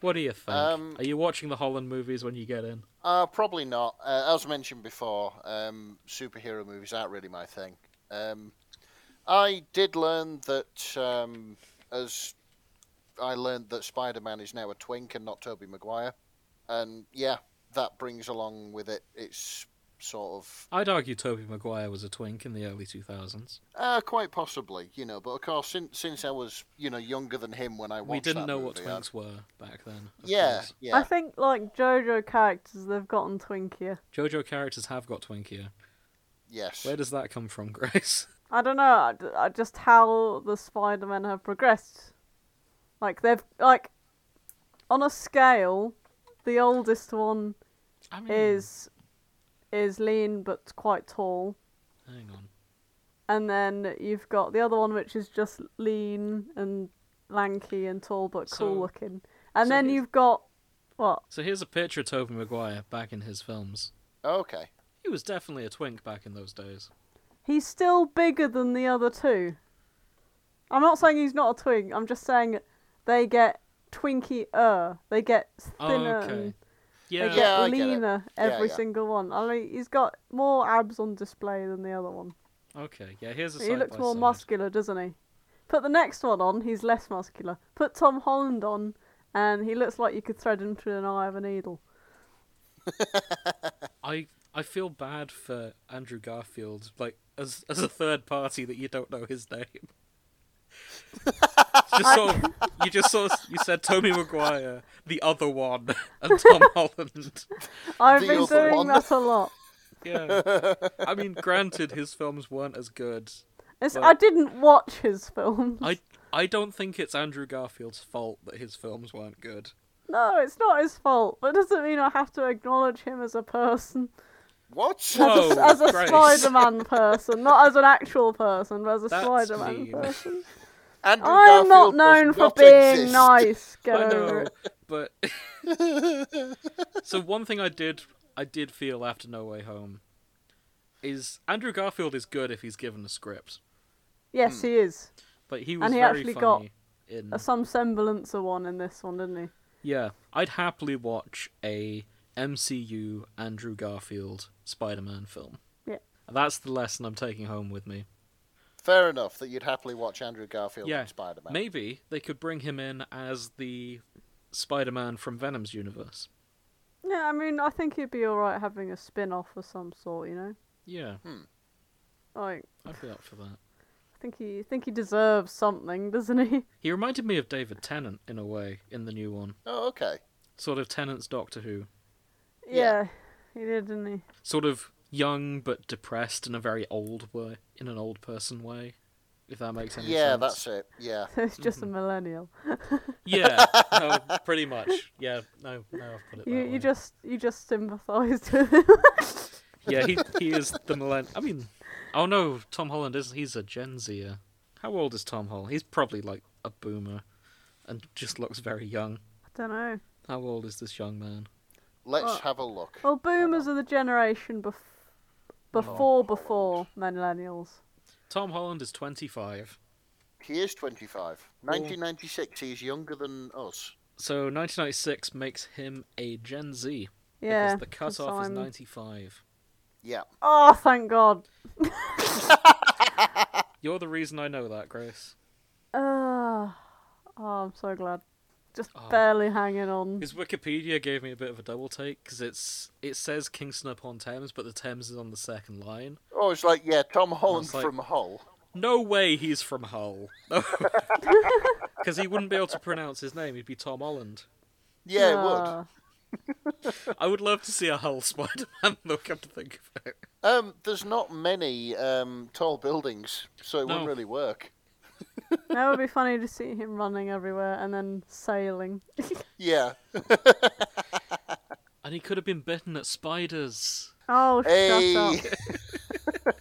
Speaker 1: What do you think?
Speaker 3: Um,
Speaker 1: Are you watching the Holland movies when you get in?
Speaker 3: Uh, probably not. Uh, as mentioned before, um, superhero movies aren't really my thing. Um, I did learn that um, as I learned that Spider-Man is now a twink and not Tobey Maguire, and yeah, that brings along with it its sort of
Speaker 1: I'd argue Tobey Maguire was a twink in the early 2000s.
Speaker 3: uh, quite possibly, you know. But of course, since since I was you know younger than him when I watched
Speaker 1: We didn't
Speaker 3: that
Speaker 1: know what
Speaker 3: movie, I-
Speaker 1: twinks were back then. of
Speaker 3: Yeah,
Speaker 1: course.
Speaker 2: I
Speaker 3: yeah.
Speaker 2: think like JoJo characters, they've gotten twinkier.
Speaker 1: JoJo characters have got twinkier.
Speaker 3: Yes.
Speaker 1: Where does that come from, <laughs> Grace?
Speaker 2: I don't know, I d- I just how the Spider-Men have progressed. Like they've like on a scale, the oldest one
Speaker 1: Hmm. I mean,
Speaker 2: is is lean but quite tall.
Speaker 1: Hang on.
Speaker 2: And then you've got the other one, which is just lean and lanky and tall but
Speaker 1: So-
Speaker 2: cool looking. And
Speaker 1: so
Speaker 2: then
Speaker 1: here's-
Speaker 2: you've got what?
Speaker 1: So here's a picture of Toby Maguire back in his films.
Speaker 3: Okay.
Speaker 1: He was definitely a twink back in those days.
Speaker 2: He's still bigger than the other two. I'm not saying he's not a twink. I'm just saying they get twinkier. They get thinner.
Speaker 1: Oh, okay.
Speaker 2: and
Speaker 1: Yeah.
Speaker 2: They get
Speaker 3: Yeah, I get it.
Speaker 2: leaner
Speaker 3: Yeah,
Speaker 2: every
Speaker 3: yeah.
Speaker 2: single one. I mean, he's got more abs on display than the other one.
Speaker 1: Okay. Yeah. Here's a.
Speaker 2: He
Speaker 1: side
Speaker 2: looks
Speaker 1: by
Speaker 2: more
Speaker 1: side.
Speaker 2: muscular, doesn't he? Put the next one on, he's less muscular. Put Tom Holland on, and he looks like you could thread him through an eye of a needle.
Speaker 1: I I feel bad for Andrew Garfield, like as as a third party that you don't know his name. It's just
Speaker 2: <laughs>
Speaker 1: sort of, you just sort of, you said Tommy Maguire, the other one, and
Speaker 2: <laughs>
Speaker 1: Tom Holland.
Speaker 2: I've
Speaker 3: The
Speaker 2: been
Speaker 3: other
Speaker 2: doing
Speaker 3: one.
Speaker 2: that a lot.
Speaker 1: Yeah, I mean, granted, his films weren't as good.
Speaker 2: It's,
Speaker 1: Well-
Speaker 2: I didn't watch his films.
Speaker 1: I I don't think it's Andrew Garfield's fault that his films weren't good.
Speaker 2: No, it's not his fault. That doesn't mean I have to acknowledge him as
Speaker 1: <laughs>
Speaker 2: a person,
Speaker 3: What? <laughs>
Speaker 1: Whoa.
Speaker 2: as a, as a
Speaker 1: Grace. <laughs>
Speaker 2: Spider-Man person, not as an actual person, but as a
Speaker 1: That's
Speaker 2: Spider-Man
Speaker 1: mean.
Speaker 2: person.
Speaker 3: Andrew
Speaker 2: I'm not
Speaker 3: Garfield does
Speaker 2: known for
Speaker 3: not
Speaker 2: being
Speaker 3: exist.
Speaker 2: nice. Get
Speaker 1: I
Speaker 2: over
Speaker 1: know,
Speaker 2: it.
Speaker 1: but so one thing I did I did feel after No Way Home is Andrew Garfield is good if he's given a script,
Speaker 2: Yes,
Speaker 1: Hmm.
Speaker 2: he is.
Speaker 1: but he was
Speaker 2: And he
Speaker 1: very
Speaker 2: actually got
Speaker 1: funny in
Speaker 2: Uh, Some semblance of one in this one, didn't he?
Speaker 1: yeah. I'd happily watch a MCU Andrew Garfield Spider-Man film.
Speaker 2: Yeah.
Speaker 1: That's the lesson I'm taking home with me.
Speaker 3: Fair enough that you'd happily watch Andrew Garfield
Speaker 1: Yeah,
Speaker 3: and Spider Man.
Speaker 1: Maybe they could bring him in as the Spider-Man from Venom's universe.
Speaker 2: Yeah, I mean, I think he'd be alright having a spin off of some sort, you know?
Speaker 1: Yeah,
Speaker 2: Like,
Speaker 1: I'd be up for that.
Speaker 2: I think he I think he deserves something, doesn't he?
Speaker 1: He reminded me of David Tennant in a way in the new one.
Speaker 3: Oh, okay.
Speaker 1: Sort of Tennant's Doctor Who.
Speaker 2: Yeah.
Speaker 3: Yeah.
Speaker 2: he did, didn't he? <laughs>
Speaker 1: Sort of young but depressed in a very old way, in an old person way, if that makes any
Speaker 3: Yeah,
Speaker 1: sense.
Speaker 3: that's it. Yeah.
Speaker 2: So he's just a millennial.
Speaker 1: Yeah,
Speaker 2: <laughs>
Speaker 1: no, pretty much. Yeah, no, no, I've put it
Speaker 2: You
Speaker 1: that way.
Speaker 2: you just you just sympathised with him. <laughs>
Speaker 1: Yeah, he, he is the millennial. I mean, oh no, Tom Holland isn't. He's a Gen Zer. How old is Tom Holland? He's probably like a boomer and just looks very young.
Speaker 2: I don't know.
Speaker 1: How old is this young man?
Speaker 3: Let's
Speaker 2: Well-
Speaker 3: have a look.
Speaker 2: Well, boomers are the generation bef- before before millennials.
Speaker 1: Tom Holland is 25.
Speaker 3: He is 25. 1996, he's younger than us.
Speaker 1: So 1996 makes him a Gen Z.
Speaker 2: Yeah.
Speaker 1: Because the
Speaker 2: 'cause
Speaker 1: cutoff is
Speaker 2: I'm-
Speaker 1: 95.
Speaker 3: Yeah.
Speaker 2: Oh, thank God.
Speaker 1: You're the reason I know that, Grace.
Speaker 2: Uh, oh, I'm so glad. Just
Speaker 1: Oh.
Speaker 2: barely hanging on.
Speaker 1: His Wikipedia gave me a bit of a double take because it's it says Kingston upon Thames, but the Thames is on the second line.
Speaker 3: Oh, it's like, yeah, Tom Holland
Speaker 1: It's like-
Speaker 3: from Hull.
Speaker 1: No way he's from Hull. <laughs> Because he wouldn't be able to pronounce his name. He'd be Tom Holland.
Speaker 3: Yeah, it would.
Speaker 2: Uh,
Speaker 1: I would love to see a Hull Spider-Man. <laughs> Though, come to think of it,
Speaker 3: Um, there's not many um, tall buildings, so it
Speaker 1: No.
Speaker 3: wouldn't really work.
Speaker 2: That would be funny to see him running everywhere and then sailing.
Speaker 3: Yeah.
Speaker 1: and he could have been bitten at spiders.
Speaker 2: oh,
Speaker 3: Hey.
Speaker 2: shut up.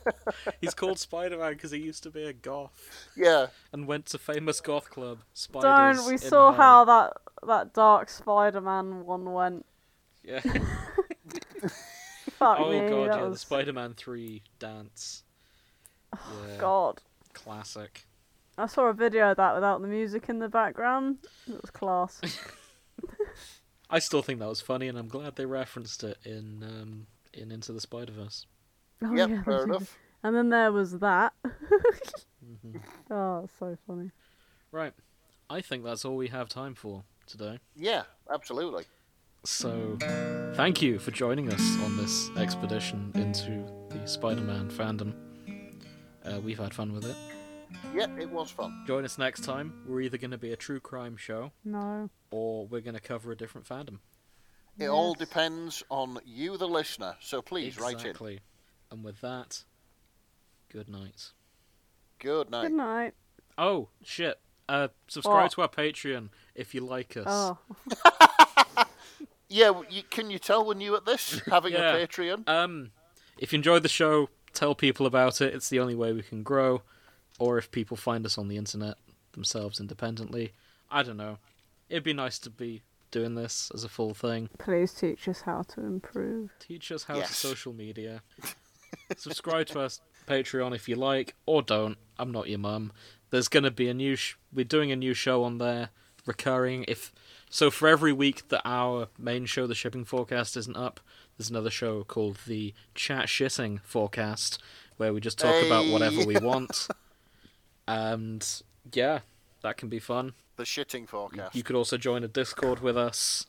Speaker 1: He's called Spider-Man because he used to be a goth
Speaker 3: yeah.
Speaker 1: and went to famous goth club. Spiders.
Speaker 2: Don't. We
Speaker 1: in
Speaker 2: saw
Speaker 1: Hull.
Speaker 2: how that, that Dark Spider Man one went. <laughs>
Speaker 1: Yeah.
Speaker 2: Fuck
Speaker 1: oh
Speaker 2: me.
Speaker 1: god,
Speaker 2: that
Speaker 1: yeah, the
Speaker 2: was...
Speaker 1: Spider-Man three dance. yeah,
Speaker 2: Oh, God.
Speaker 1: classic.
Speaker 2: I saw a video of that without the music in the background. It was
Speaker 1: <laughs>
Speaker 2: class. <laughs>
Speaker 1: I still think that was funny, and I'm glad they referenced it in um, in Into the Spider Verse.
Speaker 2: Oh,
Speaker 3: yep,
Speaker 2: yeah,
Speaker 3: fair
Speaker 2: there's a-
Speaker 3: enough.
Speaker 2: And then there was that. <laughs>
Speaker 1: Mm-hmm.
Speaker 2: Oh, that's so funny.
Speaker 1: Right, I think that's all we have time for today.
Speaker 3: Yeah, absolutely.
Speaker 1: So, thank you for joining us on this expedition into the Spider-Man fandom. Uh, we've had fun with it.
Speaker 3: Yeah, it was fun.
Speaker 1: Join us next time. We're either going to be a true crime show,
Speaker 2: No.
Speaker 1: or we're going to cover a different fandom.
Speaker 3: It all
Speaker 2: Yes.
Speaker 3: depends on you, the listener, so please write in.
Speaker 1: exactly. And with that, good night.
Speaker 3: Good night.
Speaker 2: Good night.
Speaker 1: Oh shit! Uh, subscribe
Speaker 2: What?
Speaker 1: to our Patreon if you like us.
Speaker 2: Oh.
Speaker 3: Yeah, well, you, can you tell we're new
Speaker 1: <laughs>
Speaker 3: at this? Having
Speaker 1: Yeah.
Speaker 3: a Patreon?
Speaker 1: Um, if you enjoyed the show, tell people about it. It's the only way we can grow. Or if people find us on the internet themselves independently, I don't know. It'd be nice to be doing this as a full thing.
Speaker 2: Please teach us how to improve.
Speaker 1: Teach us how to
Speaker 3: Yes.
Speaker 1: social media. <laughs> Subscribe to us Patreon if you like, or don't. I'm not your mum. There's gonna be a new. Sh- we're doing a new show on there, recurring. If so, for every week that our main show, the shipping forecast, isn't up, there's another show called the chat shitting forecast, where we just talk about whatever we want. and yeah, that can be fun.
Speaker 3: The shitting forecast.
Speaker 1: <laughs> You could also join a Discord with us.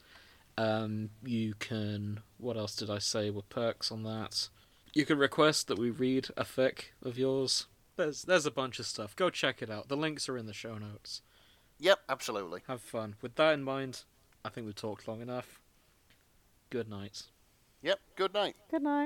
Speaker 1: Um, you can. What else did I say were perks on that? You can request that we read a fic of yours. There's there's a bunch of stuff. Go check it out. The links are in the show notes.
Speaker 3: Yep, absolutely.
Speaker 1: Have fun. With that in mind, I think we've talked long enough. Good night.
Speaker 3: Yep, good night.
Speaker 2: Good night.